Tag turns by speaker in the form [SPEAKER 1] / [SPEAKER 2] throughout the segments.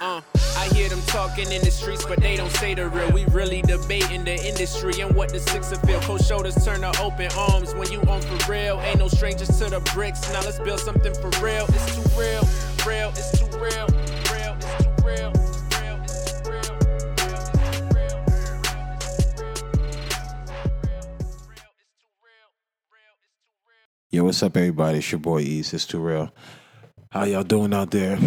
[SPEAKER 1] Uh, I hear them talking in the streets, but they don't say the real. We really debating the industry and what the sixer feel. Cold shoulders turn to open arms when you on for real. Ain't no strangers to the bricks. Now let's build something for real. It's too real, real. It's too real, real. It's too real. real, it's too real, real, it's too real, real, it's too real, real, it's too real, real, it's too real.
[SPEAKER 2] Yo, what's up, everybody? It's your boy East. It's too real. How y'all doing out there?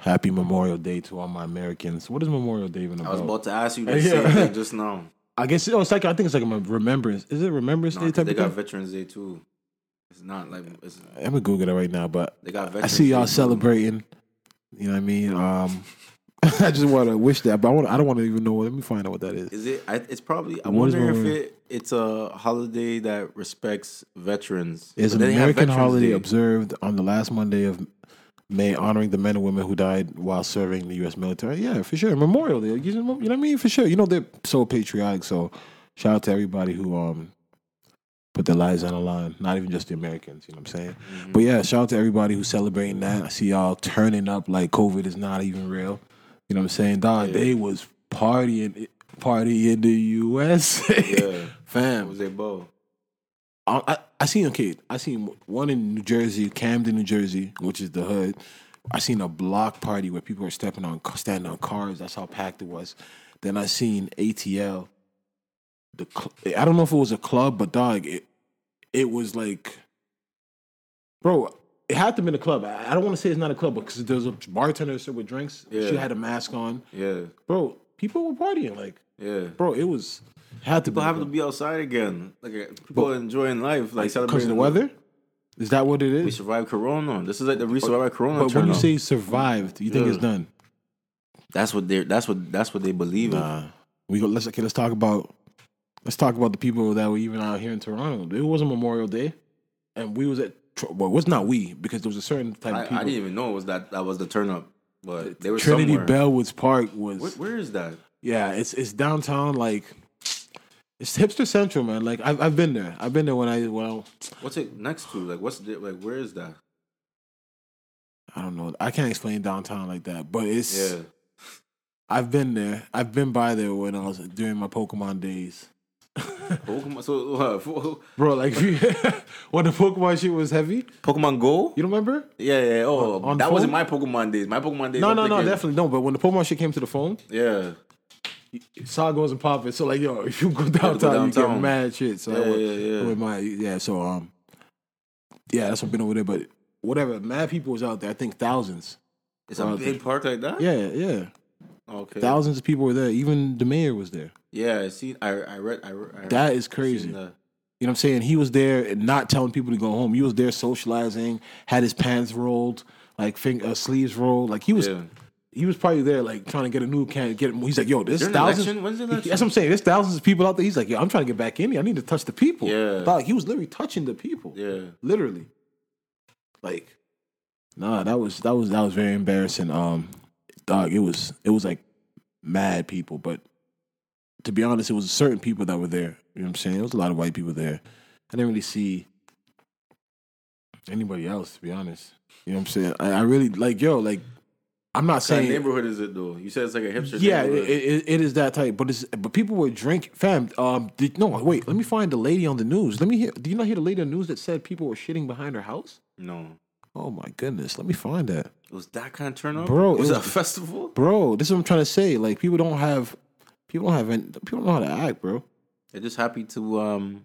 [SPEAKER 2] Happy Memorial Day to all my Americans. What is Memorial Day even about?
[SPEAKER 3] I was about to ask you
[SPEAKER 2] Uh,
[SPEAKER 3] that
[SPEAKER 2] yeah.
[SPEAKER 3] same thing just now.
[SPEAKER 2] I guess oh, it's like I think it's like a remembrance. Is it Remembrance
[SPEAKER 3] No,
[SPEAKER 2] Day
[SPEAKER 3] 'cause
[SPEAKER 2] type
[SPEAKER 3] they
[SPEAKER 2] of
[SPEAKER 3] got
[SPEAKER 2] thing?
[SPEAKER 3] Veterans Day too. It's not like it's,
[SPEAKER 2] I'm gonna Google it right now, but
[SPEAKER 3] they got
[SPEAKER 2] I
[SPEAKER 3] Veterans.
[SPEAKER 2] see
[SPEAKER 3] Day,
[SPEAKER 2] y'all
[SPEAKER 3] too.
[SPEAKER 2] celebrating. You know what I mean? Um, I just want to wish that, but I want. I don't want to even know. Let me find out what that is.
[SPEAKER 3] Is it? I, it's probably. I
[SPEAKER 2] What is
[SPEAKER 3] wonder if
[SPEAKER 2] Memorial-
[SPEAKER 3] it, it's a holiday that respects veterans.
[SPEAKER 2] It's
[SPEAKER 3] But
[SPEAKER 2] an
[SPEAKER 3] then they have
[SPEAKER 2] American
[SPEAKER 3] Veterans
[SPEAKER 2] holiday
[SPEAKER 3] Day.
[SPEAKER 2] observed on the last Monday of May, honoring the men and women who died while serving the U.S. military. Yeah, for sure. Memorial Day. You know you know what I mean? For sure. You know they're so patriotic. So shout out to everybody who um put their lives on the line. Not even just the Americans. You know what I'm saying?
[SPEAKER 3] Mm-hmm.
[SPEAKER 2] But yeah, shout out to everybody who's celebrating that. I see y'all turning up like COVID is not even real. You know what I'm saying? Dog,
[SPEAKER 3] Yeah.
[SPEAKER 2] they was partying, party in the U.S.
[SPEAKER 3] Yeah.
[SPEAKER 2] fam.
[SPEAKER 3] What was they bow?
[SPEAKER 2] I, I- I seen okay. I seen one in New Jersey, Camden, New Jersey, which is the hood. I seen a block party where people were stepping on, standing on cars. That's how packed it was. Then I seen ATL. The cl- I don't know if it was a club, but dog, it it was like, bro, it had to have been a club. I, I don't want to say it's not a club, because there was a bartender that served with drinks. She
[SPEAKER 3] Yeah.
[SPEAKER 2] had a mask on,
[SPEAKER 3] Yeah,
[SPEAKER 2] bro. People were partying like,
[SPEAKER 3] yeah.
[SPEAKER 2] bro. It was had to
[SPEAKER 3] People
[SPEAKER 2] be
[SPEAKER 3] have to be outside again. Like uh, people are enjoying life, like
[SPEAKER 2] because
[SPEAKER 3] celebrating
[SPEAKER 2] of the weather. Is that what it is?
[SPEAKER 3] We survived Corona. This is like the we survived Corona.
[SPEAKER 2] But when you
[SPEAKER 3] turnout.
[SPEAKER 2] say survived, you think it's
[SPEAKER 3] Yeah.
[SPEAKER 2] done?
[SPEAKER 3] that's what they that's what that's what they believe in.
[SPEAKER 2] Nah. We go. Let's okay. Let's talk about. Let's talk about the people that were even out here in Toronto. It wasn't Memorial Day, and we was at. Tr- Well, it was not we because there was a certain type
[SPEAKER 3] I,
[SPEAKER 2] of people.
[SPEAKER 3] I didn't even know it was that that was the turn up, but they were
[SPEAKER 2] Trinity
[SPEAKER 3] somewhere.
[SPEAKER 2] Bellwoods Park was.
[SPEAKER 3] Where, where is that?
[SPEAKER 2] Yeah, it's it's downtown like. It's hipster central, man. Like I've I've been there. I've been there when I well
[SPEAKER 3] What's it next to? Like, what's the, like? Where is that?
[SPEAKER 2] I don't know. I can't explain downtown like that, but it's
[SPEAKER 3] Yeah,
[SPEAKER 2] I've been there. I've been by there when I was during my Pokemon days.
[SPEAKER 3] Pokemon. So uh, fo-
[SPEAKER 2] Bro, like if you- when the Pokemon shit was heavy,
[SPEAKER 3] Pokemon Go.
[SPEAKER 2] you don't remember?
[SPEAKER 3] Yeah, yeah. Oh,
[SPEAKER 2] On- on
[SPEAKER 3] that wasn't
[SPEAKER 2] phone?
[SPEAKER 3] my Pokemon days. My Pokemon days.
[SPEAKER 2] No,
[SPEAKER 3] I'm
[SPEAKER 2] no, no,
[SPEAKER 3] thinking-
[SPEAKER 2] definitely no. But when the Pokemon shit came to the phone,
[SPEAKER 3] Yeah,
[SPEAKER 2] saw goes and popping. So like, yo, if you go
[SPEAKER 3] go
[SPEAKER 2] downtown, you get
[SPEAKER 3] downtown.
[SPEAKER 2] mad shit. So
[SPEAKER 3] Yeah,
[SPEAKER 2] I went,
[SPEAKER 3] yeah, yeah.
[SPEAKER 2] I went my yeah. So um, yeah, that's what been over there. But whatever, mad people was out there. I think thousands.
[SPEAKER 3] it's a
[SPEAKER 2] Well,
[SPEAKER 3] big park like that.
[SPEAKER 2] Yeah, yeah,
[SPEAKER 3] Okay.
[SPEAKER 2] thousands of people were there. Even the mayor was there.
[SPEAKER 3] Yeah. I See, I I read I, re- I read
[SPEAKER 2] That is crazy.
[SPEAKER 3] seen that.
[SPEAKER 2] You know what I'm saying? He was there and not telling people to go home. He was there socializing, had his pants rolled, like fing- uh, sleeves rolled. Like he was,
[SPEAKER 3] Yeah.
[SPEAKER 2] he was probably there, like trying to get a new can. Get him. He's like, yo, there's
[SPEAKER 3] there an
[SPEAKER 2] thousands.
[SPEAKER 3] election? When's the election?
[SPEAKER 2] That's what I'm saying. There's thousands of people out there. He's like, yo, I'm trying to get back in here. I need to touch the people.
[SPEAKER 3] Yeah.
[SPEAKER 2] Dog, he was literally touching the people.
[SPEAKER 3] Yeah.
[SPEAKER 2] Literally. Like, nah, that was that was that was very embarrassing. Um, dog, it was it was like mad people, but to be honest, it was certain people that were there. You know what I'm saying? It was a lot of white people there. I didn't really see anybody else, to be honest. You know what I'm saying? I, I really like yo, like I'm not
[SPEAKER 3] What
[SPEAKER 2] saying
[SPEAKER 3] neighborhood is it though? You said it's like a hipster.
[SPEAKER 2] yeah, it,
[SPEAKER 3] neighborhood.
[SPEAKER 2] it, it is that type, but it's but people were drink fam. Um, did, no, wait, let me find the lady on the news. Let me hear. Do you not hear the lady on the news that said people were shitting behind her house?
[SPEAKER 3] no,
[SPEAKER 2] Oh my goodness, let me find that,
[SPEAKER 3] it was that kind of turn up,
[SPEAKER 2] Bro,
[SPEAKER 3] It
[SPEAKER 2] it
[SPEAKER 3] was,
[SPEAKER 2] was-
[SPEAKER 3] a festival.
[SPEAKER 2] bro. This is what I'm trying to say. Like people don't have, people don't have, any- people don't know how to act, bro.
[SPEAKER 3] They're just happy to um,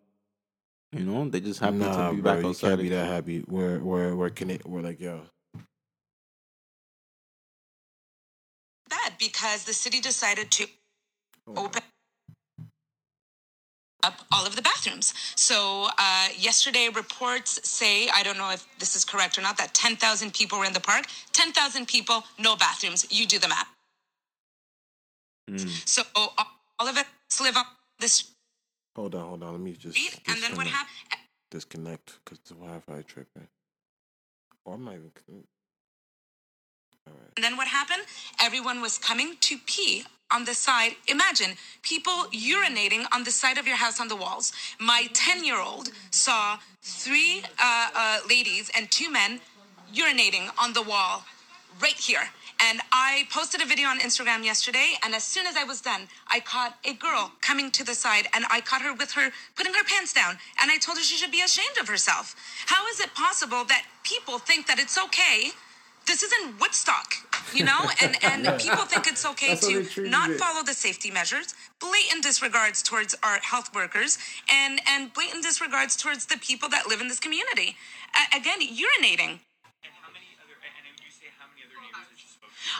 [SPEAKER 3] you know, they just happy to be
[SPEAKER 2] bro,
[SPEAKER 3] back
[SPEAKER 2] you
[SPEAKER 3] outside.
[SPEAKER 2] can't be that
[SPEAKER 3] again.
[SPEAKER 2] happy. We're we're we're connect. We're like yo.
[SPEAKER 4] that because the city decided to
[SPEAKER 2] Oh.
[SPEAKER 4] open up all of the bathrooms. So uh, yesterday, reports say I don't know if this is correct or not that 10,000 people were in the park. 10,000 people, no bathrooms. You do the math. So uh, all of us live on the street,
[SPEAKER 2] Hold on, hold on. Let me just
[SPEAKER 4] and then what
[SPEAKER 2] disconnect-
[SPEAKER 4] happened?
[SPEAKER 2] Disconnect because the Wi-Fi tripping. Or I'm not even. con-
[SPEAKER 4] And then what happened? Everyone was coming to pee on the side. Imagine people urinating on the side of your house on the walls. My 10 year old saw three uh, uh, ladies and two men urinating on the wall right here. And I posted a video on Instagram yesterday, and as soon as I was done, I caught a girl coming to the side, and I caught her with her putting her pants down, and I told her she should be ashamed of herself. How is it possible that people think that it's okay? This isn't Woodstock, you know, and and people think it's okay
[SPEAKER 3] That's how they
[SPEAKER 4] to
[SPEAKER 3] treated
[SPEAKER 4] not
[SPEAKER 3] it.
[SPEAKER 4] follow follow the safety measures, blatant disregards towards our health workers, and, and blatant disregards towards the people that live in this community. A- again, urinating.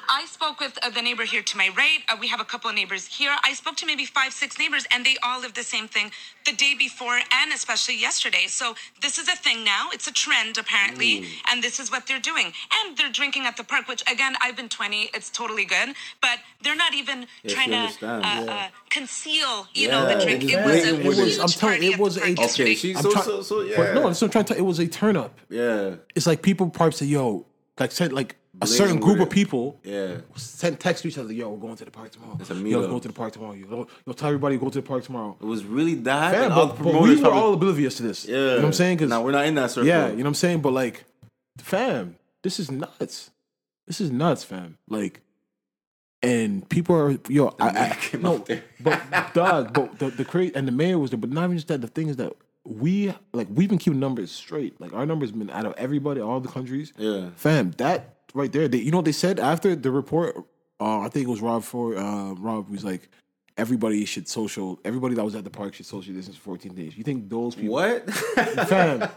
[SPEAKER 4] I spoke with uh, the neighbor here to my right. Uh, we have a couple of neighbors here. I spoke to maybe five, six neighbors, and they all lived the same thing the day before and especially yesterday. So this is a thing now. It's a trend apparently,
[SPEAKER 3] Mm.
[SPEAKER 4] and this is what they're doing. And they're drinking at the park, which again, I've been 20. It's totally good, but they're not even
[SPEAKER 3] If
[SPEAKER 4] trying
[SPEAKER 3] you
[SPEAKER 4] to uh,
[SPEAKER 3] understand,
[SPEAKER 4] uh, conceal, you know,
[SPEAKER 3] Yeah,
[SPEAKER 4] the drink.
[SPEAKER 3] it is
[SPEAKER 4] It was a
[SPEAKER 3] blatant with it.
[SPEAKER 4] huge
[SPEAKER 2] I'm telling
[SPEAKER 4] party
[SPEAKER 2] you, it
[SPEAKER 4] at the
[SPEAKER 2] was a-
[SPEAKER 4] park
[SPEAKER 2] Okay,
[SPEAKER 4] yesterday.
[SPEAKER 3] she's
[SPEAKER 2] I'm
[SPEAKER 3] so,
[SPEAKER 2] try-
[SPEAKER 3] so so yeah.
[SPEAKER 2] But no, that's what I'm trying to. It was a turn up.
[SPEAKER 3] yeah.
[SPEAKER 2] It's like people probably say, "Yo," like said, like a
[SPEAKER 3] Blatant
[SPEAKER 2] certain group
[SPEAKER 3] with
[SPEAKER 2] of
[SPEAKER 3] it.
[SPEAKER 2] people
[SPEAKER 3] Yeah.
[SPEAKER 2] sent text to each other, "Yo, we're going to the park tomorrow.
[SPEAKER 3] It's a
[SPEAKER 2] Yo, we're
[SPEAKER 3] meetup.
[SPEAKER 2] going to the park tomorrow. Yo, yo tell everybody go to the park tomorrow."
[SPEAKER 3] It was really that.
[SPEAKER 2] Yeah,
[SPEAKER 3] and all
[SPEAKER 2] but,
[SPEAKER 3] the
[SPEAKER 2] but we
[SPEAKER 3] promoters
[SPEAKER 2] were
[SPEAKER 3] probably-
[SPEAKER 2] all oblivious to this.
[SPEAKER 3] Yeah.
[SPEAKER 2] You know what I'm saying? 'Cause-
[SPEAKER 3] Now we're not in that circle.
[SPEAKER 2] yeah, you know what I'm saying? But like, fam, this is nuts. This is nuts, fam. Like, and people are yo, I, I
[SPEAKER 3] came
[SPEAKER 2] no,
[SPEAKER 3] up there.
[SPEAKER 2] but dog, but the the crazy and the mayor was there. But not even just that. The thing is that we like we've been keeping numbers straight. Like our numbers been out of everybody, all the countries.
[SPEAKER 3] Yeah.
[SPEAKER 2] fam, that right there. They, you know what they said after the report? Uh, I think it was Rob for uh, Rob was like. Everybody should social. Everybody that was at the park should social distance for 14 days. You think those people,
[SPEAKER 3] What?
[SPEAKER 2] fam,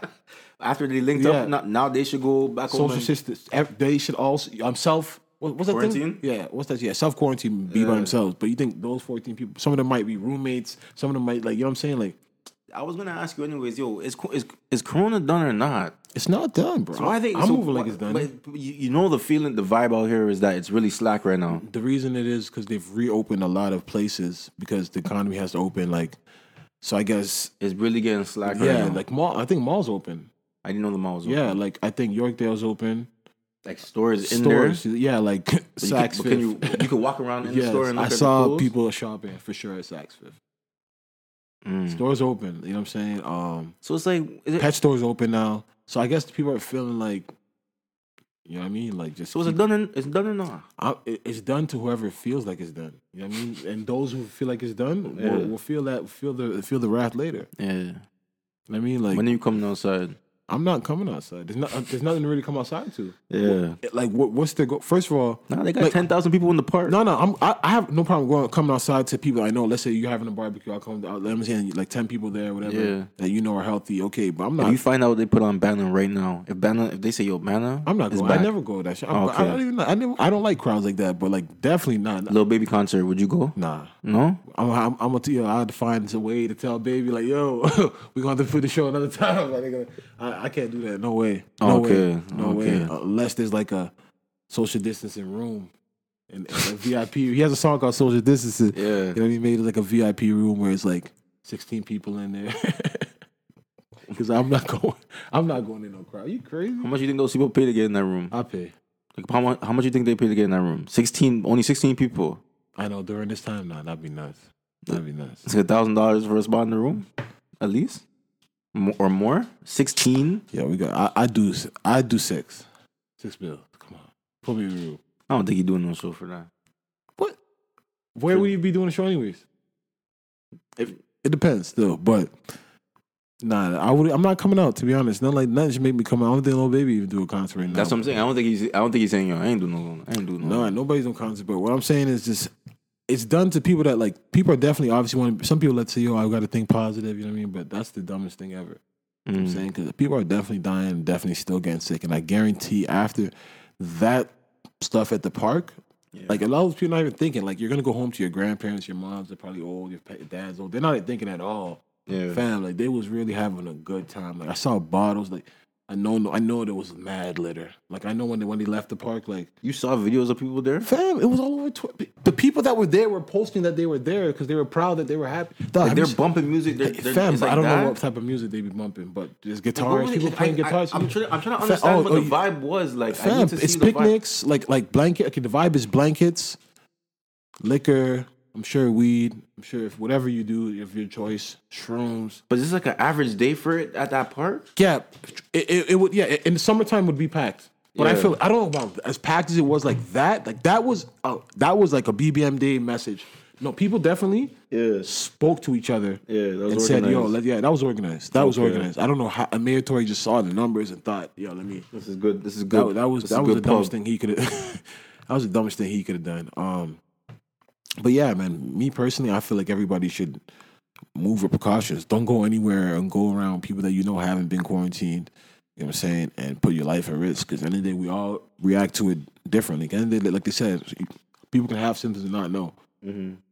[SPEAKER 3] After they linked
[SPEAKER 2] Yeah.
[SPEAKER 3] up, now, now they should go back home.
[SPEAKER 2] social
[SPEAKER 3] and-
[SPEAKER 2] sisters. ev- They should also. I'm self. What, what's that
[SPEAKER 3] Quarantine?
[SPEAKER 2] thing? Yeah. What's that? Yeah. Self quarantine. Be by themselves. But you think those 14 people? Some of them might be roommates. Some of them might like. You know what I'm saying? Like,
[SPEAKER 3] I was gonna ask you anyways. Yo, is co- is is Corona done or not?
[SPEAKER 2] it's not done, bro.
[SPEAKER 3] Why are they?
[SPEAKER 2] I'm
[SPEAKER 3] so-
[SPEAKER 2] moving like it's done.
[SPEAKER 3] But but you, you know the feeling, the vibe out here is that it's really slack right now.
[SPEAKER 2] the reason it is because they've reopened a lot of places because the economy has to open. Like, so I guess
[SPEAKER 3] It's really getting slack.
[SPEAKER 2] yeah.
[SPEAKER 3] right now.
[SPEAKER 2] Like mall. I think malls open.
[SPEAKER 3] I didn't know the mall was open.
[SPEAKER 2] Yeah. Like I think Yorkdale's open.
[SPEAKER 3] like stores in
[SPEAKER 2] Stores.
[SPEAKER 3] there.
[SPEAKER 2] Yeah. Like
[SPEAKER 3] But you can-
[SPEAKER 2] Saks
[SPEAKER 3] but can you
[SPEAKER 2] Fifth.
[SPEAKER 3] you can walk around in the
[SPEAKER 2] Yes,
[SPEAKER 3] store and look
[SPEAKER 2] I
[SPEAKER 3] at the
[SPEAKER 2] saw
[SPEAKER 3] clothes?
[SPEAKER 2] people shopping for sure at Saks Fifth.
[SPEAKER 3] Mm.
[SPEAKER 2] Stores open. You know what I'm saying? Um,
[SPEAKER 3] So it's like is it,
[SPEAKER 2] pet stores open now, so I guess people are feeling like, you know what I mean? Like just
[SPEAKER 3] so is it
[SPEAKER 2] keep-
[SPEAKER 3] done? Or, it's done or not?
[SPEAKER 2] I, it- it's done to whoever feels like it's done. You know what I mean? And those who feel like it's done
[SPEAKER 3] Yeah.
[SPEAKER 2] will, will feel that feel the feel the wrath later.
[SPEAKER 3] Yeah.
[SPEAKER 2] You know what I mean? Like
[SPEAKER 3] when are you coming outside?
[SPEAKER 2] I'm not coming outside. There's not there's nothing to really come outside to.
[SPEAKER 3] Yeah.
[SPEAKER 2] It- Like what what's the go? First of all,
[SPEAKER 3] Nah, they got
[SPEAKER 2] like-
[SPEAKER 3] ten thousand people in the park.
[SPEAKER 2] No, no, I'm, I, I have no problem going coming outside to people I know. Let's say you're having a barbecue, I'll come out. Let me see, like ten people there, whatever
[SPEAKER 3] Yeah.
[SPEAKER 2] that you know are healthy. Okay, but I'm
[SPEAKER 3] If
[SPEAKER 2] not.
[SPEAKER 3] you find out they put on Banner right now, if Banner, if they say yo Banner,
[SPEAKER 2] I'm not
[SPEAKER 3] is
[SPEAKER 2] going. I
[SPEAKER 3] back, Oh,
[SPEAKER 2] never go to that shit. I'm,
[SPEAKER 3] Okay.
[SPEAKER 2] I don't even. I, never, I don't like crowds like that. But like, definitely not.
[SPEAKER 3] Little baby concert, would you go?
[SPEAKER 2] Nah.
[SPEAKER 3] No.
[SPEAKER 2] I'm. I'm. I'm gonna. You know, I had to find a way to tell baby like, yo, we gonna have to put the show another time. Like, nigga, I, I can't do that. No way. No way.
[SPEAKER 3] Okay.
[SPEAKER 2] No way.
[SPEAKER 3] Okay.
[SPEAKER 2] Unless there's like a social distancing room. And, and a VIP. He has a song called Social Distancing.
[SPEAKER 3] Yeah.
[SPEAKER 2] You know what I mean? Made it like a VIP room where it's like 16 people in there. Because I'm not going. I'm not going in no crowd. You crazy?
[SPEAKER 3] How much you think those people pay to get in that room?
[SPEAKER 2] I pay.
[SPEAKER 3] Like how much? How much you think they pay to get in that room? Sixteen, only sixteen people.
[SPEAKER 2] I know during this time, nah, that'd be nuts. That'd be nuts.
[SPEAKER 3] It's a thousand dollars for a spot in the room, at least, Mo- or more. Sixteen.
[SPEAKER 2] Yeah, we got. I, I do. I do six. Six bill. Come on, put me in the room.
[SPEAKER 3] I don't think you're doing no show for that.
[SPEAKER 2] What? Where would you be doing a show anyways?
[SPEAKER 3] If
[SPEAKER 2] It depends, still, but nah, I would. I'm not coming out to be honest. Not like nothing should make me come out. I don't think little baby even do a concert right now.
[SPEAKER 3] that's what I'm saying. I don't think he's. I don't think he's saying yo. I ain't doing no. I ain't doing no.
[SPEAKER 2] No, nobody's on concert. But what I'm saying is just it's done to people that like people are definitely obviously want. Some people let's say yo, I got to think positive. You know what I mean? But that's the dumbest thing ever. You know what I'm saying because people are definitely dying, definitely still getting sick, and I guarantee after that stuff at the park. Like a lot of people not even thinking. Like you're gonna go home to your grandparents, your moms are probably old, your pa- dad's old. They're not thinking at all.
[SPEAKER 3] Yeah.
[SPEAKER 2] Fam, like they was really having a good time. Like I saw bottles. Like I know, I know there was mad litter. Like I know when they when they left the park, like
[SPEAKER 3] You saw videos of people there.
[SPEAKER 2] Fam, it was all over Twitter. The people that were there were posting that they were there because they were proud that they were happy. Dog,
[SPEAKER 3] Like
[SPEAKER 2] have
[SPEAKER 3] they're
[SPEAKER 2] you seen-
[SPEAKER 3] bumping music. They're, they're,
[SPEAKER 2] fam,
[SPEAKER 3] it's
[SPEAKER 2] but
[SPEAKER 3] like
[SPEAKER 2] I don't
[SPEAKER 3] that.
[SPEAKER 2] know what type of music they be bumping, but there's
[SPEAKER 3] What
[SPEAKER 2] guitars,
[SPEAKER 3] was it?
[SPEAKER 2] people playing
[SPEAKER 3] I,
[SPEAKER 2] guitars.
[SPEAKER 3] I, am trying. I'm trying
[SPEAKER 2] Fam,
[SPEAKER 3] to understand
[SPEAKER 2] oh,
[SPEAKER 3] what
[SPEAKER 2] oh,
[SPEAKER 3] the
[SPEAKER 2] you-
[SPEAKER 3] vibe was like. I
[SPEAKER 2] Fam,
[SPEAKER 3] need to see
[SPEAKER 2] it's
[SPEAKER 3] the vibe.
[SPEAKER 2] picnics, like like blanket. Okay, the vibe is blankets, liquor. I'm sure weed. I'm sure if whatever you do, if your choice, shrooms.
[SPEAKER 3] But is this like an average day for it at that park?
[SPEAKER 2] Yeah, it, it, it would. Yeah, in the summertime would be packed. But I
[SPEAKER 3] Yeah.
[SPEAKER 2] feel I don't know about as packed as it was like that. Like that was a, that was like a BBM day message. No, people definitely
[SPEAKER 3] Yeah.
[SPEAKER 2] spoke to each other.
[SPEAKER 3] Yeah, that was
[SPEAKER 2] and said, "Yo,
[SPEAKER 3] organized.
[SPEAKER 2] let, yeah, that was organized. That was
[SPEAKER 3] Okay.
[SPEAKER 2] organized." I don't know how Amir Tory just saw the numbers and thought, "Yo, let me."
[SPEAKER 3] This is good. This is
[SPEAKER 2] That,
[SPEAKER 3] good.
[SPEAKER 2] that was
[SPEAKER 3] This is
[SPEAKER 2] that was the
[SPEAKER 3] good
[SPEAKER 2] dumbest
[SPEAKER 3] pub.
[SPEAKER 2] thing he could. that was the dumbest thing he could have done. Um, but yeah, man, me personally, I feel like everybody should move with precautions. Don't go anywhere and go around people that you know haven't been quarantined. You know what I'm saying? And put your life at risk because at the end of the day, we all react to it differently. At the end of the day, like they said, people can have symptoms and not know.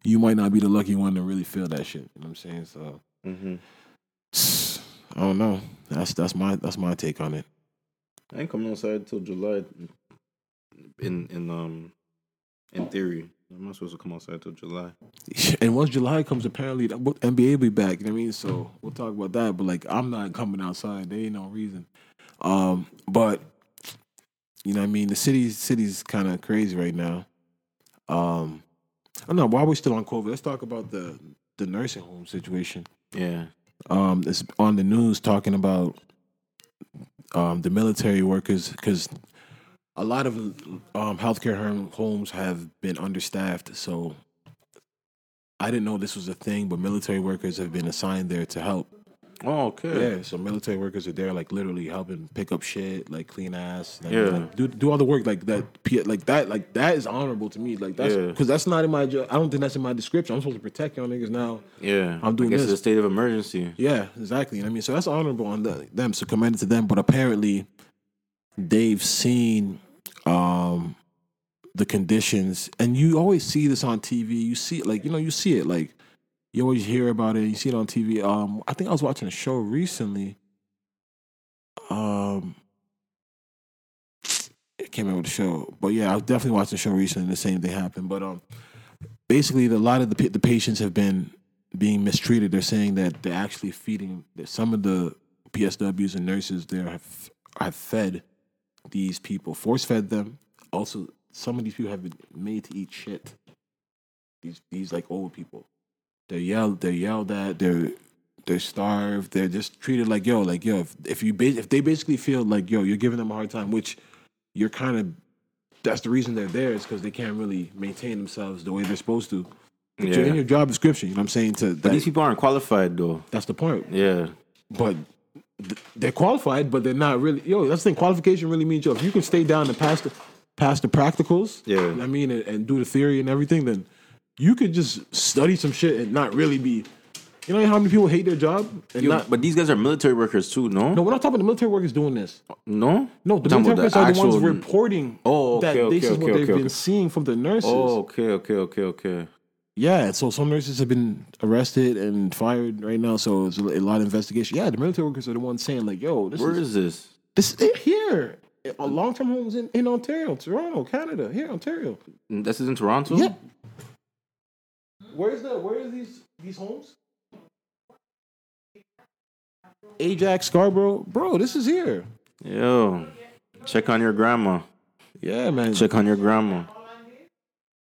[SPEAKER 2] You might not be the lucky one to really feel that shit. You know what I'm saying? So
[SPEAKER 3] Mm-hmm,
[SPEAKER 2] I don't know. That's that's my that's my take on it.
[SPEAKER 3] I ain't coming outside till July. In in um, in theory, I'm not supposed to come outside till July.
[SPEAKER 2] And once July comes, apparently the what- NBA will be back. You know what I mean? So we'll talk about that. But like, I'm not coming outside. There ain't no reason. Um, but you know, what I mean, the city city's kind of crazy right now. Um, I don't know. While we're still on COVID, let's talk about the the nursing home situation.
[SPEAKER 3] Yeah.
[SPEAKER 2] Um, it's on the news talking about um the military workers because a lot of um healthcare home- homes have been understaffed. So I didn't know this was a thing, but military workers have been assigned there to help.
[SPEAKER 3] Oh, okay.
[SPEAKER 2] Yeah, so military workers are there, like literally helping pick up shit, like clean ass, like,
[SPEAKER 3] Yeah.
[SPEAKER 2] like, do do all the work, like that, P- like that, like that is honorable to me, like that's
[SPEAKER 3] Yeah.
[SPEAKER 2] because that's not in my job. I don't think that's in my description. I'm supposed to protect y'all niggas now.
[SPEAKER 3] Yeah.
[SPEAKER 2] I'm doing
[SPEAKER 3] I guess
[SPEAKER 2] this.
[SPEAKER 3] it's a state of emergency.
[SPEAKER 2] Yeah, exactly. And I mean, so that's honorable on the, them. So commended to them. But apparently, they've seen um, the conditions, and you always see this on TV. You see, like you know, you see it. Like you always hear about it. You see it on TV. Um, I think I was watching a show recently. Um, I can't remember the show, but yeah, I was definitely watching a show recently. and The same thing happened, but um, basically, the- a lot of the pa- the patients have been being mistreated. They're saying that they're actually feeding that some of the PSWs and nurses there have have fed these people, force fed them. Also, some of these people have been made to eat shit. These these like old people, they're yelled they're yelled at. They're they're starved. They're just treated like yo, like yo. If, if you ba- if they basically feel like yo, you're giving them a hard time, which you're kind of that's the reason they're there is because they can't really maintain themselves the way they're supposed to. But you're
[SPEAKER 3] Yeah.
[SPEAKER 2] in your job description, you know what I'm saying? To
[SPEAKER 3] But these
[SPEAKER 2] that,
[SPEAKER 3] people aren't qualified though.
[SPEAKER 2] that's the point.
[SPEAKER 3] Yeah.
[SPEAKER 2] But th- they're qualified, but they're not really. Yo, that's the thing. Qualification really means yo. If you can stay down and pass the pass the practicals,
[SPEAKER 3] Yeah.
[SPEAKER 2] you know what I mean, and, and do the theory and everything, then you could just study some shit and not really be. You know how many people hate their job and
[SPEAKER 3] Yo,
[SPEAKER 2] not.
[SPEAKER 3] but these guys are military workers too. No.
[SPEAKER 2] No, we're not talking about the military workers doing this.
[SPEAKER 3] No.
[SPEAKER 2] No, the
[SPEAKER 3] Talking
[SPEAKER 2] military workers
[SPEAKER 3] about
[SPEAKER 2] are the ones
[SPEAKER 3] actual-
[SPEAKER 2] reporting
[SPEAKER 3] Oh,
[SPEAKER 2] that
[SPEAKER 3] okay, okay,
[SPEAKER 2] this is what
[SPEAKER 3] okay,
[SPEAKER 2] they've
[SPEAKER 3] okay,
[SPEAKER 2] been
[SPEAKER 3] okay.
[SPEAKER 2] seeing from the nurses.
[SPEAKER 3] Oh, okay, okay, okay, okay.
[SPEAKER 2] Yeah, so some nurses have been arrested and fired right now. So it's a lot of investigation. Yeah, the military workers are the ones saying like, "Yo, this
[SPEAKER 3] Where
[SPEAKER 2] is
[SPEAKER 3] is this?
[SPEAKER 2] this is here." A long-term homes in, in Ontario, Toronto, Canada. Here, Ontario.
[SPEAKER 3] This is in Toronto.
[SPEAKER 2] Yeah. Where's the Where is these these homes? Ajax, Scarborough, bro. This is here.
[SPEAKER 3] Yo, check on your grandma.
[SPEAKER 2] Yeah, man.
[SPEAKER 3] Check on your grandma.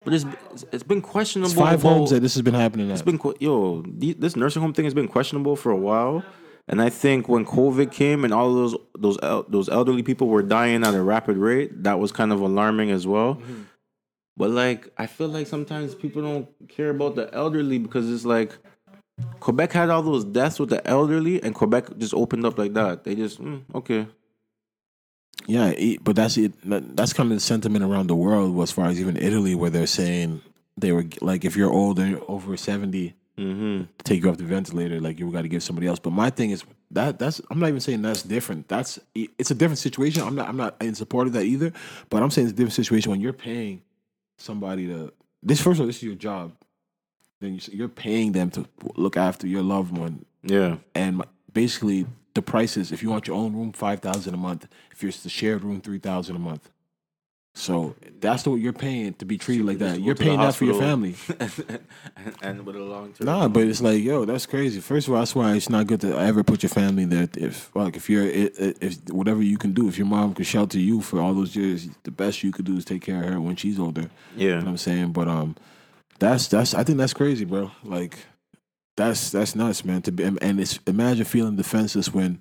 [SPEAKER 3] But it's it's been questionable.
[SPEAKER 2] It's five
[SPEAKER 3] about-
[SPEAKER 2] homes that this has been happening. At.
[SPEAKER 3] It's been que- yo the- this nursing home thing has been questionable for a while, and I think when COVID came and all those those el- those elderly people were dying at a rapid rate, that was kind of alarming as well. But like I feel like sometimes people don't care about the elderly because it's like Quebec had all those deaths with the elderly, and Quebec just opened up like that. They just mm, okay,
[SPEAKER 2] Yeah, it, but that's it. that- That's kind of the sentiment around the world, well, as far as even Italy, where they're saying they were like, if you're older, over seventy, take you off the ventilator, like you got to give somebody else. But my thing is that that's I'm not even saying that's different. That's it's a different situation. I'm not I'm not in support of that either. But I'm saying it's a different situation when you're paying somebody to this. First of all, this is your job. Then you- you're paying them to look after your loved one
[SPEAKER 3] yeah,
[SPEAKER 2] and basically the prices if you want your own room 5000 a month if it's the shared room 3000 a month so that's what you're paying to be treated like that
[SPEAKER 3] Just go
[SPEAKER 2] you're
[SPEAKER 3] to the
[SPEAKER 2] paying that for your
[SPEAKER 3] hospital.
[SPEAKER 2] family
[SPEAKER 3] and, and with a long term.
[SPEAKER 2] nah but it's like yo that's crazy first of all i swear it's not good to ever put your family there if like if you're i- i- if whatever you can do if your mom could shelter you for all those years the best you could do is take care of her when she's older you know what
[SPEAKER 3] Yeah,
[SPEAKER 2] i'm saying but um that's that's i think that's crazy bro like that's that's nuts man to be and it's imagine feeling defenseless when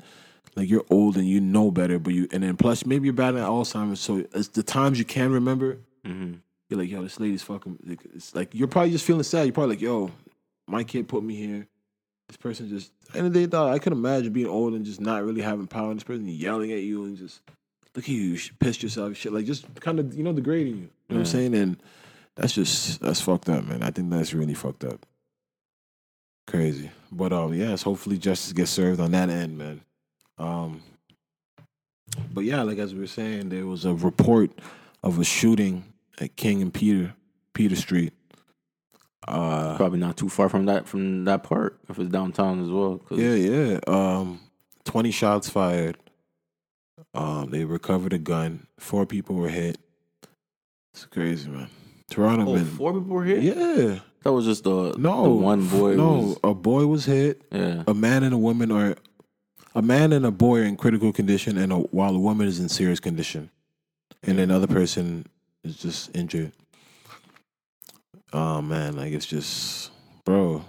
[SPEAKER 2] Like you're old and you know better, but you and then plus maybe you're bad at Alzheimer's, so it's the times you can remember.
[SPEAKER 3] Mm-hmm.
[SPEAKER 2] You're like, yo, this lady's fucking. Like, it's like you're probably just feeling sad. You're probably like, yo, my kid put me here. This person just and they thought I could imagine being old and just not really having power. And this person yelling at you and just look at you, you sh- pissed yourself, shit. Like just kind of you know degrading you. You know what I'm saying? And that's just that's fucked up, man. I think that's really fucked up. Crazy. But um, yes, hopefully justice gets served on that end, man. Um, but yeah, like as we were saying, there was a report of a shooting at King and Peter Peter Street. Uh,
[SPEAKER 3] Probably not too far from that from that part if it's downtown as well. 'cause-
[SPEAKER 2] yeah, yeah. Um, twenty shots fired. Um, they recovered a gun. Four people were hit. It's crazy, man. Toronto,
[SPEAKER 3] Oh,
[SPEAKER 2] man.
[SPEAKER 3] four people were hit.
[SPEAKER 2] Yeah.
[SPEAKER 3] That was just the
[SPEAKER 2] No.
[SPEAKER 3] the one boy.
[SPEAKER 2] No,
[SPEAKER 3] was-
[SPEAKER 2] a boy was hit.
[SPEAKER 3] yeah.
[SPEAKER 2] a man and a woman are a man and a boy are in critical condition and a, while a woman is in serious condition and another person is just injured oh man like it's just bro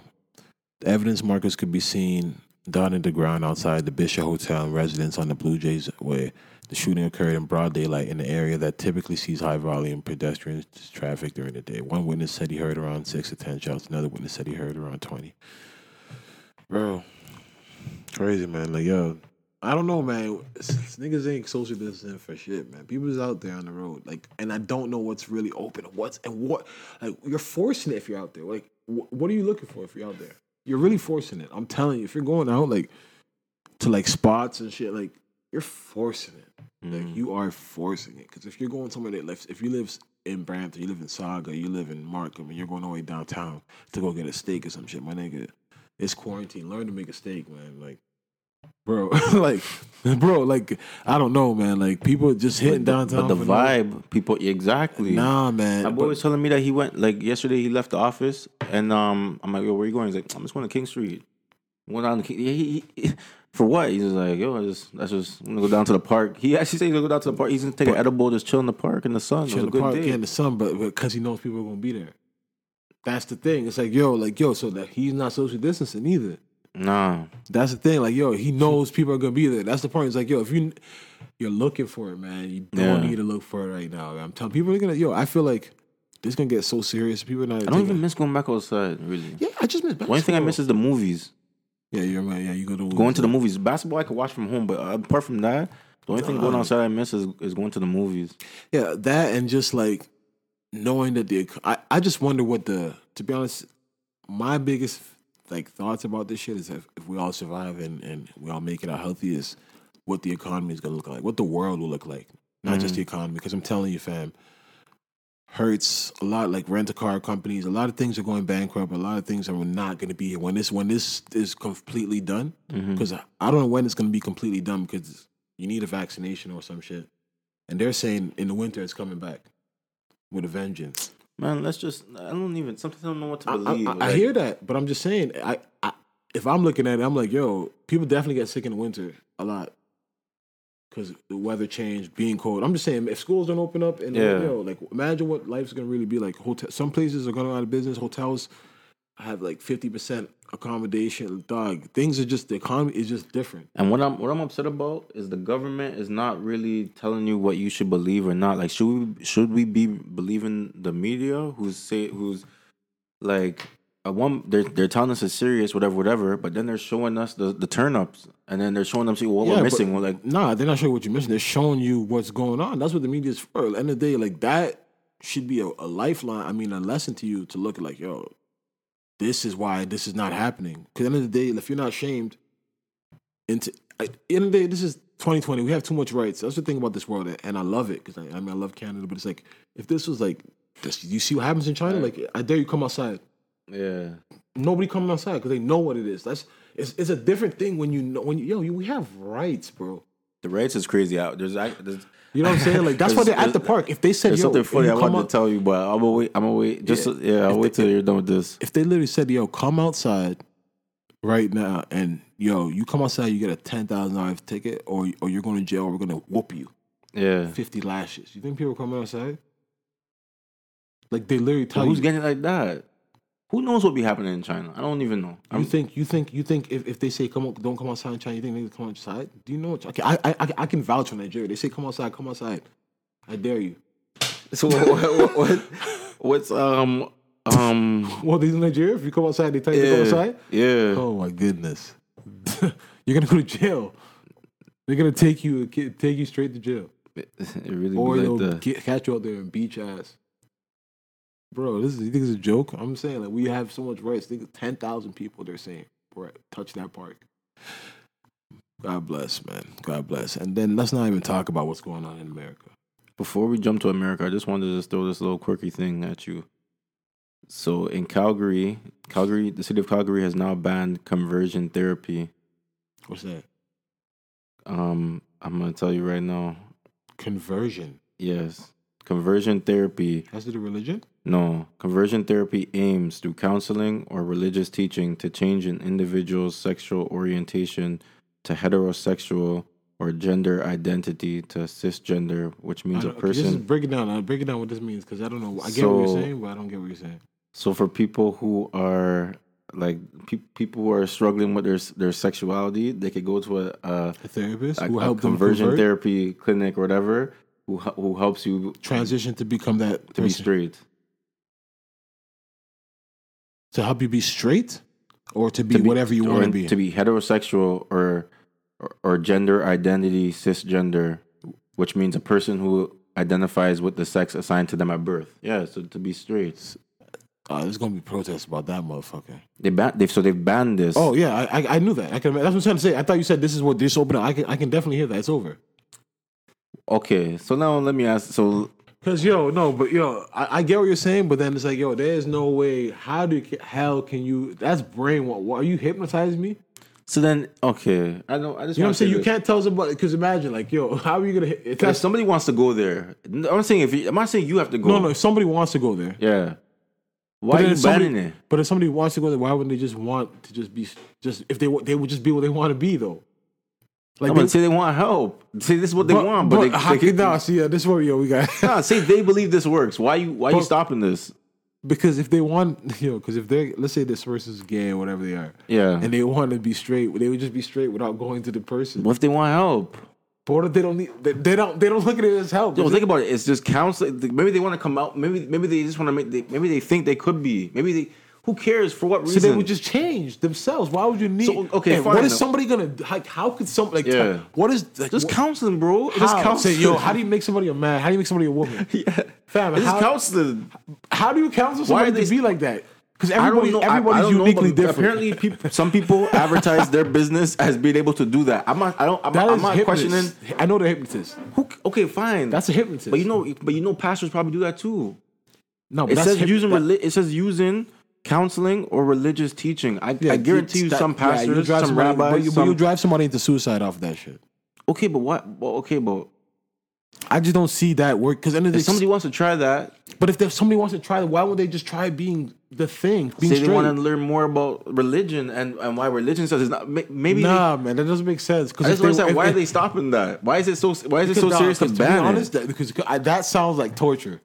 [SPEAKER 2] evidence markers could be seen dotted the ground outside the bishop hotel and residence on the blue jays where the shooting occurred in broad daylight in an area that typically sees high volume pedestrian traffic during the day one witness said he heard around six to ten shots another witness said he heard around 20 bro. Crazy man, like yo, I don't know, man. It's- it's niggas ain't social distancing for shit, man. People's out there on the road, like, and I don't know what's really open, what's and what. Like, you're forcing it if you're out there. Like, wh- what are you looking for if you're out there? You're really forcing it. I'm telling you, if you're going out like to like spots and shit, like you're forcing it.
[SPEAKER 3] Mm-hmm.
[SPEAKER 2] Like you are forcing it because if you're going somewhere that lives, if you live in Brampton, you live in Saga, you live in Markham, and you're going all the way downtown to go get a steak or some shit, my nigga, it's quarantine. Learn to make a steak, man. Like, bro, like, bro, like, I don't know, man. Like, people just hitting
[SPEAKER 3] But the-
[SPEAKER 2] downtown.
[SPEAKER 3] But
[SPEAKER 2] for
[SPEAKER 3] the
[SPEAKER 2] no-
[SPEAKER 3] vibe, people exactly.
[SPEAKER 2] nah, man.
[SPEAKER 3] My boy
[SPEAKER 2] But-
[SPEAKER 3] was telling me that he went like yesterday. He left the office, and um, I'm like, "Yo, where you going?" He's like, "I'm just going to King Street." Went down to King. Yeah, he, he, for what? He's just like, "Yo, I just that's just I'm gonna go down to the park." He actually said he's gonna go down to the park. He's gonna take an edible, just chill in the park in the sun.
[SPEAKER 2] chill
[SPEAKER 3] it
[SPEAKER 2] in
[SPEAKER 3] was
[SPEAKER 2] the
[SPEAKER 3] a
[SPEAKER 2] park
[SPEAKER 3] good
[SPEAKER 2] yeah, in
[SPEAKER 3] day.
[SPEAKER 2] the sun, but because he knows people are gonna be there. That's the thing. It's like yo, like yo, so that he's not social distancing either.
[SPEAKER 3] Nah,
[SPEAKER 2] That's the thing. Like yo, he knows people are gonna be there. That's the point. It's like yo, if you you're looking for it, man, you don't
[SPEAKER 3] Yeah.
[SPEAKER 2] need to look for it right now. I'm telling people are gonna yo. I feel like this gonna get so serious. People are not.
[SPEAKER 3] I don't even miss going back outside. Really,
[SPEAKER 2] Yeah, I just miss. Basketball.
[SPEAKER 3] one thing I miss is the movies.
[SPEAKER 2] yeah, you're right. Yeah, you go to
[SPEAKER 3] Going to the movies, basketball I could watch from home, but uh, apart from that, the only thing going
[SPEAKER 2] Uh,
[SPEAKER 3] outside I miss is, is going to the movies.
[SPEAKER 2] Yeah, that and just like knowing that the I, I just wonder what the to be honest, my biggest like thoughts about this shit is if, if we all survive and, and we all make it out healthy is what the economy is gonna look like, what the world will look like, not just the economy. Because I'm telling you, fam, hurts a lot. Like rent a car companies, a lot of things are going bankrupt. A lot of things are not gonna be here when this when this is completely done. Because I don't know when it's gonna be completely done because you need a vaccination or some shit. And they're saying in the winter it's coming back with a vengeance.
[SPEAKER 3] Man, let's just. I don't even. Sometimes I don't know what to
[SPEAKER 2] I, I-
[SPEAKER 3] believe.
[SPEAKER 2] I- I
[SPEAKER 3] like-
[SPEAKER 2] hear that, but I'm just saying, I, I if I'm looking at it, I'm like, yo, people definitely get sick in the winter a lot because the weather change, being cold. I'm just saying, if schools don't open up, and
[SPEAKER 3] Yeah.
[SPEAKER 2] yo, like, imagine what life's gonna really be like. Hotel, some places are going out of business. Hotels have like 50 percent accommodation. Dog, things are just the economy is just different.
[SPEAKER 3] And what I'm what I'm upset about is the government is not really telling you what you should believe or not. Like, should we should we be believing the media who's say who's like a one they're they're telling us it's serious, whatever, whatever, but then they're showing us the the turn ups and then they're showing us what
[SPEAKER 2] Yeah,
[SPEAKER 3] we're
[SPEAKER 2] but-
[SPEAKER 3] missing. We're like,
[SPEAKER 2] Nah, they're not showing what you're missing. They're showing you what's going on. That's what the media's for. At the end of the day, like that should be a, a lifeline. I mean, a lesson to you to look at like, yo, this is why this is not happening. Because at the end of the day, if you're not shamed, into at the end of the day, this is 2020. We have too much rights. That's the thing about this world, and I love it because I, I mean, I love Canada, but it's like if this was like this, you see what happens in China. Like, I dare you come outside
[SPEAKER 3] yeah,
[SPEAKER 2] nobody coming outside because they know what it is. That's it's, it's a different thing when you know when you yo you, we have rights, bro.
[SPEAKER 3] the rates is crazy out. There's, I, there's
[SPEAKER 2] You know what I'm saying? Like that's why they're at the park. If they said
[SPEAKER 3] There's
[SPEAKER 2] yo,
[SPEAKER 3] something funny
[SPEAKER 2] you
[SPEAKER 3] I
[SPEAKER 2] come
[SPEAKER 3] wanted
[SPEAKER 2] out-
[SPEAKER 3] to tell you, but I'm gonna wait. I'm gonna wait. Just
[SPEAKER 2] Yeah.
[SPEAKER 3] yeah, I'll
[SPEAKER 2] If
[SPEAKER 3] wait
[SPEAKER 2] they-
[SPEAKER 3] till you're done with this.
[SPEAKER 2] if they literally said yo come outside right now and yo you come outside you get a ten thousand dollar ticket or or you're going to jail we're going to whoop you
[SPEAKER 3] Yeah,
[SPEAKER 2] fifty lashes. You think people are coming outside? Like they literally tell
[SPEAKER 3] who's
[SPEAKER 2] you
[SPEAKER 3] getting it like that? Who knows what be happening in China? I don't even know.
[SPEAKER 2] You
[SPEAKER 3] I'm
[SPEAKER 2] think you think you think if, if they say come out, don't come outside in China, you think they come outside? Do you know? What, okay, I, I I I can vouch for Nigeria. They say come outside, come outside. I dare you.
[SPEAKER 3] so what, what, what- what's um um
[SPEAKER 2] Well, these in Nigeria, if you come outside, they tell you to
[SPEAKER 3] yeah,
[SPEAKER 2] come outside.
[SPEAKER 3] yeah.
[SPEAKER 2] Oh my goodness, you're gonna go to jail. They're gonna take you ki- take you straight to jail,
[SPEAKER 3] It really
[SPEAKER 2] or
[SPEAKER 3] be
[SPEAKER 2] they'll
[SPEAKER 3] like that.
[SPEAKER 2] ki- catch you out there and beat your ass. Bro, this is you think it's a joke? I'm saying like we have so much rights. Think ten thousand people they're saying right, touch that park. God bless, man. God bless. And then let's not even talk about what's going on in America.
[SPEAKER 3] Before we jump to America, I just wanted to just throw this little quirky thing at you. So in Calgary, Calgary, the city of Calgary has now banned conversion therapy.
[SPEAKER 2] What's that?
[SPEAKER 3] Um, I'm gonna tell you right now.
[SPEAKER 2] Conversion.
[SPEAKER 3] Yes, conversion therapy.
[SPEAKER 2] Has to do with religion?
[SPEAKER 3] No, conversion therapy aims through counseling or religious teaching to change an individual's sexual orientation to heterosexual or gender identity to cisgender, which
[SPEAKER 2] I
[SPEAKER 3] means a
[SPEAKER 2] don't- okay, Just
[SPEAKER 3] person.
[SPEAKER 2] break it down. I'll break it down what this means because I don't know. I get what
[SPEAKER 3] So-
[SPEAKER 2] you're saying, but I don't get what you're saying.
[SPEAKER 3] So for people who are like pe- people who are struggling with their s- their sexuality, they could go to a, a,
[SPEAKER 2] A therapist
[SPEAKER 3] a,
[SPEAKER 2] who
[SPEAKER 3] a
[SPEAKER 2] helped them
[SPEAKER 3] conversion
[SPEAKER 2] convert,
[SPEAKER 3] therapy clinic or whatever, who h- who helps you
[SPEAKER 2] transition to become that
[SPEAKER 3] to be
[SPEAKER 2] person.
[SPEAKER 3] straight,
[SPEAKER 2] to help you be straight or to be,
[SPEAKER 3] to be-
[SPEAKER 2] whatever you
[SPEAKER 3] or
[SPEAKER 2] want to
[SPEAKER 3] in-
[SPEAKER 2] be.
[SPEAKER 3] to be heterosexual or, or or gender identity cisgender, which means a person who identifies with the sex assigned to them at birth. Yeah, so to be straight.
[SPEAKER 2] Oh, there's gonna be protests about that motherfucker.
[SPEAKER 3] They ban they so they've banned this.
[SPEAKER 2] Oh yeah, I I, I knew that. I can. That's what I'm trying to say. I thought you said this is what this open. up. I can I can definitely hear that. It's over.
[SPEAKER 3] okay. So now let me ask. So
[SPEAKER 2] Cause yo no, but yo, I, I get what you're saying, but then it's like yo, there's no way. How do you, hell can you? That's brainwash. Why- Are you hypnotizing me?
[SPEAKER 3] so then okay. I don't. I just
[SPEAKER 2] You know what I'm
[SPEAKER 3] wanna say
[SPEAKER 2] saying? You
[SPEAKER 3] this.
[SPEAKER 2] can't tell us about it. Cause imagine like yo, how are you gonna? If
[SPEAKER 3] If
[SPEAKER 2] that's
[SPEAKER 3] somebody wants to go there, I'm not saying if you, I'm not saying you have to go.
[SPEAKER 2] no no. If somebody wants to go there,
[SPEAKER 3] Yeah. Why are
[SPEAKER 2] then
[SPEAKER 3] you
[SPEAKER 2] if somebody-
[SPEAKER 3] banning it?
[SPEAKER 2] But if somebody wants to go there, why wouldn't they just want to just be just if they wa- they would just be what they want to be though? Like
[SPEAKER 3] I'm
[SPEAKER 2] they-
[SPEAKER 3] gonna say they want help. Say this is what they want, but,
[SPEAKER 2] how
[SPEAKER 3] they,
[SPEAKER 2] can
[SPEAKER 3] they,
[SPEAKER 2] nah, see, yeah, this is what yo, we got
[SPEAKER 3] nah, say they believe this works. Why you why you
[SPEAKER 2] But-
[SPEAKER 3] stopping this?
[SPEAKER 2] because if they want you know because if they are let's say this person's gay or whatever they are
[SPEAKER 3] Yeah.
[SPEAKER 2] and they want to be straight they would just be straight without going to the person.
[SPEAKER 3] what if they want help?
[SPEAKER 2] But what if they don't need they, they don't they don't look at it as help?
[SPEAKER 3] Yo, think about it. It's just counseling. Maybe they want to come out. Maybe maybe they just want to make. They, maybe they think they could be. Maybe they. Who cares for what
[SPEAKER 2] so
[SPEAKER 3] reason?
[SPEAKER 2] they would just change themselves. Why would you need?
[SPEAKER 3] So, okay,
[SPEAKER 2] and
[SPEAKER 3] fine,
[SPEAKER 2] what is
[SPEAKER 3] though.
[SPEAKER 2] somebody gonna like? How could some like?
[SPEAKER 3] Yeah.
[SPEAKER 2] What is like,
[SPEAKER 3] just
[SPEAKER 2] what-
[SPEAKER 3] counseling, bro. Just
[SPEAKER 2] how? Say,
[SPEAKER 3] counseling.
[SPEAKER 2] yo, how do you make somebody a man? How do you make somebody a woman?
[SPEAKER 3] yeah.
[SPEAKER 2] Fam,
[SPEAKER 3] It's
[SPEAKER 2] how-
[SPEAKER 3] just counseling.
[SPEAKER 2] How do you counsel
[SPEAKER 3] Why
[SPEAKER 2] somebody
[SPEAKER 3] are they-
[SPEAKER 2] to be like that? Because
[SPEAKER 3] I don't
[SPEAKER 2] everybody,
[SPEAKER 3] know. I-
[SPEAKER 2] everybody's
[SPEAKER 3] I don't know,
[SPEAKER 2] uniquely
[SPEAKER 3] but
[SPEAKER 2] different.
[SPEAKER 3] Apparently, people, some people advertise their business as being able to do that. I'm not. I don't. I'm,
[SPEAKER 2] that
[SPEAKER 3] not- I'm
[SPEAKER 2] is
[SPEAKER 3] not
[SPEAKER 2] hypnotist.
[SPEAKER 3] questioning.
[SPEAKER 2] I know the hypnotist.
[SPEAKER 3] Who, okay, fine.
[SPEAKER 2] That's a hypnotist.
[SPEAKER 3] But you know, but you know, pastors probably do that too.
[SPEAKER 2] no, but
[SPEAKER 3] It
[SPEAKER 2] that's
[SPEAKER 3] says
[SPEAKER 2] hyp-
[SPEAKER 3] using.
[SPEAKER 2] that-
[SPEAKER 3] reli- it says using counseling or religious teaching. I,
[SPEAKER 2] yeah,
[SPEAKER 3] I guarantee you,
[SPEAKER 2] that-
[SPEAKER 3] some
[SPEAKER 2] yeah, you
[SPEAKER 3] pastors,
[SPEAKER 2] drive
[SPEAKER 3] some
[SPEAKER 2] somebody-
[SPEAKER 3] rabbis,
[SPEAKER 2] but you, but
[SPEAKER 3] some-
[SPEAKER 2] you drive somebody into suicide off that shit.
[SPEAKER 3] okay, but what? Well, okay, but
[SPEAKER 2] I just don't see that work. Because
[SPEAKER 3] if somebody wants to try that,
[SPEAKER 2] but if there's somebody wants to try, it, why would they just try being the thing? Being
[SPEAKER 3] say they
[SPEAKER 2] straight.
[SPEAKER 3] want to learn more about religion and, and why religion says it's not. may- Maybe they-
[SPEAKER 2] nah, man, that doesn't make sense.
[SPEAKER 3] I
[SPEAKER 2] Because
[SPEAKER 3] just want to say why are they stopping that? Why is it so? Why is it so serious to ban it?
[SPEAKER 2] honest, that, because I, that sounds like torture.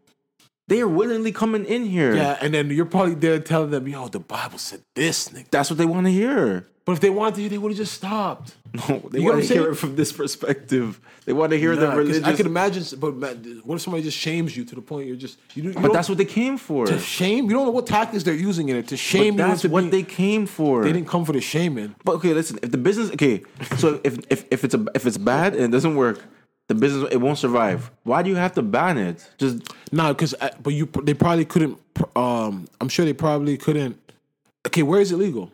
[SPEAKER 3] They are willingly coming in here.
[SPEAKER 2] Yeah, and then you're probably there telling them, "Yo, the Bible said this, nigga."
[SPEAKER 3] That's what they want to hear.
[SPEAKER 2] But if they wanted to, they would have just stopped.
[SPEAKER 3] No, they
[SPEAKER 2] You get what
[SPEAKER 3] want
[SPEAKER 2] I'm
[SPEAKER 3] to hear
[SPEAKER 2] saying?
[SPEAKER 3] it from this perspective. They want to hear
[SPEAKER 2] Nah,
[SPEAKER 3] the
[SPEAKER 2] 'cause
[SPEAKER 3] religious.
[SPEAKER 2] I could imagine, but man, what if somebody just shames you to the point you're just you, do- you
[SPEAKER 3] but that's what they came for.
[SPEAKER 2] to shame. You don't know what tactics they're using in it to shame
[SPEAKER 3] But
[SPEAKER 2] you.
[SPEAKER 3] that's
[SPEAKER 2] into
[SPEAKER 3] what they
[SPEAKER 2] being-
[SPEAKER 3] came for.
[SPEAKER 2] they didn't come for the shaming.
[SPEAKER 3] But okay, listen. If the business, okay, so if if, if it's a, if it's bad and it doesn't work, the business it won't survive. Why do you have to ban it? Just
[SPEAKER 2] Nah, because but you they probably couldn't. Um, I'm sure they probably couldn't. Okay, where is it legal?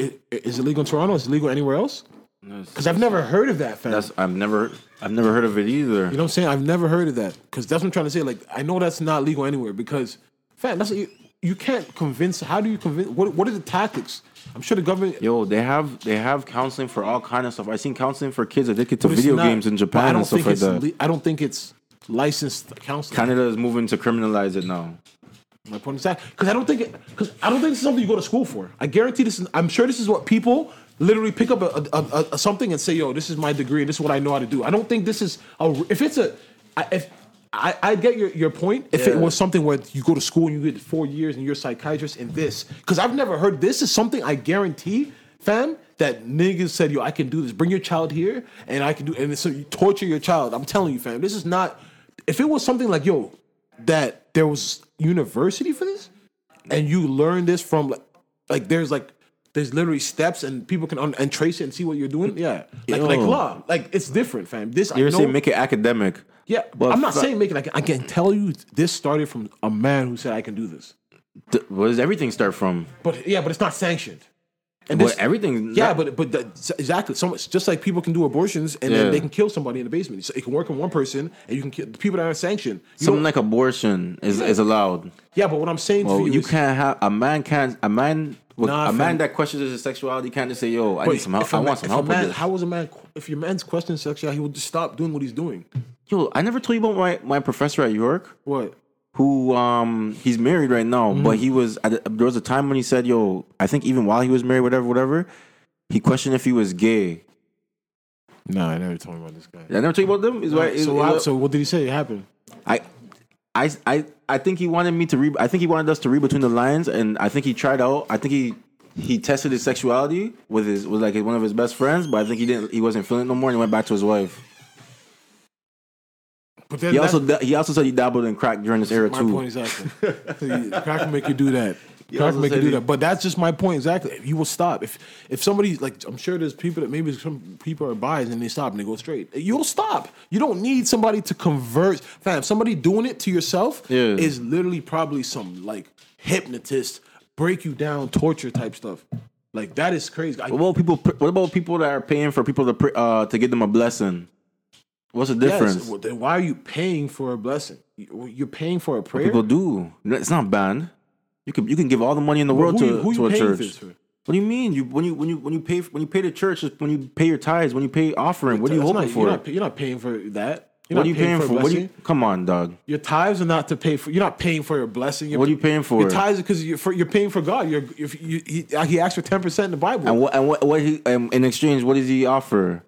[SPEAKER 2] I- i- Is it legal in Toronto? Is it legal anywhere else? Because I've never heard of that, fam.
[SPEAKER 3] that's I've never I've never heard of it either.
[SPEAKER 2] you know what I'm saying? I've never heard of that. Because that's what I'm trying to say. Like, I know that's not legal anywhere. Because, fam, that's you, you can't convince. How do you convince? What What are the tactics? I'm sure the government.
[SPEAKER 3] Yo, they have they have counseling for all kind of stuff. I seen counseling for kids addicted to
[SPEAKER 2] But it's
[SPEAKER 3] video
[SPEAKER 2] not-
[SPEAKER 3] games in
[SPEAKER 2] but
[SPEAKER 3] Japan and stuff
[SPEAKER 2] think
[SPEAKER 3] like
[SPEAKER 2] it's
[SPEAKER 3] that.
[SPEAKER 2] le- I don't think it's licensed counseling.
[SPEAKER 3] Canada is moving to criminalize it now.
[SPEAKER 2] My point is that because I don't think because I don't think this is something you go to school for. I guarantee this is. I'm sure this is what people literally pick up a, a, a, a something and say, "Yo, this is my degree. This is what I know how to do." I don't think this is a. If it's a, I- if I, I get your, your point. If it
[SPEAKER 3] Yeah.
[SPEAKER 2] was something where you go to school and you get four years and you're a psychiatrist and this, because I've never heard this is something I guarantee, fam, that niggas said, yo, I can do this. Bring your child here and I can do and so you torture your child. I'm telling you, fam, this is not if it was something like, yo, that there was university for this, and you learn this from like, like there's like there's literally steps and people can un- and trace it and see what you're doing. Yeah. Like like
[SPEAKER 3] Yo.
[SPEAKER 2] law. Like it's different, fam. This I
[SPEAKER 3] You're
[SPEAKER 2] know-
[SPEAKER 3] saying make it academic.
[SPEAKER 2] yeah,
[SPEAKER 3] But
[SPEAKER 2] I'm not
[SPEAKER 3] fa-
[SPEAKER 2] saying make it. I can, I can tell you this started from a man who said I can do this.
[SPEAKER 3] Th- where does everything start from?
[SPEAKER 2] But yeah, but it's not sanctioned. And
[SPEAKER 3] But everything.
[SPEAKER 2] Yeah, but but that, exactly. So it's just like people can do abortions and then
[SPEAKER 3] Yeah.
[SPEAKER 2] they can kill somebody in the basement. So it can work on one person, and you can kill the people that aren't sanctioned. You
[SPEAKER 3] something
[SPEAKER 2] don't-
[SPEAKER 3] like abortion is, is allowed.
[SPEAKER 2] yeah, but what I'm saying
[SPEAKER 3] Well,
[SPEAKER 2] to you,
[SPEAKER 3] you
[SPEAKER 2] is,
[SPEAKER 3] can't have a man can't a man with-
[SPEAKER 2] Nah,
[SPEAKER 3] a man
[SPEAKER 2] fam.
[SPEAKER 3] that questions his sexuality can't just say yo I
[SPEAKER 2] but
[SPEAKER 3] need some help
[SPEAKER 2] if a
[SPEAKER 3] I
[SPEAKER 2] man-
[SPEAKER 3] want some
[SPEAKER 2] if a
[SPEAKER 3] help with
[SPEAKER 2] man-
[SPEAKER 3] this.
[SPEAKER 2] How is a man? If your man's questioning sexuality, he will just stop doing what he's doing.
[SPEAKER 3] yo, I never told you about my my professor at York.
[SPEAKER 2] What?
[SPEAKER 3] who um he's married right now,
[SPEAKER 2] Mm-hmm.
[SPEAKER 3] but he was at a- there was a time when he said, "Yo, I think even while he was married, whatever, whatever." He questioned if he was gay.
[SPEAKER 2] No, I never told me about this guy.
[SPEAKER 3] Did I never tell you about them. Is why. is-
[SPEAKER 2] so, why-
[SPEAKER 3] is-
[SPEAKER 2] so what did he say happened?
[SPEAKER 3] I, I, I, I think he wanted me to read. I think he wanted us to read between the lines, and I think he tried out. I think he he tested his sexuality with his with like one of his best friends, but I think he didn't. He wasn't feeling it no more, and he went back to his wife.
[SPEAKER 2] But then
[SPEAKER 3] He
[SPEAKER 2] that-
[SPEAKER 3] also da- he also said he dabbled in crack during this era
[SPEAKER 2] My
[SPEAKER 3] too.
[SPEAKER 2] point exactly. crack will make you do that. Crack
[SPEAKER 3] also
[SPEAKER 2] will make you
[SPEAKER 3] said
[SPEAKER 2] do
[SPEAKER 3] he-
[SPEAKER 2] that. But that's just my point exactly. You will stop if if somebody like I'm sure there's people that maybe some people are biased and they stop and they go straight. You'll stop. You don't need somebody to convert. Fam, somebody doing it to yourself
[SPEAKER 3] Yeah.
[SPEAKER 2] is literally probably some like hypnotist break you down torture type stuff. Like that is crazy. I,
[SPEAKER 3] What about people? What about people that are paying for people to pr- uh, to give them a blessing? What's the difference?
[SPEAKER 2] Yes. Well, then why are you paying for a blessing? You- You're paying for a prayer.
[SPEAKER 3] people do. No, It's not banned. You can you can give all the money in the
[SPEAKER 2] Well,
[SPEAKER 3] world
[SPEAKER 2] who
[SPEAKER 3] to,
[SPEAKER 2] you- who
[SPEAKER 3] to
[SPEAKER 2] you
[SPEAKER 3] a
[SPEAKER 2] paying
[SPEAKER 3] church.
[SPEAKER 2] this for?
[SPEAKER 3] What do you mean? You when you when you when you pay when you pay the church is when you pay your tithes when you pay offering. What are you
[SPEAKER 2] That's
[SPEAKER 3] hoping
[SPEAKER 2] not-
[SPEAKER 3] for?
[SPEAKER 2] You're not, you're not paying for that. You're
[SPEAKER 3] what
[SPEAKER 2] not
[SPEAKER 3] are you paying,
[SPEAKER 2] a
[SPEAKER 3] for? What do
[SPEAKER 2] blessing.
[SPEAKER 3] you, come on, dog.
[SPEAKER 2] Your tithes are not to pay for. You're not paying for your blessing. You're,
[SPEAKER 3] What are you paying for?
[SPEAKER 2] Your tithes because you're for, you're paying for God. You're if you, he, he asked for ten percent in the Bible.
[SPEAKER 3] And
[SPEAKER 2] what,
[SPEAKER 3] what and what, what he um, in exchange? What does he offer?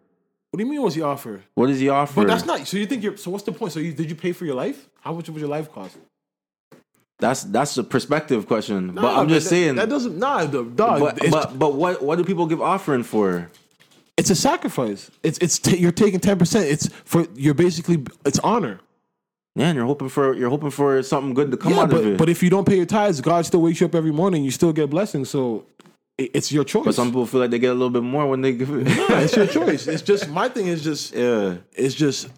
[SPEAKER 2] do you mean? What's he offer?
[SPEAKER 3] What does he offer?
[SPEAKER 2] But that's not. So you think you're. So what's the point? So you, did you pay for your life? How much would your life cost?
[SPEAKER 3] that's that's a perspective question. but
[SPEAKER 2] Nah,
[SPEAKER 3] I'm just
[SPEAKER 2] that-
[SPEAKER 3] saying.
[SPEAKER 2] that doesn't. Nah, the dog.
[SPEAKER 3] but,
[SPEAKER 2] it's,
[SPEAKER 3] but but what what do people give offering for?
[SPEAKER 2] it's a sacrifice. It's it's t- you're taking ten percent. It's for you're basically it's honor.
[SPEAKER 3] Yeah, and you're hoping for you're hoping for something good to come
[SPEAKER 2] yeah,
[SPEAKER 3] out
[SPEAKER 2] but
[SPEAKER 3] of it.
[SPEAKER 2] but if you don't pay your tithes, God still wakes you up every morning. You still get blessings. So it, it's your choice.
[SPEAKER 3] But some people feel like they get a little bit more when they give it.
[SPEAKER 2] it's your choice. It's just my thing is just
[SPEAKER 3] yeah.
[SPEAKER 2] it's just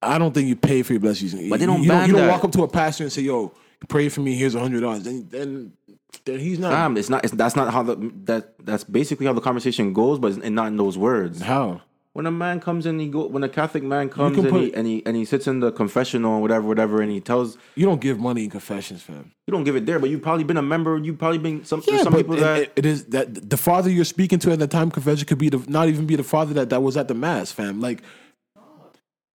[SPEAKER 2] I don't think you pay for your blessings.
[SPEAKER 3] But they don't
[SPEAKER 2] You, don't,
[SPEAKER 3] ban
[SPEAKER 2] you don't
[SPEAKER 3] that.
[SPEAKER 2] walk up to a pastor and say, "Yo, pray for me. Here's a hundred dollars." Then then then he's not.
[SPEAKER 3] Um, it's not. It's, that's not how the that that's basically how the conversation goes, but it's not in those words.
[SPEAKER 2] how?
[SPEAKER 3] When a man comes and he go, when a Catholic man comes
[SPEAKER 2] can
[SPEAKER 3] and, he,
[SPEAKER 2] put-
[SPEAKER 3] and he and he sits in the confessional and whatever, whatever, and he tells
[SPEAKER 2] You don't give money in confessions, fam.
[SPEAKER 3] you don't give it there, but you've probably been a member. You've probably been some there's
[SPEAKER 2] Yeah,
[SPEAKER 3] some
[SPEAKER 2] but
[SPEAKER 3] people
[SPEAKER 2] it-
[SPEAKER 3] that
[SPEAKER 2] it- it is that the father you're speaking to at the time confession could be the, not even be the father that, that was at the mass, fam. Like,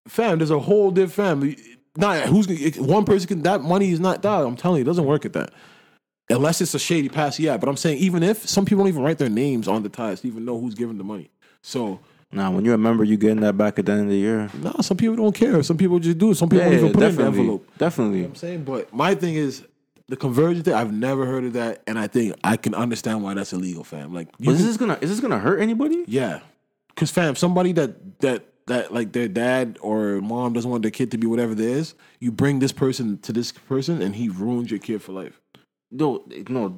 [SPEAKER 2] fam, there's a whole different family. Not who's gonna- it- one person can that money is not that. I'm telling you, it doesn't work at that. Unless it's a shady pass, yeah. But I'm saying even if some people don't even write their names on the ties to even know who's giving the money. So
[SPEAKER 3] nah. When you're a member, you getting that back at the end of the year.
[SPEAKER 2] no, some people don't care. Some people just do. it. Some people don't even put it in the envelope.
[SPEAKER 3] definitely.
[SPEAKER 2] I'm saying, but my thing is the convergence thing. I've never heard of that, and I think I can understand why that's illegal, fam. Like, you
[SPEAKER 3] But is
[SPEAKER 2] can-
[SPEAKER 3] this gonna is this gonna hurt anybody?
[SPEAKER 2] Yeah, cause fam, somebody that that that like their dad or mom doesn't want their kid to be whatever they is, you bring this person to this person, and he ruins your kid for life.
[SPEAKER 3] No, it- no.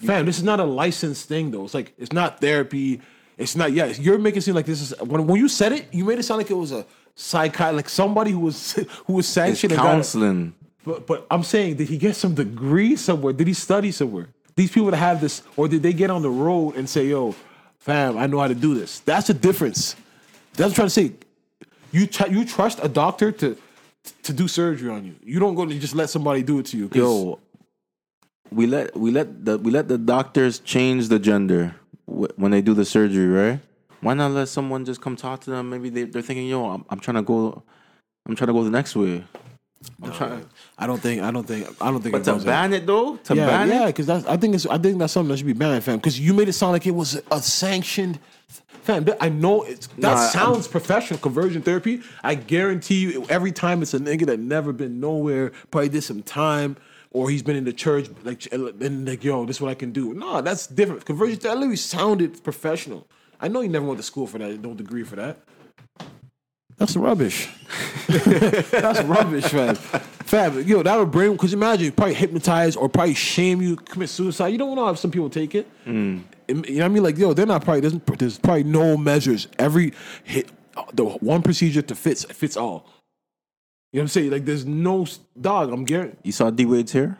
[SPEAKER 2] Fam, this is not a licensed thing though. It's like it's not therapy. It's not. Yeah, you're making it seem like this is when when you said it, you made it sound like it was a psychiatrist, like somebody who was who was
[SPEAKER 3] It's
[SPEAKER 2] sanctioned. and got-
[SPEAKER 3] counseling.
[SPEAKER 2] but but I'm saying, did he get some degree somewhere? Did he study somewhere? These people that have this, or did they get on the road and say, "Yo, fam, I know how to do this." That's the difference. That's what I'm trying to say. You tr- you trust a doctor to to do surgery on you. You don't go and just let somebody do it to you. 'cause-
[SPEAKER 3] Yo, we let we let the we let the doctors change the gender wh- when they do the surgery, right? Why not let someone just come talk to them? Maybe they, they're thinking, yo, I'm, I'm trying to go, I'm trying to go the next way. I'm trying.
[SPEAKER 2] I don't think I don't think I don't think.
[SPEAKER 3] But
[SPEAKER 2] it
[SPEAKER 3] to
[SPEAKER 2] goes
[SPEAKER 3] ban it though, to
[SPEAKER 2] yeah,
[SPEAKER 3] ban
[SPEAKER 2] yeah,
[SPEAKER 3] it,
[SPEAKER 2] because I think it's I think that's something that should be banned, fam. Because you made it sound like it was a, a sanctioned. Fam, th- I know it's that
[SPEAKER 3] Nah, I'm-
[SPEAKER 2] sounds professional. Conversion therapy. I guarantee you, every time it's a nigga that never been nowhere, probably did some time, or he's been in the church, like and like, yo, this is what I can do. Nah, that's different. Conversion therapy that literally sounded professional. I know he never went to school for that, no degree for that. That's rubbish. That's rubbish, fam. Fam, yo, that would bring because imagine you probably hypnotize or probably shame you, commit suicide. You don't know how some people take it.
[SPEAKER 3] Mm.
[SPEAKER 2] Im- You know what I mean? Like, yo, they're not probably there's, there's probably no measures. Every hit, the one procedure to fits fits all. You know what I'm saying? Like, there's no s- dog. I'm guaranteed.
[SPEAKER 3] You saw D Wade's hair?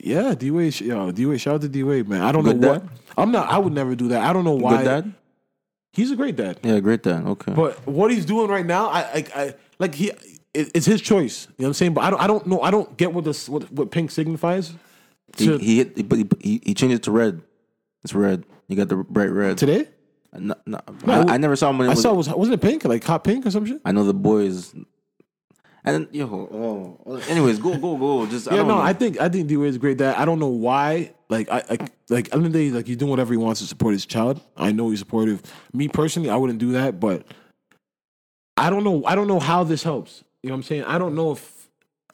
[SPEAKER 2] Yeah, D Wade, sh- yo, D Wade, shout out to D Wade, man. I don't
[SPEAKER 3] Good
[SPEAKER 2] know what.
[SPEAKER 3] dad?
[SPEAKER 2] I'm not. I would never do that. I don't know why.
[SPEAKER 3] Good dad?
[SPEAKER 2] He's a great dad.
[SPEAKER 3] Yeah, great dad. Okay.
[SPEAKER 2] But what he's doing right now, I, I, I like he, it, it's his choice. You know what I'm saying? But I don't, I don't know, I don't get what this, what, what pink signifies.
[SPEAKER 3] he,
[SPEAKER 2] To,
[SPEAKER 3] he hit, but he, he, he changed it to red. It's red. You got the bright red. Uh,
[SPEAKER 2] today,
[SPEAKER 3] No, no,
[SPEAKER 2] No,
[SPEAKER 3] I, I never saw him when it
[SPEAKER 2] I
[SPEAKER 3] was.
[SPEAKER 2] saw it was wasn't it pink, like hot pink or some shit?
[SPEAKER 3] I know the boys. And then, yo, oh. Anyways, go, go, go. Just I
[SPEAKER 2] Yeah,
[SPEAKER 3] don't
[SPEAKER 2] no,
[SPEAKER 3] know.
[SPEAKER 2] I think I think D Wade's a great dad. I don't know why. Like I, I like other than day, like he's doing whatever he wants to support his child. I know he's supportive. Me personally, I wouldn't do that, but I don't know. I don't know how this helps. You know what I'm saying? I don't know if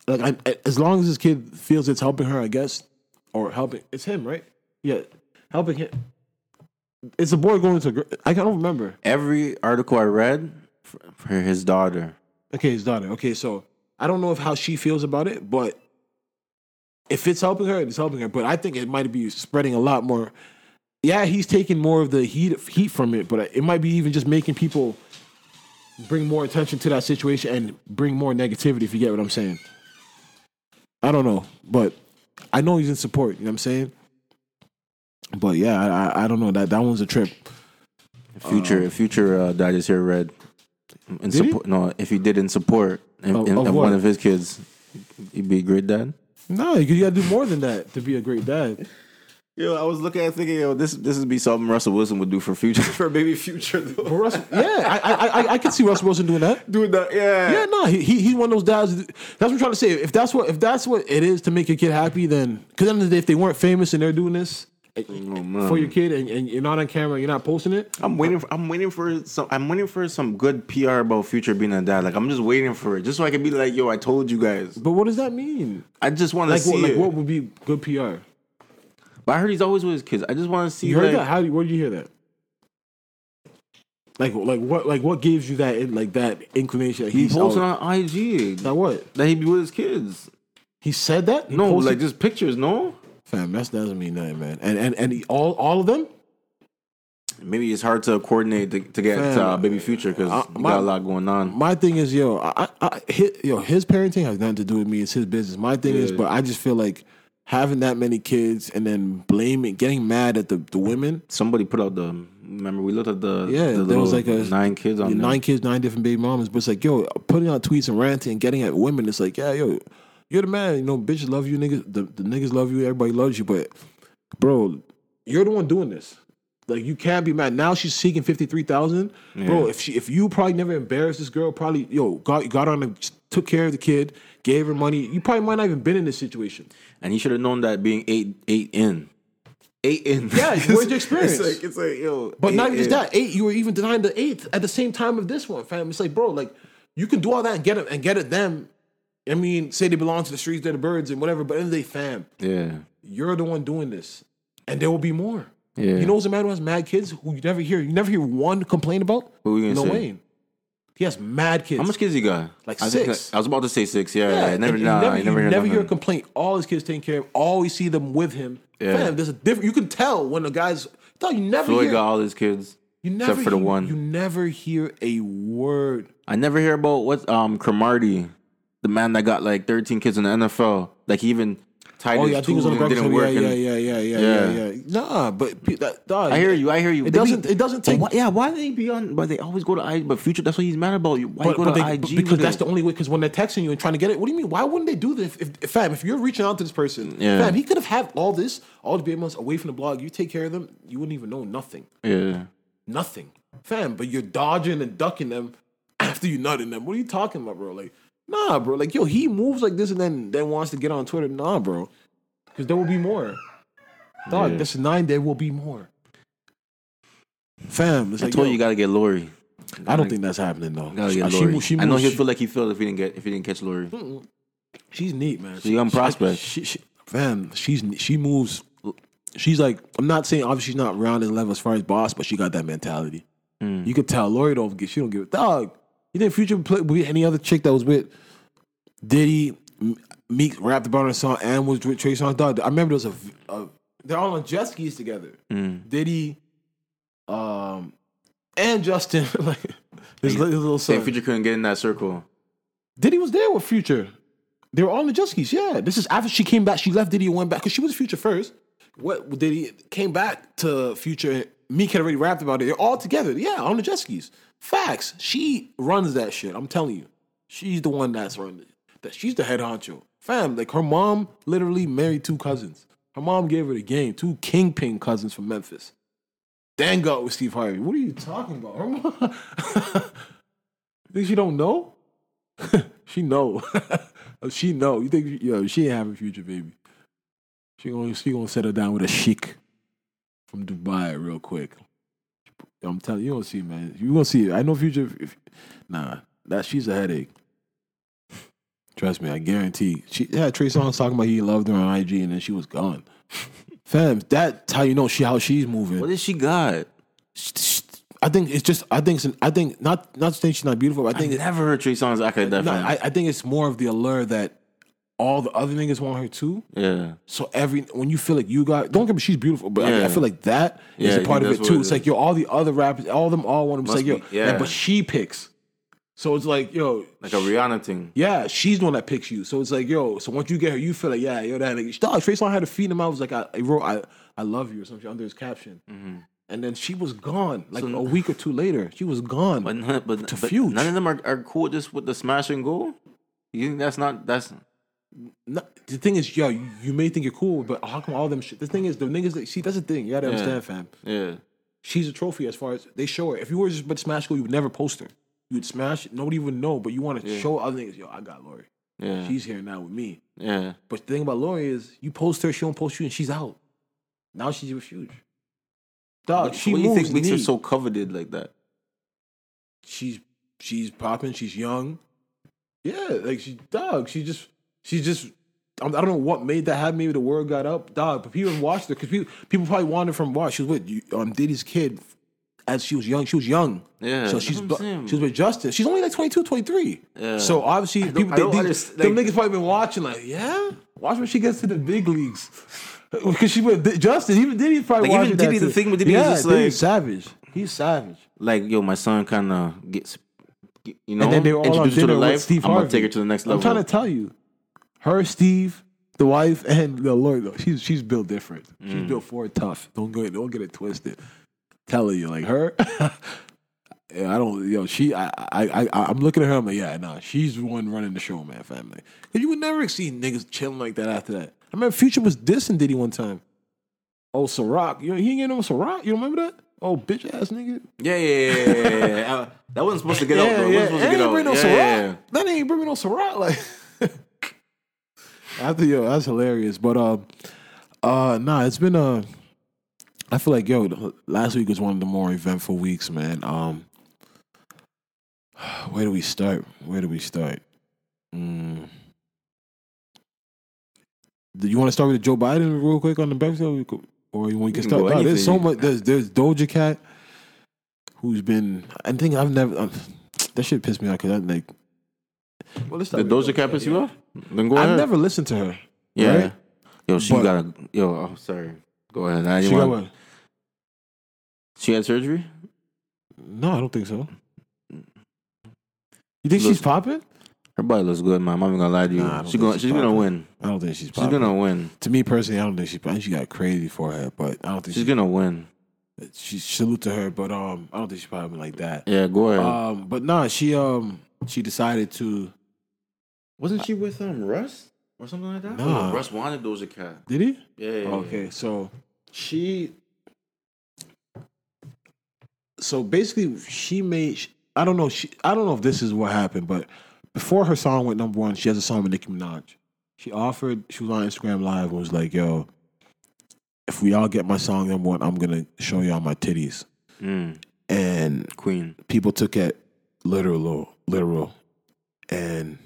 [SPEAKER 2] like I, I- as long as this kid feels it's helping her, I guess, or helping it's him, right? Yeah, helping him. It's a boy going to. a gir- I don't remember.
[SPEAKER 3] every article I read for, for his daughter.
[SPEAKER 2] Okay, his daughter. Okay, so I don't know if how she feels about it, but if it's helping her, it's helping her. But I think it might be spreading a lot more. Yeah, he's taking more of the heat heat from it, but it might be even just making people bring more attention to that situation and bring more negativity. If you get what I'm saying, I don't know, but I know he's in support. You know what I'm saying? But yeah, I, I, I don't know that that one's a trip.
[SPEAKER 3] Future, future uh, dad is here. Red. In
[SPEAKER 2] Oh. he?
[SPEAKER 3] support, no, if he did in support in,
[SPEAKER 2] Of-
[SPEAKER 3] in-
[SPEAKER 2] of
[SPEAKER 3] of
[SPEAKER 2] what?
[SPEAKER 3] one of his kids, he'd be a great dad.
[SPEAKER 2] No, you got to do more than that to be a great dad.
[SPEAKER 3] Yo, I was looking at thinking, yo, this this would be something Russell Wilson would do for future for baby future
[SPEAKER 2] But Russell, yeah, I, I, I, I can see Russell Wilson doing that.
[SPEAKER 3] Doing that, yeah.
[SPEAKER 2] Yeah, no, he, he he's one of those dads. That's what I'm trying to say. If that's what if that's what it is to make your kid happy, then because end of the day, if they weren't famous and they're doing this for your kid and, and you're not on camera, you're not posting it.
[SPEAKER 3] Oh, I'm waiting for I'm waiting for some I'm waiting for some good PR about future being a dad. Like I'm just waiting for it. Just so I can be like, yo, I told you guys.
[SPEAKER 2] But what does that mean?
[SPEAKER 3] I just want to
[SPEAKER 2] Like,
[SPEAKER 3] see
[SPEAKER 2] what, like
[SPEAKER 3] it.
[SPEAKER 2] what would be good PR?
[SPEAKER 3] but I heard he's always with his kids. I just want to see
[SPEAKER 2] You heard
[SPEAKER 3] like,
[SPEAKER 2] that? How do you- where did you hear that? Like like what like what gives you that like that inclination? That
[SPEAKER 3] he
[SPEAKER 2] he's
[SPEAKER 3] posted
[SPEAKER 2] out-
[SPEAKER 3] on IG
[SPEAKER 2] that what
[SPEAKER 3] that he'd be with his kids.
[SPEAKER 2] he said that He
[SPEAKER 3] No,
[SPEAKER 2] posted-
[SPEAKER 3] like just pictures, no?
[SPEAKER 2] fam that doesn't mean nothing, man. And and and he, all all of them.
[SPEAKER 3] Maybe it's hard to coordinate to, to get
[SPEAKER 2] Fam,
[SPEAKER 3] uh, baby future because
[SPEAKER 2] uh,
[SPEAKER 3] you
[SPEAKER 2] my-
[SPEAKER 3] got a lot going on.
[SPEAKER 2] My thing is, yo, I, I, his, yo, his parenting has nothing to do with me. It's his business. My thing is,
[SPEAKER 3] Yeah.
[SPEAKER 2] but I just feel like having that many kids and then blaming, getting mad at the, the women.
[SPEAKER 3] Somebody put out the remember we looked at the
[SPEAKER 2] Yeah,
[SPEAKER 3] the
[SPEAKER 2] there was
[SPEAKER 3] little
[SPEAKER 2] like a
[SPEAKER 3] nine kids on
[SPEAKER 2] yeah,
[SPEAKER 3] there.
[SPEAKER 2] nine kids, nine different baby mamas. But it's like, yo, putting out tweets and ranting and getting at women. It's like, yeah, yo, you're the man. You know, bitches love you, niggas. The, the niggas love you. Everybody loves you. But bro, you're the one doing this. Like you can't be mad. Now she's seeking fifty three thousand, bro. If she, if you probably never embarrassed this girl, probably yo got got on and took care of the kid, gave her money. You probably might not even been in this situation.
[SPEAKER 3] And he should have known that being eight eight in. Eight in.
[SPEAKER 2] Yeah,
[SPEAKER 3] It's-
[SPEAKER 2] where's your experience?
[SPEAKER 3] It's like it's like yo.
[SPEAKER 2] But
[SPEAKER 3] eight
[SPEAKER 2] not even just
[SPEAKER 3] in.
[SPEAKER 2] that, eight. You were even denying the eighth at the same time of this one, fam. It's like, bro, like you can do all that and get it and get at them. I mean, say they belong to the streets, they're the birds and whatever. But in the day, fam,
[SPEAKER 3] Yeah.
[SPEAKER 2] you're the one doing this, and there will be more.
[SPEAKER 3] Yeah.
[SPEAKER 2] You know who's a man who has mad kids who you never hear? You never hear one complain about?
[SPEAKER 3] Who you gonna
[SPEAKER 2] Lil
[SPEAKER 3] say?
[SPEAKER 2] Wayne. He has mad kids.
[SPEAKER 3] How much kids you got?
[SPEAKER 2] Like
[SPEAKER 3] I think-
[SPEAKER 2] six.
[SPEAKER 3] I was about to say six. Yeah,
[SPEAKER 2] Yeah,
[SPEAKER 3] I never,
[SPEAKER 2] and you
[SPEAKER 3] nah,
[SPEAKER 2] never,
[SPEAKER 3] I
[SPEAKER 2] you
[SPEAKER 3] never hear,
[SPEAKER 2] never hear a
[SPEAKER 3] nothing.
[SPEAKER 2] complaint. All his kids taken care of. Always see them with him.
[SPEAKER 3] Yeah.
[SPEAKER 2] Fam, there's a different. You can tell when the guys. No, you never
[SPEAKER 3] Floyd
[SPEAKER 2] hear.
[SPEAKER 3] got all his kids
[SPEAKER 2] you never
[SPEAKER 3] except for the
[SPEAKER 2] hear-
[SPEAKER 3] one.
[SPEAKER 2] You never hear a word.
[SPEAKER 3] I never hear about what um Cromartie, the man that got like thirteen kids in the NFL. Like he even tied
[SPEAKER 2] Oh
[SPEAKER 3] his
[SPEAKER 2] yeah, I think it was
[SPEAKER 3] tools
[SPEAKER 2] on the breakfast.
[SPEAKER 3] and didn't
[SPEAKER 2] Club.
[SPEAKER 3] work.
[SPEAKER 2] Yeah,
[SPEAKER 3] and-
[SPEAKER 2] yeah, yeah, yeah, yeah, yeah,
[SPEAKER 3] Yeah.
[SPEAKER 2] yeah, Nah, but pe- that, dog,
[SPEAKER 3] I hear you. I hear you.
[SPEAKER 2] It
[SPEAKER 3] They be-
[SPEAKER 2] doesn't. It doesn't
[SPEAKER 3] but
[SPEAKER 2] take.
[SPEAKER 3] why- yeah, why they be on? But they always go to IG. But future, that's what he's mad about. You- Why
[SPEAKER 2] But,
[SPEAKER 3] you go
[SPEAKER 2] but
[SPEAKER 3] to
[SPEAKER 2] they,
[SPEAKER 3] IG?
[SPEAKER 2] but
[SPEAKER 3] with
[SPEAKER 2] because that's
[SPEAKER 3] it?
[SPEAKER 2] the only way. Because when they're texting you and trying to get it, what do you mean? Why wouldn't they do this? If, if fam, if you're reaching out to this person,
[SPEAKER 3] Yeah.
[SPEAKER 2] fam, he could have had all this, all the baby months away from the blog. You take care of them, you wouldn't even know nothing,
[SPEAKER 3] yeah.
[SPEAKER 2] nothing, fam. But you're dodging and ducking them after you nutting them. What are you talking about, bro? Like, nah, bro. Like, yo, he moves like this and then then wants to get on Twitter. Nah, bro, because there will be more. Dog,
[SPEAKER 3] Yeah.
[SPEAKER 2] this is nine. There will be more. Fam, it's
[SPEAKER 3] I
[SPEAKER 2] like, yo,
[SPEAKER 3] told you, you gotta get Lori.
[SPEAKER 2] I don't think that's happening though.
[SPEAKER 3] Gotta
[SPEAKER 2] She-
[SPEAKER 3] get
[SPEAKER 2] she
[SPEAKER 3] Lori.
[SPEAKER 2] mo- she
[SPEAKER 3] I know
[SPEAKER 2] mo-
[SPEAKER 3] he'll
[SPEAKER 2] she-
[SPEAKER 3] feel like he felt if he didn't get if he didn't catch Lori.
[SPEAKER 2] She's neat, man.
[SPEAKER 3] She's a young prospect.
[SPEAKER 2] She, she, fam, she's ne- she moves. She's like I'm not saying obviously she's not round and level as far as boss, but she got that mentality. You could tell Lori don't give. She don't give a dog. You think Future play with any other chick that was with Diddy, M- Meek rapped about her song and was with Trey Songz? Dog, I remember there was a, v- a- they're all on jet skis together. Diddy, um, and Justin, like his, li- his little son.
[SPEAKER 3] Saying Future couldn't get in that circle.
[SPEAKER 2] Diddy was there with Future. They were all on the jet skis. Yeah, this is after she came back. She left Diddy and went back because she was Future first. What Diddy came back to Future. Meek had already rapped about it. They're all together. Yeah, on the jet skis. Facts. She runs that shit. I'm telling you, she's the one that's running. it. That she's the head honcho. Fam, like her mom literally married two cousins. Her mom gave her the game. Two kingpin cousins from Memphis. Then got with Steve Harvey. What are you talking about? Her mom. Think she don't know? She know. she know. You think yo, she ain't having future baby. She gonna she gonna settle down with a sheik from Dubai real quick. I'm telling you, you gonna see, man. You gonna see. I know future. If, nah, that she's a headache. Trust me, I guarantee. She yeah, Trey Songz talking about he loved her on IG, and then she was gone. Fam, that's how you know she how she's moving.
[SPEAKER 3] What did she got?
[SPEAKER 2] I think it's just. I think. It's an, I think not. Not saying she's not beautiful. But I
[SPEAKER 3] I
[SPEAKER 2] think it's
[SPEAKER 3] never heard Trey Songz act like that.
[SPEAKER 2] no,
[SPEAKER 3] fam.
[SPEAKER 2] I, I think it's more of the allure that all the other niggas want her too.
[SPEAKER 3] yeah.
[SPEAKER 2] So every when you feel like you got, don't get me, she's beautiful, but I, I
[SPEAKER 3] Yeah.
[SPEAKER 2] feel like that is
[SPEAKER 3] Yeah,
[SPEAKER 2] a part
[SPEAKER 3] you-
[SPEAKER 2] of it
[SPEAKER 3] that's what
[SPEAKER 2] too.
[SPEAKER 3] it
[SPEAKER 2] it's
[SPEAKER 3] is.
[SPEAKER 2] like yo, all the other rappers, all them all want to
[SPEAKER 3] Must
[SPEAKER 2] like yo,
[SPEAKER 3] be- yeah.
[SPEAKER 2] like, but she picks. So it's like yo,
[SPEAKER 3] Like a Rihanna thing.
[SPEAKER 2] yeah, she's the one that picks you. So it's like yo, so once you get her, you feel like yeah, yo, that nigga. Dog, Trey Songz had to feed him out. It was like I, I wrote, I, I love you or something under his caption,
[SPEAKER 3] Mm-hmm.
[SPEAKER 2] and then she was gone like a week or two later. She was gone.
[SPEAKER 3] But none, but,
[SPEAKER 2] To
[SPEAKER 3] but
[SPEAKER 2] Fuge.
[SPEAKER 3] none of them are, are cool just with the smash and go. You think that's not that's
[SPEAKER 2] No, the thing is, yo, you, you may think you're cool, but how come all them shit? The thing is, the niggas, that, see, that's the thing. You gotta understand, fam.
[SPEAKER 3] yeah.
[SPEAKER 2] She's a trophy as far as they show her. If you were just but smash go, you would never post her. You would smash, nobody would know, but you want to show other niggas, yo, I got Lori.
[SPEAKER 3] Yeah.
[SPEAKER 2] She's here now with me.
[SPEAKER 3] yeah.
[SPEAKER 2] But the thing about Lori is, you post her, she don't post you, and she's out. Now she's with huge. Dog,
[SPEAKER 3] What-
[SPEAKER 2] Oh, she
[SPEAKER 3] what do you
[SPEAKER 2] moves
[SPEAKER 3] think makes her
[SPEAKER 2] neat.
[SPEAKER 3] so coveted like that?
[SPEAKER 2] she's she's popping. She's young. Yeah, like she dog. She just she just. I I don't know what made that happen. Maybe the word got up, dog. But people watched her because people people probably wanted from watch. She was with you- um Diddy's kid as she was young. She was young.
[SPEAKER 3] Yeah,
[SPEAKER 2] So
[SPEAKER 3] that's
[SPEAKER 2] she's
[SPEAKER 3] what I'm
[SPEAKER 2] bu-
[SPEAKER 3] saying.
[SPEAKER 2] she was with Justin. She's only like 22, 23. Yeah. So obviously people they,
[SPEAKER 3] I don't
[SPEAKER 2] they,
[SPEAKER 3] underst-
[SPEAKER 2] them
[SPEAKER 3] like-
[SPEAKER 2] niggas probably been watching. Like yeah, watch when she gets to the big leagues. Because she with Di- Justin, even Diddy probably
[SPEAKER 3] Like, even
[SPEAKER 2] watching that
[SPEAKER 3] Diddy, the
[SPEAKER 2] too.
[SPEAKER 3] thing with Diddy is
[SPEAKER 2] yeah,
[SPEAKER 3] just,
[SPEAKER 2] Diddy's
[SPEAKER 3] like-
[SPEAKER 2] savage. He's savage.
[SPEAKER 3] Like yo, my son kind of gets you know
[SPEAKER 2] and then they were all on
[SPEAKER 3] introduced to the
[SPEAKER 2] dinner
[SPEAKER 3] life.
[SPEAKER 2] with Steve
[SPEAKER 3] I'm
[SPEAKER 2] Harvey.
[SPEAKER 3] gonna take her to the next level.
[SPEAKER 2] I'm trying to tell you, her, Steve, the wife, and the Lord. though, She's she's built different. She's
[SPEAKER 3] Mm.
[SPEAKER 2] built for it tough. Don't go. Don't get it twisted. Telling you, like her. yeah, I don't. Yo, she. I. I. I. I'm looking at her. I'm like, yeah, nah. She's the one running the show, man. Family. Cause you would never see niggas chilling like that after that. I remember Future was dissing Diddy one time. Oh, Ciroc. You he ain't getting no Ciroc. You remember that? Oh, bitch ass nigga.
[SPEAKER 3] yeah, yeah, yeah, yeah, yeah, yeah. Uh, that wasn't supposed to get out, bro. It wasn't supposed
[SPEAKER 2] That
[SPEAKER 3] to
[SPEAKER 2] ain't
[SPEAKER 3] get out.
[SPEAKER 2] bring no
[SPEAKER 3] yeah,
[SPEAKER 2] Ciroc.
[SPEAKER 3] yeah, yeah.
[SPEAKER 2] That ain't bring me no Ciroc. Like, after yo, that's hilarious. But uh, uh, nah, it's been uh, I feel like yo, the- last week was one of the more eventful weeks, man. Um, where do we start? Where do we start? Mm. Do you want to start with Joe Biden real quick on the breakfast, or we could- or you want to
[SPEAKER 3] can
[SPEAKER 2] start?
[SPEAKER 3] go
[SPEAKER 2] No, there's so
[SPEAKER 3] anything.
[SPEAKER 2] much. There's there's Doja Cat, who's been. I think I've never. um, that shit pissed me off because I like. Well, let's
[SPEAKER 3] The Doja Cat piss you off? Then go
[SPEAKER 2] I've
[SPEAKER 3] ahead.
[SPEAKER 2] never listened to her.
[SPEAKER 3] yeah.
[SPEAKER 2] right?
[SPEAKER 3] Yo, she
[SPEAKER 2] But-
[SPEAKER 3] got a yo. I'm sorry. Go ahead. I
[SPEAKER 2] She
[SPEAKER 3] didn't
[SPEAKER 2] got
[SPEAKER 3] wanna-
[SPEAKER 2] what?
[SPEAKER 3] she had surgery.
[SPEAKER 2] No, I don't think so. You think she's
[SPEAKER 3] Listen.
[SPEAKER 2] popping?
[SPEAKER 3] Her body looks good, man. I'm not even gonna lie to you.
[SPEAKER 2] Nah, I don't
[SPEAKER 3] she
[SPEAKER 2] think
[SPEAKER 3] gonna,
[SPEAKER 2] she's
[SPEAKER 3] she's gonna
[SPEAKER 2] popping.
[SPEAKER 3] win.
[SPEAKER 2] I don't think she's
[SPEAKER 3] She's
[SPEAKER 2] popping.
[SPEAKER 3] gonna win.
[SPEAKER 2] to me personally, I don't think she. I think she got crazy forehead, but I don't think she's.
[SPEAKER 3] She's gonna win.
[SPEAKER 2] She salute to her, but um, I don't think she's popping like that.
[SPEAKER 3] Yeah, go ahead.
[SPEAKER 2] Um, but nah, she um, she decided to.
[SPEAKER 3] Wasn't she with um Russ or something like that?
[SPEAKER 2] Nah.
[SPEAKER 3] Oh, Russ wanted Doja Cat.
[SPEAKER 2] Did he?
[SPEAKER 3] Yeah. yeah, yeah.
[SPEAKER 2] Okay, so she. So basically, she made. sh- I don't know. She. I don't know if this is what happened, but before her song went number one, she has a song with Nicki Minaj. She offered. She was on Instagram Live and was like, "Yo, if we all get my song number one, I'm gonna show y'all my titties." and
[SPEAKER 3] Mm, Queen.
[SPEAKER 2] people took it literal, literal, and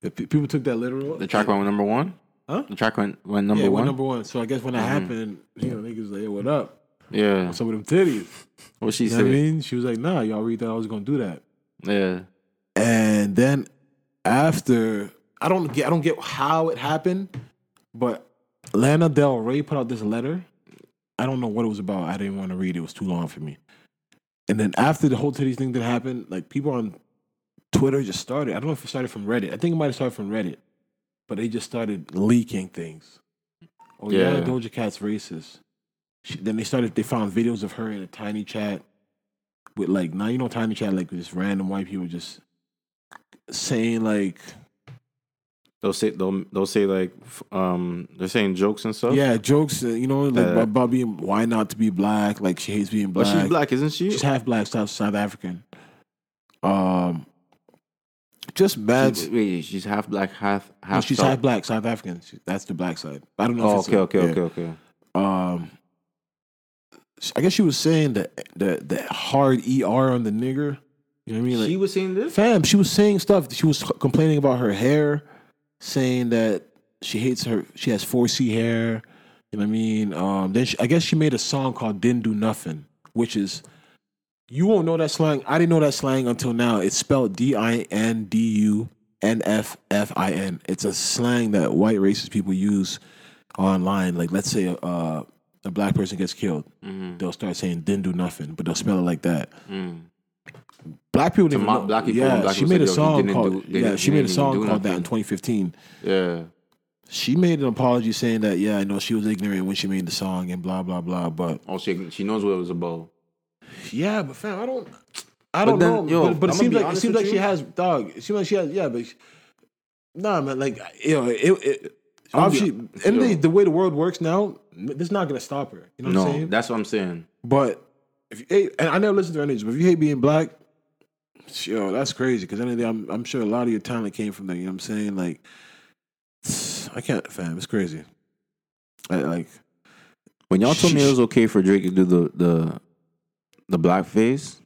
[SPEAKER 2] the pe- people took that literal.
[SPEAKER 3] The track went number one.
[SPEAKER 2] Huh?
[SPEAKER 3] The track went went number
[SPEAKER 2] yeah, it went
[SPEAKER 3] one.
[SPEAKER 2] number one. Mm-hmm. So I guess when that happened, you know, niggas like, "Yo, what up?"
[SPEAKER 3] yeah.
[SPEAKER 2] Some of them titties.
[SPEAKER 3] What she
[SPEAKER 2] You know
[SPEAKER 3] said.
[SPEAKER 2] what I mean? She was like, "Nah, y'all really thought I was gonna do that."
[SPEAKER 3] Yeah.
[SPEAKER 2] And then after, I don't get, I don't get how it happened, but Lana Del Rey put out this letter. I don't know what it was about. I didn't want to read it. It was too long for me. And then after the whole titties thing that happened, like people on Twitter just started. I don't know if it started from Reddit. I think it might have started from Reddit, but they just started leaking things. Oh yeah,
[SPEAKER 3] Yeah.
[SPEAKER 2] Doja Cat's racist. She, then they started. They found videos of her in a tiny chat with like now you know tiny chat like just random white people just saying like
[SPEAKER 3] They'll say they'll they'll say like f- um they're saying jokes and stuff.
[SPEAKER 2] yeah jokes uh, you know like
[SPEAKER 3] Uh,
[SPEAKER 2] about- about being why not to be black like she hates being
[SPEAKER 3] But
[SPEAKER 2] black.
[SPEAKER 3] she's black, isn't she?
[SPEAKER 2] She's half black South South African. Um, just bad.
[SPEAKER 3] She- wait, she's half black, half half.
[SPEAKER 2] no, she's
[SPEAKER 3] South-
[SPEAKER 2] half black South African. She, that's the black side. I don't know.
[SPEAKER 3] Oh,
[SPEAKER 2] if it's
[SPEAKER 3] okay, okay,
[SPEAKER 2] yeah.
[SPEAKER 3] okay, okay.
[SPEAKER 2] um I guess she was saying the the the hard ER on the nigger. You know what I mean? Like,
[SPEAKER 3] She was saying this.
[SPEAKER 2] fam, she was saying stuff. She was complaining about her hair, saying that she hates her she has 4C hair. You know what I mean? Um then she, I guess she made a song called Didn't Do Nothing, which is you won't know that slang. I didn't know that slang until now. It's spelled D I N D U N F F I N. It's a slang that white racist people use online. Like, let's say uh, a black person gets killed,
[SPEAKER 3] Mm-hmm.
[SPEAKER 2] they'll start saying "didn't do nothing," but they'll spell it like that. Black people didn't
[SPEAKER 3] mock
[SPEAKER 2] know.
[SPEAKER 3] Mm. black people
[SPEAKER 2] yeah,
[SPEAKER 3] when black
[SPEAKER 2] she
[SPEAKER 3] people
[SPEAKER 2] made a
[SPEAKER 3] said, "Yo, he
[SPEAKER 2] song
[SPEAKER 3] didn't
[SPEAKER 2] called
[SPEAKER 3] do- they
[SPEAKER 2] yeah,
[SPEAKER 3] didn't-
[SPEAKER 2] she
[SPEAKER 3] they
[SPEAKER 2] made a
[SPEAKER 3] didn't
[SPEAKER 2] song
[SPEAKER 3] do
[SPEAKER 2] called that in
[SPEAKER 3] nothing.
[SPEAKER 2] 2015.
[SPEAKER 3] Yeah.
[SPEAKER 2] She made an apology saying that yeah, I know she was ignorant when she made the song and blah blah blah. But
[SPEAKER 3] Oh, she she knows what it was about.
[SPEAKER 2] Yeah, but fam, I don't, I don't
[SPEAKER 3] then,
[SPEAKER 2] know.
[SPEAKER 3] yo,
[SPEAKER 2] but, but it
[SPEAKER 3] I'ma
[SPEAKER 2] seems
[SPEAKER 3] be
[SPEAKER 2] like it
[SPEAKER 3] honest
[SPEAKER 2] seems
[SPEAKER 3] with
[SPEAKER 2] like she
[SPEAKER 3] you.
[SPEAKER 2] has dog. It seems like she has yeah, but she- nah, man, like you know, it. it obviously,
[SPEAKER 3] be-
[SPEAKER 2] and the,
[SPEAKER 3] yo.
[SPEAKER 2] the way the world works now, n- this is not gonna stop her. You know what I'm
[SPEAKER 3] No,
[SPEAKER 2] saying?
[SPEAKER 3] that's what I'm saying.
[SPEAKER 2] but if you, hey, and I never listened to her music, but if you hate being black, yo, that's crazy. Because anyway, I'm I'm sure a lot of your talent came from there. You know what I'm saying? Like, I can't, fam. It's crazy. I, like,
[SPEAKER 3] When y'all told me
[SPEAKER 2] Sheesh.
[SPEAKER 3] it was okay for Drake to do the the the blackface,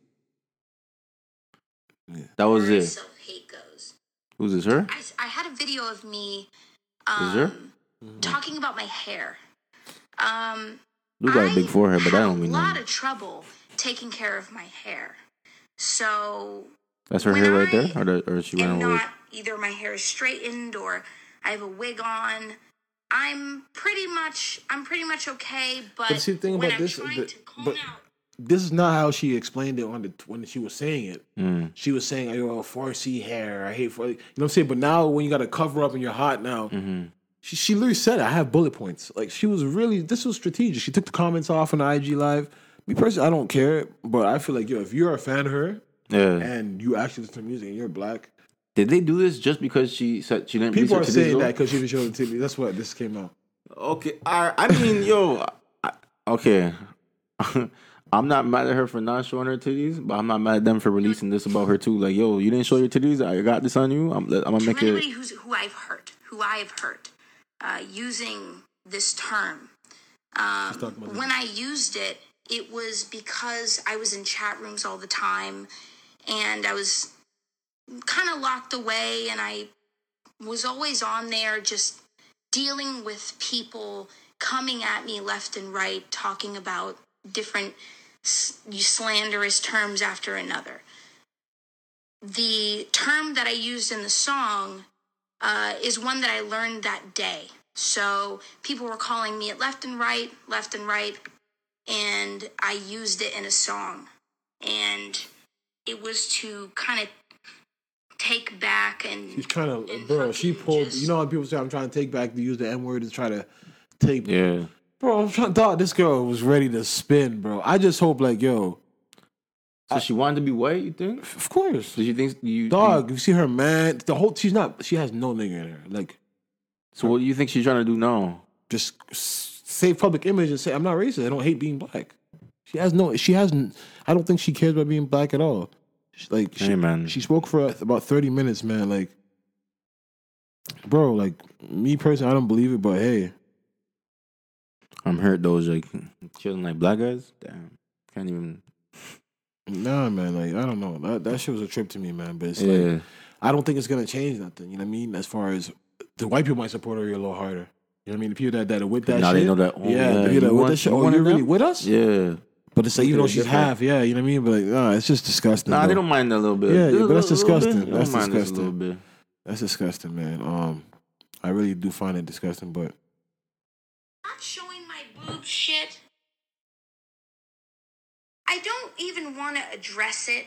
[SPEAKER 3] that was
[SPEAKER 5] Word,
[SPEAKER 3] it.
[SPEAKER 5] So hate goes.
[SPEAKER 3] Who's this? Her?
[SPEAKER 5] I, s- I had a video of me
[SPEAKER 3] Is there?
[SPEAKER 5] um, talking about my hair. Um,
[SPEAKER 3] You got a
[SPEAKER 5] I
[SPEAKER 3] big forehead, but that
[SPEAKER 5] had
[SPEAKER 3] don't mean
[SPEAKER 5] a lot
[SPEAKER 3] nothing.
[SPEAKER 5] of trouble taking care of my hair. So
[SPEAKER 3] That's her
[SPEAKER 5] when
[SPEAKER 3] hair right
[SPEAKER 5] I
[SPEAKER 3] there, or the, or she went
[SPEAKER 5] am
[SPEAKER 3] away.
[SPEAKER 5] not either my hair is straightened or I have a wig on. I'm pretty much I'm pretty much okay, but,
[SPEAKER 2] see, the thing
[SPEAKER 5] when
[SPEAKER 2] about
[SPEAKER 5] I'm
[SPEAKER 2] this is
[SPEAKER 5] trying
[SPEAKER 2] that-
[SPEAKER 5] to comb
[SPEAKER 2] but-
[SPEAKER 5] out
[SPEAKER 2] this is not how she explained it on the when she was saying it.
[SPEAKER 3] Mm.
[SPEAKER 2] she was saying, "Oh, 4C hair. I hate 4 You know what I'm saying? But now, when you got to cover up and you're hot now,
[SPEAKER 3] Mm-hmm.
[SPEAKER 2] she, she literally said, it. "I have bullet points." Like she was really this was strategic. She took the comments off on the IG live. Me personally, I don't care, but I feel like yo, if you're a fan of her
[SPEAKER 3] Yeah.
[SPEAKER 2] and you actually listen to music and you're black,
[SPEAKER 3] Did they do this just because she said she didn't?
[SPEAKER 2] people are
[SPEAKER 3] research it,
[SPEAKER 2] saying
[SPEAKER 3] though?
[SPEAKER 2] that because she was showing the TV. That's what this came out.
[SPEAKER 3] Okay, I I mean, yo, I, okay. I'm not mad at her for not showing her titties, but I'm not mad at them for releasing this about her too. Like, yo, you didn't show your titties. I got this on you. I'm, I'm gonna
[SPEAKER 5] from
[SPEAKER 3] make
[SPEAKER 5] anybody
[SPEAKER 3] it.
[SPEAKER 5] who's who I've hurt, who I've hurt, uh, using this term. Um,
[SPEAKER 2] talk about
[SPEAKER 5] when I used it, it was because I was in chat rooms all the time, and I was kind of locked away, and I was always on there just dealing with people coming at me left and right, talking about different s- slanderous terms after another the term that I used in the song uh, is one that I learned that day. So people were calling me it left and right, left and right, and I used it in a song. And it was to kind of take back and
[SPEAKER 2] She's trying to, bro. She pulled. You know how people say I'm trying to take back to use the N word to try to take.
[SPEAKER 3] Yeah,
[SPEAKER 2] Bro, I'm trying. Dog, this girl was ready to spin, bro. I just hope like yo,
[SPEAKER 3] so she wanted to be white. You think?
[SPEAKER 2] of course.
[SPEAKER 3] Did you think you
[SPEAKER 2] Dog, you see her man. The whole she's not. She has no nigga in her. Like,
[SPEAKER 3] so what do you think she's trying to do now?
[SPEAKER 2] just s- save public image and say I'm not racist. I don't hate being black. She has no. She hasn't. I don't think she cares about being black at all. She, like, she,
[SPEAKER 3] Hey, man.
[SPEAKER 2] she spoke for about thirty minutes, man. Like, bro, like me personally, I don't believe it, but hey,
[SPEAKER 3] I'm hurt. Those like children like black guys. Damn, can't even.
[SPEAKER 2] Nah, man. Like I don't know. That that shit was a trip to me, man. But it's like
[SPEAKER 3] Yeah,
[SPEAKER 2] I don't think it's gonna change nothing. You know what I mean? As far as the white people might support her a little harder. You know what I mean? The people that that are with that
[SPEAKER 3] Now
[SPEAKER 2] shit.
[SPEAKER 3] they know that, oh,
[SPEAKER 2] yeah,
[SPEAKER 3] yeah,
[SPEAKER 2] the people
[SPEAKER 3] you
[SPEAKER 2] that with
[SPEAKER 3] want-
[SPEAKER 2] that shit.
[SPEAKER 3] you
[SPEAKER 2] Oh,
[SPEAKER 3] one
[SPEAKER 2] you're
[SPEAKER 3] of
[SPEAKER 2] really
[SPEAKER 3] them?
[SPEAKER 2] with us?
[SPEAKER 3] yeah.
[SPEAKER 2] But it's like even
[SPEAKER 3] Yeah,
[SPEAKER 2] though she's
[SPEAKER 3] different.
[SPEAKER 2] half, yeah, you know what I mean? But like, nah, it's just disgusting.
[SPEAKER 3] Nah,
[SPEAKER 2] though.
[SPEAKER 3] they don't mind that a little bit.
[SPEAKER 2] Yeah, yeah,
[SPEAKER 3] Little-
[SPEAKER 2] but that's
[SPEAKER 3] little- little
[SPEAKER 2] disgusting.
[SPEAKER 3] bit. They don't
[SPEAKER 2] That's
[SPEAKER 3] mind this a little
[SPEAKER 2] disgusting.
[SPEAKER 3] bit.
[SPEAKER 2] That's disgusting, man. Um, I really do find it disgusting, but
[SPEAKER 5] not showing my boob shit. I don't even want to address it.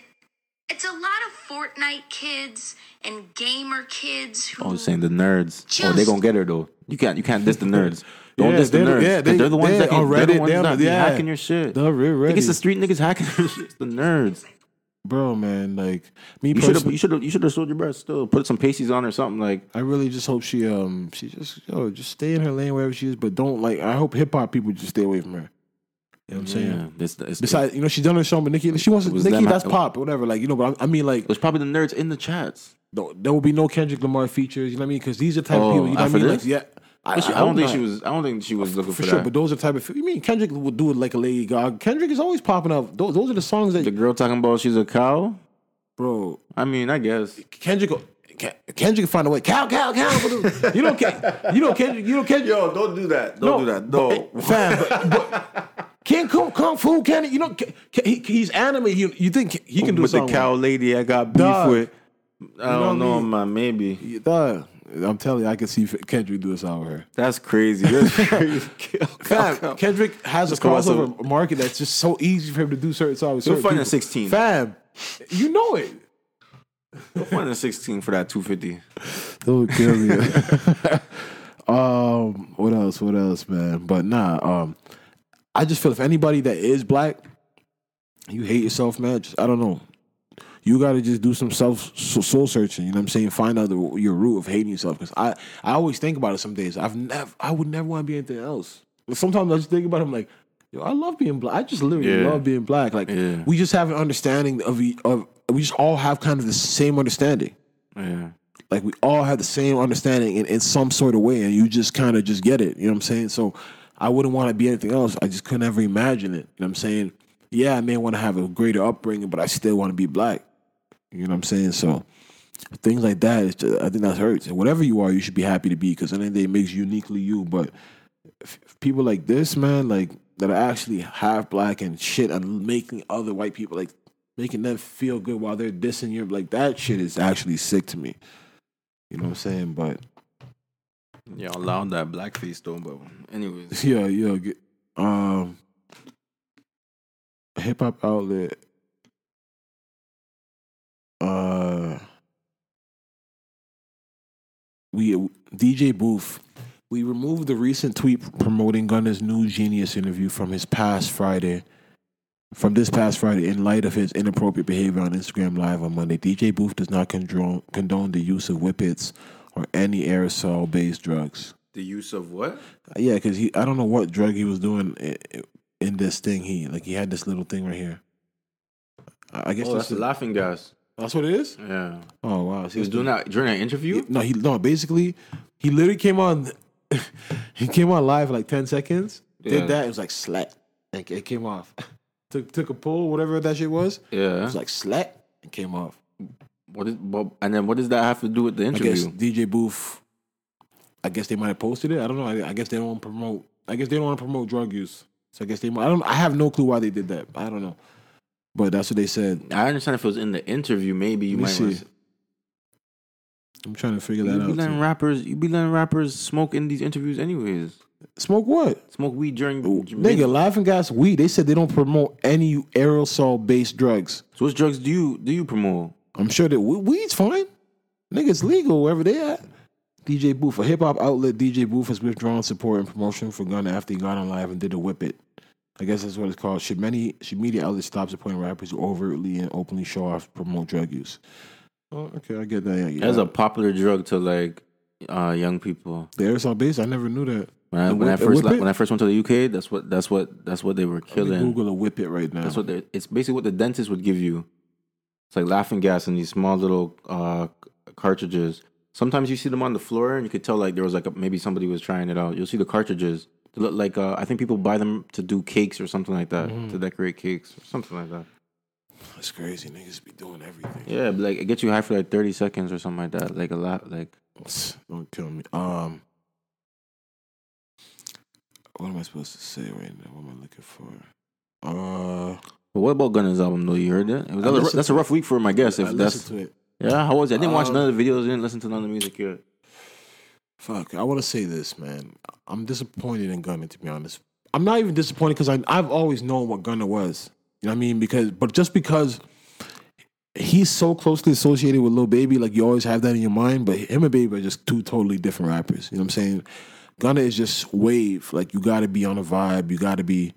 [SPEAKER 5] It's a lot of Fortnite kids and gamer kids who.
[SPEAKER 3] Oh, you're saying the nerds. oh, they
[SPEAKER 5] Just-
[SPEAKER 3] gonna get her though. You can't. You can't diss the nerds. Don't
[SPEAKER 2] Yeah,
[SPEAKER 3] diss the
[SPEAKER 2] they-
[SPEAKER 3] nerds.
[SPEAKER 2] yeah,
[SPEAKER 3] 'cause
[SPEAKER 2] they-
[SPEAKER 3] they're the ones
[SPEAKER 2] they
[SPEAKER 3] that can,
[SPEAKER 2] on
[SPEAKER 3] they're the
[SPEAKER 2] Reddit,
[SPEAKER 3] ones
[SPEAKER 2] they're-
[SPEAKER 3] that be
[SPEAKER 2] yeah.
[SPEAKER 3] hacking your shit.
[SPEAKER 2] They're re-
[SPEAKER 3] Think it's the
[SPEAKER 2] ready.
[SPEAKER 3] street niggas hacking your shit. It's the nerds.
[SPEAKER 2] bro, man, like me
[SPEAKER 3] You should have.
[SPEAKER 2] personally,
[SPEAKER 3] You should have. You should have sold your breath. Still, put some pasties on or something like.
[SPEAKER 2] I really just hope she um she just yo just stay in her lane wherever she is, but don't like I hope hip hop people just stay away from her. You know what I'm
[SPEAKER 3] Yeah,
[SPEAKER 2] saying?
[SPEAKER 3] it's, it's,
[SPEAKER 2] Besides, you know, she's done her show, but Nikki, she wants
[SPEAKER 3] It was
[SPEAKER 2] Nikki.
[SPEAKER 3] them-
[SPEAKER 2] that's pop, whatever. Like you know, but I, I mean, like
[SPEAKER 3] it was probably the nerds in the chats.
[SPEAKER 2] th- there will be no Kendrick Lamar features. You know what I mean? Because these are the type
[SPEAKER 3] Oh,
[SPEAKER 2] of people. You know what I
[SPEAKER 3] after
[SPEAKER 2] mean? Like,
[SPEAKER 3] this?
[SPEAKER 2] yeah,
[SPEAKER 3] But she- I,
[SPEAKER 2] hope
[SPEAKER 3] don't think
[SPEAKER 2] not.
[SPEAKER 3] she was. I don't think she was looking
[SPEAKER 2] For
[SPEAKER 3] for,
[SPEAKER 2] sure,
[SPEAKER 3] that.
[SPEAKER 2] but those are the type of. You mean Kendrick will do it like a Lady Gaga? Kendrick is always popping up. Those, those are the songs that
[SPEAKER 3] the girl talking about she's a cow.
[SPEAKER 2] bro.
[SPEAKER 3] I mean, I guess.
[SPEAKER 2] Kendrick, Ken- Kendrick can find a way. Cow, cow, cow. you don't, Ken- you don't, Kendrick, you don't, Kendrick.
[SPEAKER 3] Yo, don't do that. Don't do that.
[SPEAKER 2] but-
[SPEAKER 3] No.
[SPEAKER 2] eh, fam. But, but King Kung, Kung Fu, can you know Ken- Ken- he, he's anime. You, you think he can do
[SPEAKER 3] with the
[SPEAKER 2] something?
[SPEAKER 3] cow lady I got beef
[SPEAKER 2] Dog.
[SPEAKER 3] with. I don't
[SPEAKER 2] know what I
[SPEAKER 3] know,
[SPEAKER 2] mean?
[SPEAKER 3] man. Maybe
[SPEAKER 2] Duh. I'm telling you, I can see Kendrick do a song with her.
[SPEAKER 3] that's crazy. That's crazy.
[SPEAKER 2] Fam, Kendrick has a
[SPEAKER 3] go out
[SPEAKER 2] crossover market that's just so easy for him to do certain songs.
[SPEAKER 3] You'll
[SPEAKER 2] certain
[SPEAKER 3] find
[SPEAKER 2] people.
[SPEAKER 3] a 16.
[SPEAKER 2] Fam, you know it.
[SPEAKER 3] One and sixteen for that two fifty.
[SPEAKER 2] Don't kill me. um, what else? What else, man? But nah, um, I just feel if anybody that is black, you hate yourself, man. Just, I don't know. You gotta just do some self so- soul searching. You know what I'm saying? Find out the, your root of hating yourself. Cause I, I always think about it. Some days I've never, I would never want to be anything else. But sometimes I just think about it. I'm like, yo, I love being black. I just literally
[SPEAKER 3] Yeah.
[SPEAKER 2] love being black. Like
[SPEAKER 3] Yeah.
[SPEAKER 2] we just have an understanding of, e- of we just all have kind of the same understanding
[SPEAKER 3] Yeah.
[SPEAKER 2] like we all have the same understanding in, in some sort of way and you just kind of just get it you know what i'm saying so i wouldn't want to be anything else i just could never imagine it you know what i'm saying yeah i may want to have a greater upbringing but i still want to be black you know what i'm saying so things like that is just, i think that hurts and whatever you are you should be happy to be because at the end of the day it makes you uniquely you but if, if people like this man like that are actually half black and shit and making other white people like making them feel good while they're dissing you like that shit is actually sick to me you know what I'm saying? But
[SPEAKER 3] Yeah, allowed that blackface though, but anyways.
[SPEAKER 2] yeah, yeah. Get, um, hip hop outlet. Uh, we DJ Booth. We removed the recent tweet promoting Gunner's new Genius interview from his past Friday, from this past Friday, in light of his inappropriate behavior on Instagram Live on Monday. DJ Booth does not condone, condone the use of whippets or any aerosol-based drugs.
[SPEAKER 3] The use of what?
[SPEAKER 2] Yeah, because he I don't know what drug he was doing i- i- in this thing. He like he had this little thing right here. I I guess
[SPEAKER 3] Oh,
[SPEAKER 2] that's,
[SPEAKER 3] that's the laughing gas.
[SPEAKER 2] that's what it is.
[SPEAKER 3] Yeah.
[SPEAKER 2] Oh wow,
[SPEAKER 3] He was doing that during an interview?
[SPEAKER 2] No, he no. Basically, he literally came on. he came on live for like ten seconds.
[SPEAKER 3] Yeah.
[SPEAKER 2] Did that? It was like slat. Like it came off. took took a pull, whatever that shit was. It
[SPEAKER 3] Yeah.
[SPEAKER 2] was like slat. It came off.
[SPEAKER 3] What is but, and then what does that have to do with the
[SPEAKER 2] I guess
[SPEAKER 3] interview?
[SPEAKER 2] DJ Booth. I guess they might have posted it. I don't know. I, I guess they don't want to promote. I guess they don't want to promote drug use. So I guess they. might- I don't. I have no clue why they did that. I don't know. But that's what they said.
[SPEAKER 3] I, understand if it was in the interview, maybe you
[SPEAKER 2] Let me
[SPEAKER 3] might wanna
[SPEAKER 2] see. I'm trying to figure
[SPEAKER 3] You
[SPEAKER 2] that
[SPEAKER 3] be
[SPEAKER 2] out.
[SPEAKER 3] letting
[SPEAKER 2] too.
[SPEAKER 3] rappers, you be letting rappers smoke in these interviews, anyways.
[SPEAKER 2] Smoke what?
[SPEAKER 3] Smoke weed during.
[SPEAKER 2] Nigga, laughing gas weed. They said they don't promote any aerosol based drugs.
[SPEAKER 3] So, what drugs do you do you promote?
[SPEAKER 2] I'm sure that we- weed's fine. Nigga's legal wherever they at. DJ Booth, a hip hop outlet, DJ Booth has withdrawn support and promotion for Gunna after he got on live and did a whip it. I guess that's what it's called. Should many should media outlets stop supporting rappers who overtly and openly show off promote drug use? Oh, okay, I get that. Yeah, yeah.
[SPEAKER 3] That's a popular drug to like uh, young people.
[SPEAKER 2] the aerosol base. I never knew that.
[SPEAKER 3] When I,
[SPEAKER 2] The
[SPEAKER 3] when I
[SPEAKER 2] whip- the
[SPEAKER 3] first
[SPEAKER 2] whip it?
[SPEAKER 3] when I first went to the UK, that's what that's what that's what they were
[SPEAKER 2] Let me
[SPEAKER 3] killing.
[SPEAKER 2] Google a whip it right now.
[SPEAKER 3] That's what they, it's basically what the dentist would give you. It's like laughing gas in these small little uh, c- cartridges. Sometimes you see them on the floor, and you could tell like there was like a, maybe somebody was trying it out. You'll see the cartridges, They look like uh, I think people buy them to do cakes or something like that
[SPEAKER 2] Mm.
[SPEAKER 3] to decorate cakes or something like that.
[SPEAKER 2] That's crazy. Niggas be doing everything.
[SPEAKER 3] Yeah, but like it gets you high for like thirty seconds or something like that. Like a lot. Like
[SPEAKER 2] Don't kill me. Um, what am I supposed to say right now? What am I looking for? Uh,
[SPEAKER 3] but what about Gunna's album though? You heard it? It was- that was-
[SPEAKER 2] listened
[SPEAKER 3] that's a rough week for him, I guess. If
[SPEAKER 2] I
[SPEAKER 3] that's
[SPEAKER 2] listened to it.
[SPEAKER 3] yeah, how was it? I didn't watch
[SPEAKER 2] Um,
[SPEAKER 3] none of the videos. I didn't listen to none of the music yet.
[SPEAKER 2] Fuck, I want to say this, man. I'm disappointed in Gunna, to be honest. I'm not even disappointed because I've always known what Gunna was. You know what I mean? Because, but just because he's so closely associated with Lil Baby, like you always have that in your mind. But him and Baby are just two totally different rappers. You know what I'm saying? Gunna is just wave. Like you got to be on a vibe. You got to be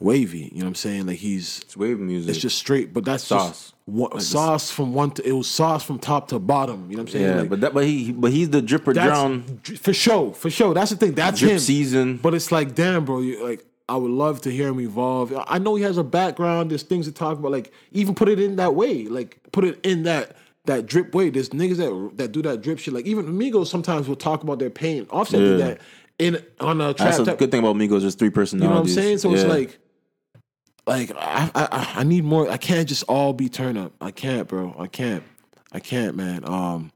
[SPEAKER 2] wavy. You know what I'm saying? Like he's
[SPEAKER 3] It's wave music.
[SPEAKER 2] it's just straight. But that's
[SPEAKER 3] Sauce.
[SPEAKER 2] just what, sauce from one. To, it was sauce from top to bottom. You know what I'm saying?
[SPEAKER 3] yeah,
[SPEAKER 2] Like,
[SPEAKER 3] but that but he but he's the dripper drown.
[SPEAKER 2] that's, for sure, for sure. That's the thing. That's
[SPEAKER 3] Drip
[SPEAKER 2] him.
[SPEAKER 3] season.
[SPEAKER 2] But it's like, damn, bro. You like, I would love to hear him evolve. I know he has a background. There's things to talk about. Like, even put it in that way. Like, put it in that that drip way. There's niggas that that do that drip shit. Like, even Migos sometimes will talk about their pain. Offset did
[SPEAKER 3] Yeah.
[SPEAKER 2] that in on a trap.
[SPEAKER 3] That's a
[SPEAKER 2] type-
[SPEAKER 3] good thing about Migos. There's three
[SPEAKER 2] you know what I'm
[SPEAKER 3] personalities.
[SPEAKER 2] saying? So it's
[SPEAKER 3] Yeah.
[SPEAKER 2] like, like I, I I- I need more. I can't just all be turn up. I can't, bro. I can't. I can't, man. Um,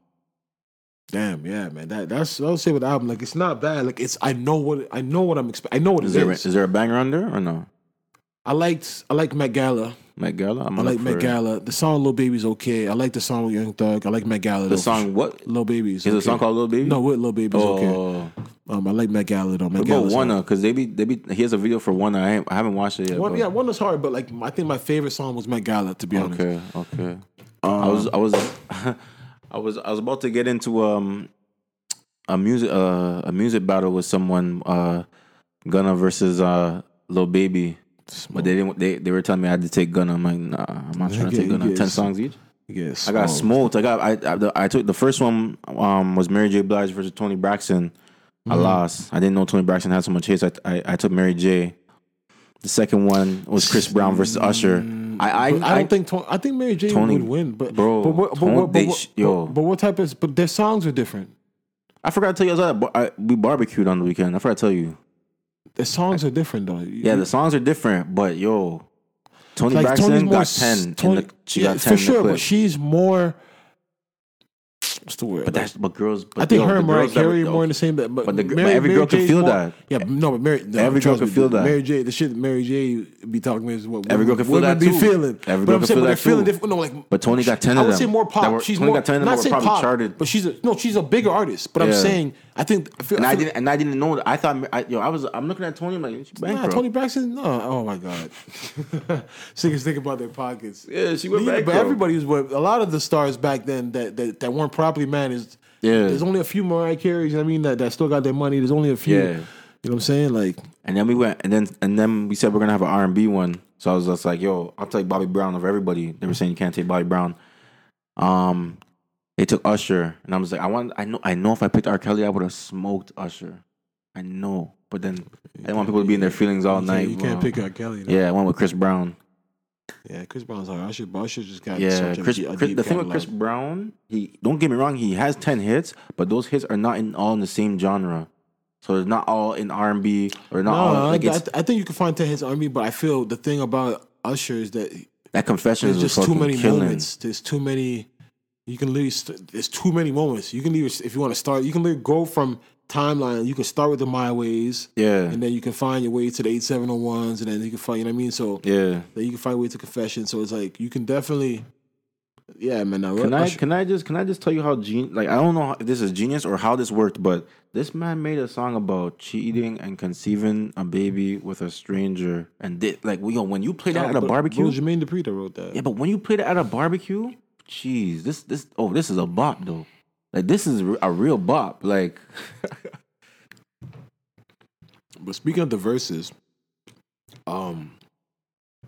[SPEAKER 2] damn, yeah, man. That that's I'll say with the album. Like it's not bad. Like it's I know what I know what I'm expecting. I know what it
[SPEAKER 3] Is
[SPEAKER 2] is.
[SPEAKER 3] there, is there a banger on there or no?
[SPEAKER 2] I liked I like Met Gala.
[SPEAKER 3] Met Gala? I'm
[SPEAKER 2] I like
[SPEAKER 3] up
[SPEAKER 2] Met
[SPEAKER 3] for it.
[SPEAKER 2] Gala. The song Lil Baby's okay. I like the song with Young Thug. I like Met Gala.
[SPEAKER 3] The song what?
[SPEAKER 2] Lil Baby's.
[SPEAKER 3] Is it a song called Lil Baby?
[SPEAKER 2] No, with Lil Baby's okay.
[SPEAKER 3] Oh,
[SPEAKER 2] Um, I like Met Gala though. Met
[SPEAKER 3] what about
[SPEAKER 2] Gala's
[SPEAKER 3] Wanna? Because they be they be he has a video for Wanna. I, ain't- I haven't watched it yet.
[SPEAKER 2] One,
[SPEAKER 3] but-
[SPEAKER 2] yeah, one was hard, but like I think my favorite song was Met Gala. To be honest.
[SPEAKER 3] Okay, okay. I was
[SPEAKER 2] Um,
[SPEAKER 3] I was I was I was about to get into um a music uh, a music battle with someone uh Gunna versus uh Lil Baby. But they didn't. They, they were telling me I had to take Gunna. I'm like, nah, I'm not trying to
[SPEAKER 2] Okay,
[SPEAKER 3] take Gunna.
[SPEAKER 2] yes.
[SPEAKER 3] Ten songs each.
[SPEAKER 2] Yeah,
[SPEAKER 3] I got
[SPEAKER 2] smoked.
[SPEAKER 3] smoked. I got I I, the, I took the first one um was Mary J. Blige versus Tony Braxton. I
[SPEAKER 2] Mm.
[SPEAKER 3] lost. I didn't know Tony Braxton had so much hits. I I, I took Mary J. The second one was Chris Brown versus Usher. I I,
[SPEAKER 2] But Mm. I, don't think Tony, I think Mary J
[SPEAKER 3] Tony-
[SPEAKER 2] would win, but
[SPEAKER 3] bro,
[SPEAKER 2] but what, but,
[SPEAKER 3] Tony-
[SPEAKER 2] what,
[SPEAKER 3] they
[SPEAKER 2] but, what,
[SPEAKER 3] sh- yo.
[SPEAKER 2] but, but what type is? But their songs are different.
[SPEAKER 3] I forgot to tell you. I was at a bar, I, we barbecued on the weekend. I forgot to tell you.
[SPEAKER 2] Their songs are different though.
[SPEAKER 3] Yeah, the songs are different, but yo, Tony Braxton got ten. in the, she got ten
[SPEAKER 2] for
[SPEAKER 3] in the
[SPEAKER 2] sure,
[SPEAKER 3] clip.
[SPEAKER 2] but she's more. What's the word?
[SPEAKER 3] But that's but girls. But
[SPEAKER 2] I think
[SPEAKER 3] yo,
[SPEAKER 2] her
[SPEAKER 3] the
[SPEAKER 2] and Mariah
[SPEAKER 3] girls that were-
[SPEAKER 2] Carey are
[SPEAKER 3] yo,
[SPEAKER 2] more in the same. But,
[SPEAKER 3] but the gr- but every girl can
[SPEAKER 2] J's
[SPEAKER 3] feel
[SPEAKER 2] more-
[SPEAKER 3] that.
[SPEAKER 2] Yeah, no, but Mary. no,
[SPEAKER 3] Every girl
[SPEAKER 2] trust
[SPEAKER 3] can
[SPEAKER 2] me,
[SPEAKER 3] feel that.
[SPEAKER 2] Mary J. The shit that Mary J. be talking about is what
[SPEAKER 3] Every girl
[SPEAKER 2] women,
[SPEAKER 3] can feel
[SPEAKER 2] women
[SPEAKER 3] that
[SPEAKER 2] be
[SPEAKER 3] too.
[SPEAKER 2] feeling.
[SPEAKER 3] Every
[SPEAKER 2] but
[SPEAKER 3] girl
[SPEAKER 2] I'm saying,
[SPEAKER 3] can feel
[SPEAKER 2] but they're
[SPEAKER 3] that
[SPEAKER 2] feeling
[SPEAKER 3] too.
[SPEAKER 2] different. No, like,
[SPEAKER 3] But Tony got 10
[SPEAKER 2] I
[SPEAKER 3] of
[SPEAKER 2] would say
[SPEAKER 3] them
[SPEAKER 2] more
[SPEAKER 3] that
[SPEAKER 2] pop.
[SPEAKER 3] were-
[SPEAKER 2] she's
[SPEAKER 3] Tony
[SPEAKER 2] more.
[SPEAKER 3] got 10 of them
[SPEAKER 2] not
[SPEAKER 3] that
[SPEAKER 2] say
[SPEAKER 3] were probably
[SPEAKER 2] pop,
[SPEAKER 3] charted.
[SPEAKER 2] but she's a, no, she's a bigger artist. But I'm
[SPEAKER 3] Yeah.
[SPEAKER 2] saying, I think I feel.
[SPEAKER 3] And
[SPEAKER 2] I
[SPEAKER 3] I
[SPEAKER 2] feel-
[SPEAKER 3] didn't. And I didn't know. That. I thought. I, yo, I was. I'm looking at Tony. I'm like, she
[SPEAKER 2] Nah,
[SPEAKER 3] bankrupt.
[SPEAKER 2] Tony Braxton. No, oh my God. Singers think about their pockets.
[SPEAKER 3] Yeah, she went
[SPEAKER 2] Yeah,
[SPEAKER 3] bankrupt.
[SPEAKER 2] But everybody was with a lot of the stars back then that that, that weren't properly managed.
[SPEAKER 3] Yeah.
[SPEAKER 2] there's only a few Mariah Careys. I mean, that, that still got their money. There's only a few.
[SPEAKER 3] Yeah.
[SPEAKER 2] You know what I'm saying? Like,
[SPEAKER 3] And then we went. And then and then we said we're gonna have an R and B one. So I was just like, yo, I'll take Bobby Brown over everybody. They were saying you can't take Bobby Brown. Um, they took Usher, and I was like, I want. I know. I know if I picked R Kelly, I would have smoked Usher. I know. But then I didn't want people to be in their feelings all
[SPEAKER 2] you
[SPEAKER 3] night.
[SPEAKER 2] can't, you can't
[SPEAKER 3] bro.
[SPEAKER 2] pick out Kelly. though.
[SPEAKER 3] Oh, Yeah, I went with Chris Brown.
[SPEAKER 2] yeah. Chris Brown's hard. I should, I should just got
[SPEAKER 3] Yeah,
[SPEAKER 2] such a
[SPEAKER 3] Chris,
[SPEAKER 2] deep- a
[SPEAKER 3] Chris-
[SPEAKER 2] deep
[SPEAKER 3] the thing with
[SPEAKER 2] catalog.
[SPEAKER 3] Chris Brown, he don't get me wrong, he has ten hits, but those hits are not in all in the same genre. So they're not all in R and B or not
[SPEAKER 2] No,
[SPEAKER 3] all
[SPEAKER 2] I,
[SPEAKER 3] like
[SPEAKER 2] I,
[SPEAKER 3] it's,
[SPEAKER 2] I think you can find 10 hits on me, but I feel the thing about Usher is that
[SPEAKER 3] that confessions
[SPEAKER 2] There's just
[SPEAKER 3] was
[SPEAKER 2] too
[SPEAKER 3] fucking
[SPEAKER 2] many
[SPEAKER 3] killing.
[SPEAKER 2] moments. There's too many. You can literally. St- there's too many moments. You can leave if you want to start. You can literally go from timeline. You can start with the my ways.
[SPEAKER 3] Yeah.
[SPEAKER 2] And then you can find your way to the eight seven oh ones, and then you can find. You know what I mean? So
[SPEAKER 3] Yeah.
[SPEAKER 2] Then you can find your way to confession. So it's like you can definitely. Yeah, man. Now,
[SPEAKER 3] Can I
[SPEAKER 2] Usher-
[SPEAKER 3] can I just can I just tell you how gen like I don't know if this is genius or how this worked, but this man made a song about cheating and conceiving a baby with a stranger and did like yo when you play that at a
[SPEAKER 2] Uh, but-
[SPEAKER 3] barbecue.
[SPEAKER 2] but Jermaine Dupri that wrote that.
[SPEAKER 3] Yeah, but when you play that at a barbecue, jeez, this this oh this is a bop though. Like this is a real bop. Like
[SPEAKER 2] But speaking of the verses, um,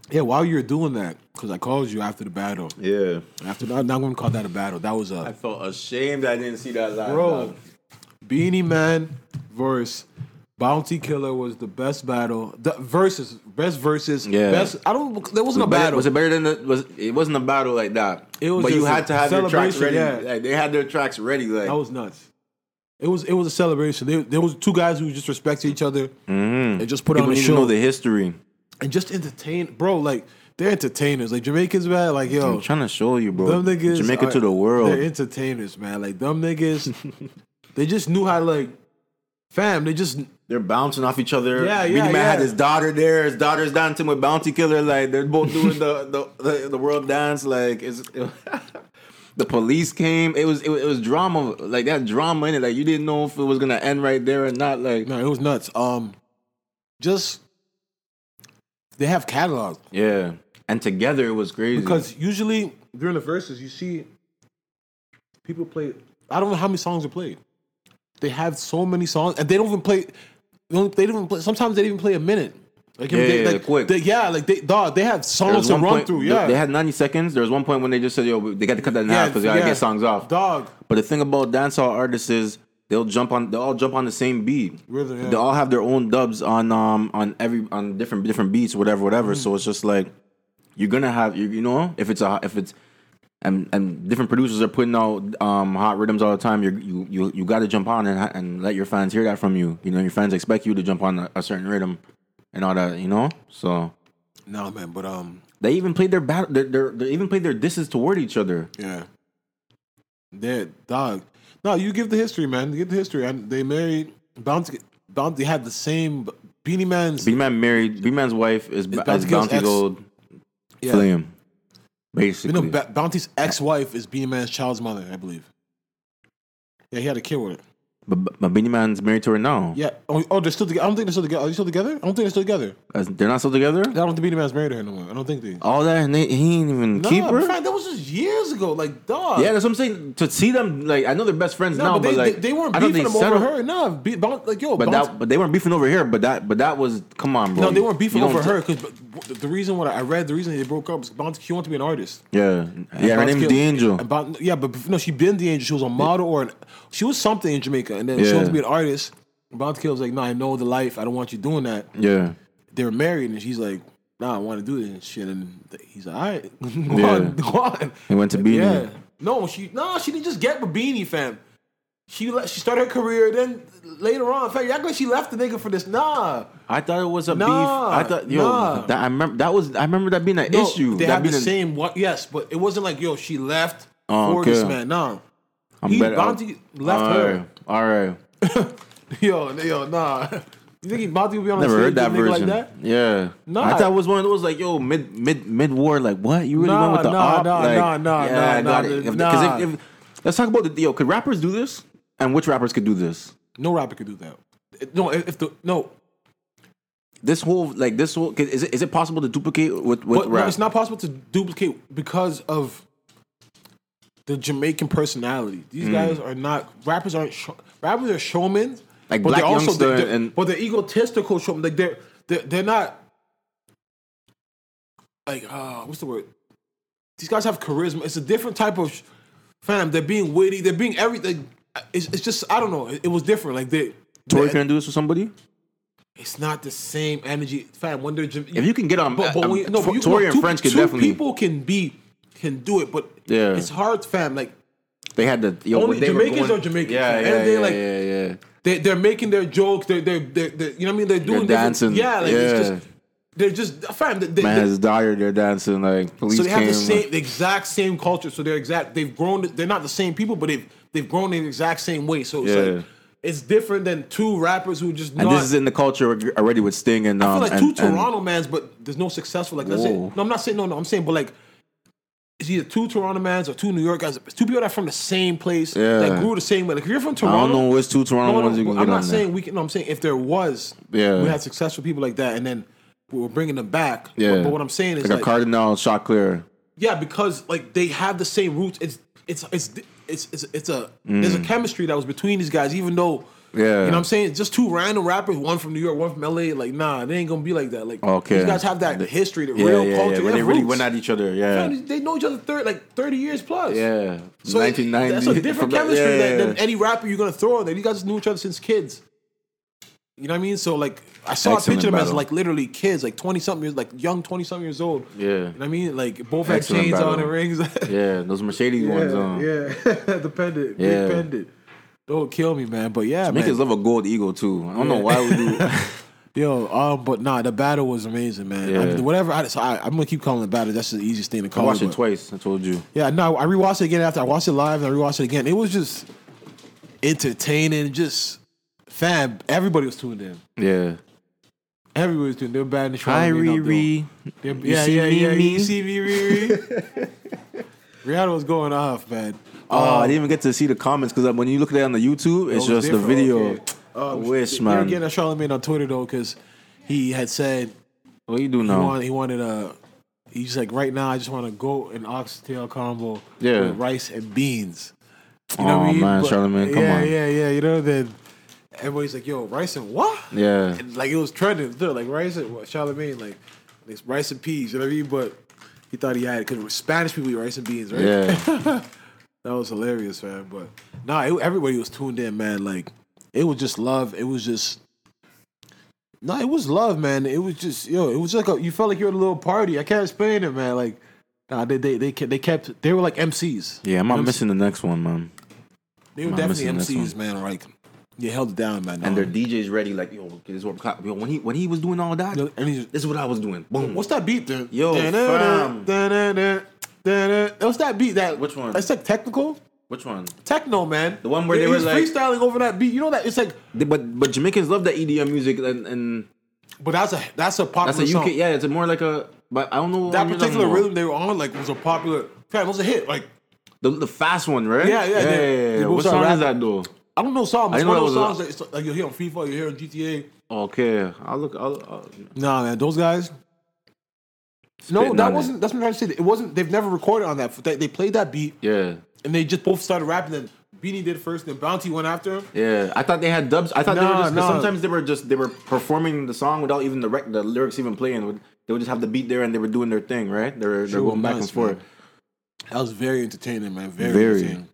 [SPEAKER 2] yeah, while you were doing that, because I called you after the battle.
[SPEAKER 3] yeah,
[SPEAKER 2] After I'm not going to call that a battle. That was a.
[SPEAKER 3] felt ashamed I didn't see that live.
[SPEAKER 2] Bro, Beanie Man verse Bounty Killer was the best battle. The verses, best verses.
[SPEAKER 3] Yeah.
[SPEAKER 2] Best. I don't. There wasn't a battle.
[SPEAKER 3] Was it better than the, was it wasn't a battle like that?
[SPEAKER 2] It was
[SPEAKER 3] but you
[SPEAKER 2] just a
[SPEAKER 3] had to have your tracks ready.
[SPEAKER 2] celebration, yeah.
[SPEAKER 3] Like they had their tracks ready. Like
[SPEAKER 2] that was nuts. It was it was a celebration. There, there was two guys who just respected each other
[SPEAKER 3] Mm.
[SPEAKER 2] and just put
[SPEAKER 3] People
[SPEAKER 2] on a
[SPEAKER 3] need
[SPEAKER 2] show
[SPEAKER 3] to know the history.
[SPEAKER 2] and just entertain, bro. Like they're entertainers. Like Jamaicans, man. Like yo,
[SPEAKER 3] I'm trying to show you, bro.
[SPEAKER 2] them niggas
[SPEAKER 3] Jamaica
[SPEAKER 2] are-
[SPEAKER 3] to the world.
[SPEAKER 2] They're entertainers, man. Like them niggas, they just knew how to like, fam. They just
[SPEAKER 3] They're bouncing off each other.
[SPEAKER 2] Yeah,
[SPEAKER 3] Meanie
[SPEAKER 2] yeah,
[SPEAKER 3] Man had
[SPEAKER 2] yeah.
[SPEAKER 3] his daughter there. His daughter's dancing with Bounty Killer. Like they're both doing the, the, the the world dance. Like it's. The police came. It was, it was it was drama, like that drama in it. Like you didn't know if it was gonna end right there or not. Like
[SPEAKER 2] no, it was nuts. Um, just they have catalogs
[SPEAKER 3] yeah, and together it was crazy.
[SPEAKER 2] because usually during the verses you see people play. I don't know how many songs are played. They have so many songs, and they don't even play. They don't, they don't even play. Sometimes they even play a minute. Like,
[SPEAKER 3] Yeah,
[SPEAKER 2] they,
[SPEAKER 3] yeah,
[SPEAKER 2] like,
[SPEAKER 3] quick.
[SPEAKER 2] They, yeah, like they dog. They have
[SPEAKER 3] There
[SPEAKER 2] songs
[SPEAKER 3] was
[SPEAKER 2] to
[SPEAKER 3] one
[SPEAKER 2] run
[SPEAKER 3] point-
[SPEAKER 2] through.
[SPEAKER 3] they-
[SPEAKER 2] Yeah,
[SPEAKER 3] They had 90 seconds. There was one point when they just said, yo, they got to cut that in half because they got to
[SPEAKER 2] yeah.
[SPEAKER 3] get songs off.
[SPEAKER 2] dog.
[SPEAKER 3] But the thing about dancehall artists is they'll jump on they all jump on the same beat.
[SPEAKER 2] Rhythm, yeah.
[SPEAKER 3] They all have their own dubs on um on every on different different beats, whatever,
[SPEAKER 2] Mm.
[SPEAKER 3] whatever. So it's just like you're gonna have you, you know if it's a if it's and and different producers are putting out um hot rhythms all the time. You're, you you you got to jump on and and let your fans hear that from you. You know your fans expect you to jump on a, a certain rhythm and all that. You know so.
[SPEAKER 2] No man, but um,
[SPEAKER 3] They even played their battle. Their, their, they even played their disses toward each other.
[SPEAKER 2] yeah, they dog. No, you give the history, man. You give the history, and they married Bounty. Bounty had the same Beanie Man's.
[SPEAKER 3] B Man married. B Man's wife is
[SPEAKER 2] It's
[SPEAKER 3] as
[SPEAKER 2] Bounty Kill's
[SPEAKER 3] Bounty
[SPEAKER 2] ex.
[SPEAKER 3] Gold
[SPEAKER 2] yeah,
[SPEAKER 3] Flim,
[SPEAKER 2] you
[SPEAKER 3] basically.
[SPEAKER 2] know, Ba- Bounty's ex-wife is Beanie Man's child's mother, I believe. Yeah, he had a kid with her.
[SPEAKER 3] but but Beanie Man's married to her now.
[SPEAKER 2] Yeah. Oh, oh, they're still together. I don't think they're still together. Are they still together? I don't think they're still together.
[SPEAKER 3] As- They're not still together.
[SPEAKER 2] I don't think Beanie Man's married to her no more. I don't think they.
[SPEAKER 3] All that and they, he ain't even
[SPEAKER 2] No,
[SPEAKER 3] keep her.
[SPEAKER 2] in fact, that was just years ago. Like, dog.
[SPEAKER 3] yeah, that's what I'm saying. To see them like I know they're best friends
[SPEAKER 2] No,
[SPEAKER 3] now,
[SPEAKER 2] but,
[SPEAKER 3] but,
[SPEAKER 2] they,
[SPEAKER 3] like
[SPEAKER 2] they, they weren't
[SPEAKER 3] I know
[SPEAKER 2] beefing him over
[SPEAKER 3] settled-
[SPEAKER 2] her. No, be, Bounty, like yo,
[SPEAKER 3] But
[SPEAKER 2] Bounty,
[SPEAKER 3] that but they weren't beefing over here. But that but that was come on, bro.
[SPEAKER 2] No, they weren't beefing
[SPEAKER 3] You
[SPEAKER 2] over
[SPEAKER 3] don't-
[SPEAKER 2] her because the reason what I read, the reason they broke up was Bounty. She wanted to be an artist.
[SPEAKER 3] Yeah, yeah. Her
[SPEAKER 2] Bounty
[SPEAKER 3] name's
[SPEAKER 2] Kill-
[SPEAKER 3] D'Angel.
[SPEAKER 2] and Bounty- yeah, but bef- no, she been the angel. She was a model or an, she was something in Jamaica, and then she wanted
[SPEAKER 3] Yeah.
[SPEAKER 2] to be an artist. Bounty Kill was like, "No, I know the life. I don't want you doing that."
[SPEAKER 3] Yeah.
[SPEAKER 2] They were married, and she's like, "Nah, I want to do this and shit." And th- he's like, "All right, go
[SPEAKER 3] Yeah.
[SPEAKER 2] on, go on."
[SPEAKER 3] He went to Beanie.
[SPEAKER 2] Yeah, no, she no, she didn't just get with Beanie, fam. She le- she started her career, then later on, in fact, y'all think she left the nigga for this? Nah.
[SPEAKER 3] I thought it was a beef.
[SPEAKER 2] Nah,
[SPEAKER 3] I thought yo,
[SPEAKER 2] nah.
[SPEAKER 3] that, I remember that was I remember that being an
[SPEAKER 2] No,
[SPEAKER 3] issue.
[SPEAKER 2] They
[SPEAKER 3] that
[SPEAKER 2] have the
[SPEAKER 3] being an-
[SPEAKER 2] same what? Yes, but it wasn't like yo, she left
[SPEAKER 3] Oh,
[SPEAKER 2] for
[SPEAKER 3] okay.
[SPEAKER 2] this man. Nah,
[SPEAKER 3] I'm
[SPEAKER 2] he
[SPEAKER 3] better- oh,
[SPEAKER 2] Bounty left
[SPEAKER 3] all
[SPEAKER 2] her.
[SPEAKER 3] right, all right.
[SPEAKER 2] Yo, n- yo, nah. You think he Bounty would be on
[SPEAKER 3] Never
[SPEAKER 2] the stage
[SPEAKER 3] heard that
[SPEAKER 2] with a nigga
[SPEAKER 3] version.
[SPEAKER 2] like that?
[SPEAKER 3] Yeah.
[SPEAKER 2] Nah.
[SPEAKER 3] I thought it was one of those like, yo, mid mid mid war, like what? You really
[SPEAKER 2] Nah,
[SPEAKER 3] went with the
[SPEAKER 2] nah,
[SPEAKER 3] op?
[SPEAKER 2] nah,
[SPEAKER 3] like,
[SPEAKER 2] nah, nah,
[SPEAKER 3] yeah,
[SPEAKER 2] nah,
[SPEAKER 3] I got
[SPEAKER 2] nah,
[SPEAKER 3] it. If-
[SPEAKER 2] nah.
[SPEAKER 3] 'cause if- if- let's talk about the yo, could rappers do this? And which rappers could do this?
[SPEAKER 2] No rapper could do that. It- No, if if the no,
[SPEAKER 3] This whole like this whole 'cause is it, is it possible to duplicate with with
[SPEAKER 2] but
[SPEAKER 3] rap?
[SPEAKER 2] no, it's not possible to duplicate because of the Jamaican personality.
[SPEAKER 3] Mm.
[SPEAKER 2] These guys are not rappers. Aren't show, rappers are showmen.
[SPEAKER 3] Like Black Youngster
[SPEAKER 2] they're,
[SPEAKER 3] and-
[SPEAKER 2] but they're egotistical showmen. Like they're they're, they're not like uh what's the word? These guys have charisma. It's a different type of sh- fam. They're being witty. They're being everything. It's, it's just I don't know. It, it was different. Like they.
[SPEAKER 3] Tori
[SPEAKER 2] they-
[SPEAKER 3] can do this with somebody.
[SPEAKER 2] it's not the same energy, fam. When they're Jam-
[SPEAKER 3] If you can get on-
[SPEAKER 2] but, but
[SPEAKER 3] um,
[SPEAKER 2] when, no, but you,
[SPEAKER 3] Tory
[SPEAKER 2] no,
[SPEAKER 3] and
[SPEAKER 2] two,
[SPEAKER 3] French could
[SPEAKER 2] two
[SPEAKER 3] definitely-
[SPEAKER 2] people can be can do it, but
[SPEAKER 3] Yeah.
[SPEAKER 2] it's hard, fam. Like
[SPEAKER 3] They had the yo,
[SPEAKER 2] Only
[SPEAKER 3] they were
[SPEAKER 2] Jamaicans
[SPEAKER 3] going-
[SPEAKER 2] are Jamaicans.
[SPEAKER 3] Yeah,
[SPEAKER 2] And
[SPEAKER 3] yeah, yeah,
[SPEAKER 2] they, like-
[SPEAKER 3] yeah, yeah.
[SPEAKER 2] they they're making their jokes, they're they're, they're, they're you know what I mean. They're doing different-
[SPEAKER 3] dancing.
[SPEAKER 2] yeah. Like it's
[SPEAKER 3] Yeah.
[SPEAKER 2] just they're just fam. They, they,
[SPEAKER 3] Man
[SPEAKER 2] they-
[SPEAKER 3] has died. They're dancing like police.
[SPEAKER 2] so they have
[SPEAKER 3] came,
[SPEAKER 2] the same, the exact same culture. So they're exact. They've grown. They're not the same people, but they've they've grown in the exact same way. So it's
[SPEAKER 3] Yeah.
[SPEAKER 2] like it's different than two rappers who just
[SPEAKER 3] And
[SPEAKER 2] not.
[SPEAKER 3] this is in the culture already with Sting and um,
[SPEAKER 2] I feel like
[SPEAKER 3] and,
[SPEAKER 2] two
[SPEAKER 3] and-
[SPEAKER 2] Toronto mans, but there's no successful. Like that's
[SPEAKER 3] Whoa.
[SPEAKER 2] it. No, I'm not saying no, no. I'm saying, but like it's either two Toronto mans or two New York guys. It's two people that are from the same place
[SPEAKER 3] Yeah.
[SPEAKER 2] that grew the same way. Like if you're from
[SPEAKER 3] I
[SPEAKER 2] Toronto,
[SPEAKER 3] don't know which two Toronto
[SPEAKER 2] no, no,
[SPEAKER 3] ones you
[SPEAKER 2] but
[SPEAKER 3] can
[SPEAKER 2] I'm
[SPEAKER 3] get
[SPEAKER 2] not
[SPEAKER 3] on there.
[SPEAKER 2] saying we can. No, I'm saying if there was,
[SPEAKER 3] Yeah.
[SPEAKER 2] we had successful people like that, and then we were bringing them back. But-
[SPEAKER 3] Yeah.
[SPEAKER 2] But, what I'm saying is
[SPEAKER 3] like, a cardinal shot clear.
[SPEAKER 2] yeah, because like they have the same roots. It's it's it's it's it's, it's a there's a chemistry that was between these guys, even though.
[SPEAKER 3] Mm. Yeah.
[SPEAKER 2] You know what I'm saying? It's just two random rappers, one from New York, one from LA. Like, nah, they ain't gonna be like that. Like,
[SPEAKER 3] Okay.
[SPEAKER 2] these guys have that history, the
[SPEAKER 3] Yeah,
[SPEAKER 2] real
[SPEAKER 3] yeah,
[SPEAKER 2] culture.
[SPEAKER 3] yeah. When
[SPEAKER 2] have
[SPEAKER 3] they really
[SPEAKER 2] roots.
[SPEAKER 3] went at each other. Yeah.
[SPEAKER 2] Man, they know each other thir- like 30 years plus.
[SPEAKER 3] yeah.
[SPEAKER 2] So it-
[SPEAKER 3] 1990.
[SPEAKER 2] that's a different chemistry
[SPEAKER 3] Yeah,
[SPEAKER 2] than,
[SPEAKER 3] yeah,
[SPEAKER 2] than any rapper you're gonna throw in there. These guys knew each other since kids. You know what I mean? So like, I saw a
[SPEAKER 3] Excellent
[SPEAKER 2] picture of them as
[SPEAKER 3] battle.
[SPEAKER 2] like literally kids, like 20 something years, like young 20 something years old.
[SPEAKER 3] Yeah.
[SPEAKER 2] You know what I mean? Like both had
[SPEAKER 3] Excellent
[SPEAKER 2] chains
[SPEAKER 3] battle.
[SPEAKER 2] on and rings.
[SPEAKER 3] yeah. Those Mercedes ones. Um,
[SPEAKER 2] yeah, the pendant,
[SPEAKER 3] Yeah.
[SPEAKER 2] big pendant. Don't kill me, man. But yeah, man.
[SPEAKER 3] Niggas love a gold eagle too. I don't know why we do.
[SPEAKER 2] Yo, um, but nah, the battle was amazing, man. I
[SPEAKER 3] Yeah.
[SPEAKER 2] mean, whatever, I, so I, I'm gonna keep calling it battle. That's the easiest thing to
[SPEAKER 3] I
[SPEAKER 2] call
[SPEAKER 3] watched
[SPEAKER 2] it.
[SPEAKER 3] it
[SPEAKER 2] but-
[SPEAKER 3] twice. I told you.
[SPEAKER 2] Yeah, no, I rewatched it again after I watched it live and I rewatched it again. It was just entertaining, just fam. Everybody was tuned in.
[SPEAKER 3] Yeah.
[SPEAKER 2] Everybody was tuned. in. They were bad in the
[SPEAKER 3] Hi
[SPEAKER 2] Charlamagne out
[SPEAKER 3] Riri.
[SPEAKER 2] there. They-
[SPEAKER 3] You
[SPEAKER 2] Yeah,
[SPEAKER 3] see
[SPEAKER 2] yeah,
[SPEAKER 3] me,
[SPEAKER 2] yeah.
[SPEAKER 3] me?
[SPEAKER 2] You see me, Riri? Rihanna was going off, man.
[SPEAKER 3] Oh, I didn't even get to see the comments because when you look at it on the YouTube, it's
[SPEAKER 2] Oh, It was
[SPEAKER 3] just the
[SPEAKER 2] different,
[SPEAKER 3] video.
[SPEAKER 2] okay.
[SPEAKER 3] I
[SPEAKER 2] Um,
[SPEAKER 3] wish,
[SPEAKER 2] They were
[SPEAKER 3] man.
[SPEAKER 2] getting at Charlamagne on Twitter though, because he had said
[SPEAKER 3] what you do
[SPEAKER 2] He
[SPEAKER 3] now?
[SPEAKER 2] wanted, he wanted a. He's like, right now, I just want to go an oxtail combo
[SPEAKER 3] Yeah.
[SPEAKER 2] with rice and beans. You
[SPEAKER 3] Aw, Oh, man, Charlamagne, come
[SPEAKER 2] yeah,
[SPEAKER 3] on.
[SPEAKER 2] Yeah, yeah, You know, then everybody's like, yo, rice and what?
[SPEAKER 3] Yeah.
[SPEAKER 2] And, like, it was trending, too. Like, rice and what? Charlamagne, like, it's rice and peas, you know what I mean? But he thought he had it because Spanish people eat rice and beans, right?
[SPEAKER 3] Yeah.
[SPEAKER 2] That was hilarious, man. But nah, it, everybody was tuned in, man. Like it was just love. It was just no, it was love, man. It was just yo. It was like a, you felt like you were at a little party. I can't explain it, man. Like nah, they they they kept, they kept they were like MCs.
[SPEAKER 3] Yeah, I'm not
[SPEAKER 2] MC
[SPEAKER 3] missing the next one, man.
[SPEAKER 2] They were
[SPEAKER 3] I'm not
[SPEAKER 2] definitely
[SPEAKER 3] missing this
[SPEAKER 2] MCs, man. Like you held it down, man.
[SPEAKER 3] And their DJ's ready, like, yo, this is what yo, when he when he was doing all that,
[SPEAKER 2] Yo, and he's-
[SPEAKER 3] this is what I was doing. Boom.
[SPEAKER 2] Um, what's that beat? There?
[SPEAKER 3] Yo, fam.
[SPEAKER 2] What's that beat? That
[SPEAKER 3] Which one?
[SPEAKER 2] That's like technical
[SPEAKER 3] Which one?
[SPEAKER 2] techno, man.
[SPEAKER 3] The one where
[SPEAKER 2] He-
[SPEAKER 3] they
[SPEAKER 2] he
[SPEAKER 3] were
[SPEAKER 2] was
[SPEAKER 3] like-
[SPEAKER 2] freestyling over that beat. You know that it's like
[SPEAKER 3] They- but but Jamaicans love that EDM music and, and
[SPEAKER 2] But that's a that's a popular
[SPEAKER 3] that's a UK.
[SPEAKER 2] song.
[SPEAKER 3] Yeah, it's more like a. But I don't know what
[SPEAKER 2] That
[SPEAKER 3] one you're
[SPEAKER 2] particular
[SPEAKER 3] talking about.
[SPEAKER 2] rhythm they were on like was a popular. Fam, it was a hit. Like
[SPEAKER 3] The, the fast one, right?
[SPEAKER 2] Yeah, yeah,
[SPEAKER 3] yeah.
[SPEAKER 2] they-
[SPEAKER 3] yeah,
[SPEAKER 2] they
[SPEAKER 3] yeah.
[SPEAKER 2] both
[SPEAKER 3] What
[SPEAKER 2] start
[SPEAKER 3] song is
[SPEAKER 2] rapping.
[SPEAKER 3] that though?
[SPEAKER 2] I don't know songs.
[SPEAKER 3] I
[SPEAKER 2] It's
[SPEAKER 3] didn't
[SPEAKER 2] one of
[SPEAKER 3] know
[SPEAKER 2] those
[SPEAKER 3] that was
[SPEAKER 2] songs
[SPEAKER 3] a-
[SPEAKER 2] that it's like you hear on FIFA, you hear on GTA.
[SPEAKER 3] Okay, I'll look. I'll, I'll,
[SPEAKER 2] Nah, man, those guys. No,
[SPEAKER 3] Spitting on
[SPEAKER 2] that
[SPEAKER 3] it.
[SPEAKER 2] wasn't. That's what I'm trying to say. It wasn't. They've never recorded on that. They, they played that beat
[SPEAKER 3] yeah,
[SPEAKER 2] and they just both started rapping. Then Beanie did first, then Bounty went after him.
[SPEAKER 3] yeah. I thought they had dubs. I thought they were
[SPEAKER 2] Nah,
[SPEAKER 3] just. 'cause
[SPEAKER 2] nah.
[SPEAKER 3] Sometimes they were just they were performing the song without even the rec- the lyrics even playing. They would just have the beat there and they were doing their thing, right? They were, they
[SPEAKER 2] Sure
[SPEAKER 3] were going back
[SPEAKER 2] was,
[SPEAKER 3] and forth.
[SPEAKER 2] man. That was very entertaining, man. Very,
[SPEAKER 3] Very.
[SPEAKER 2] entertaining.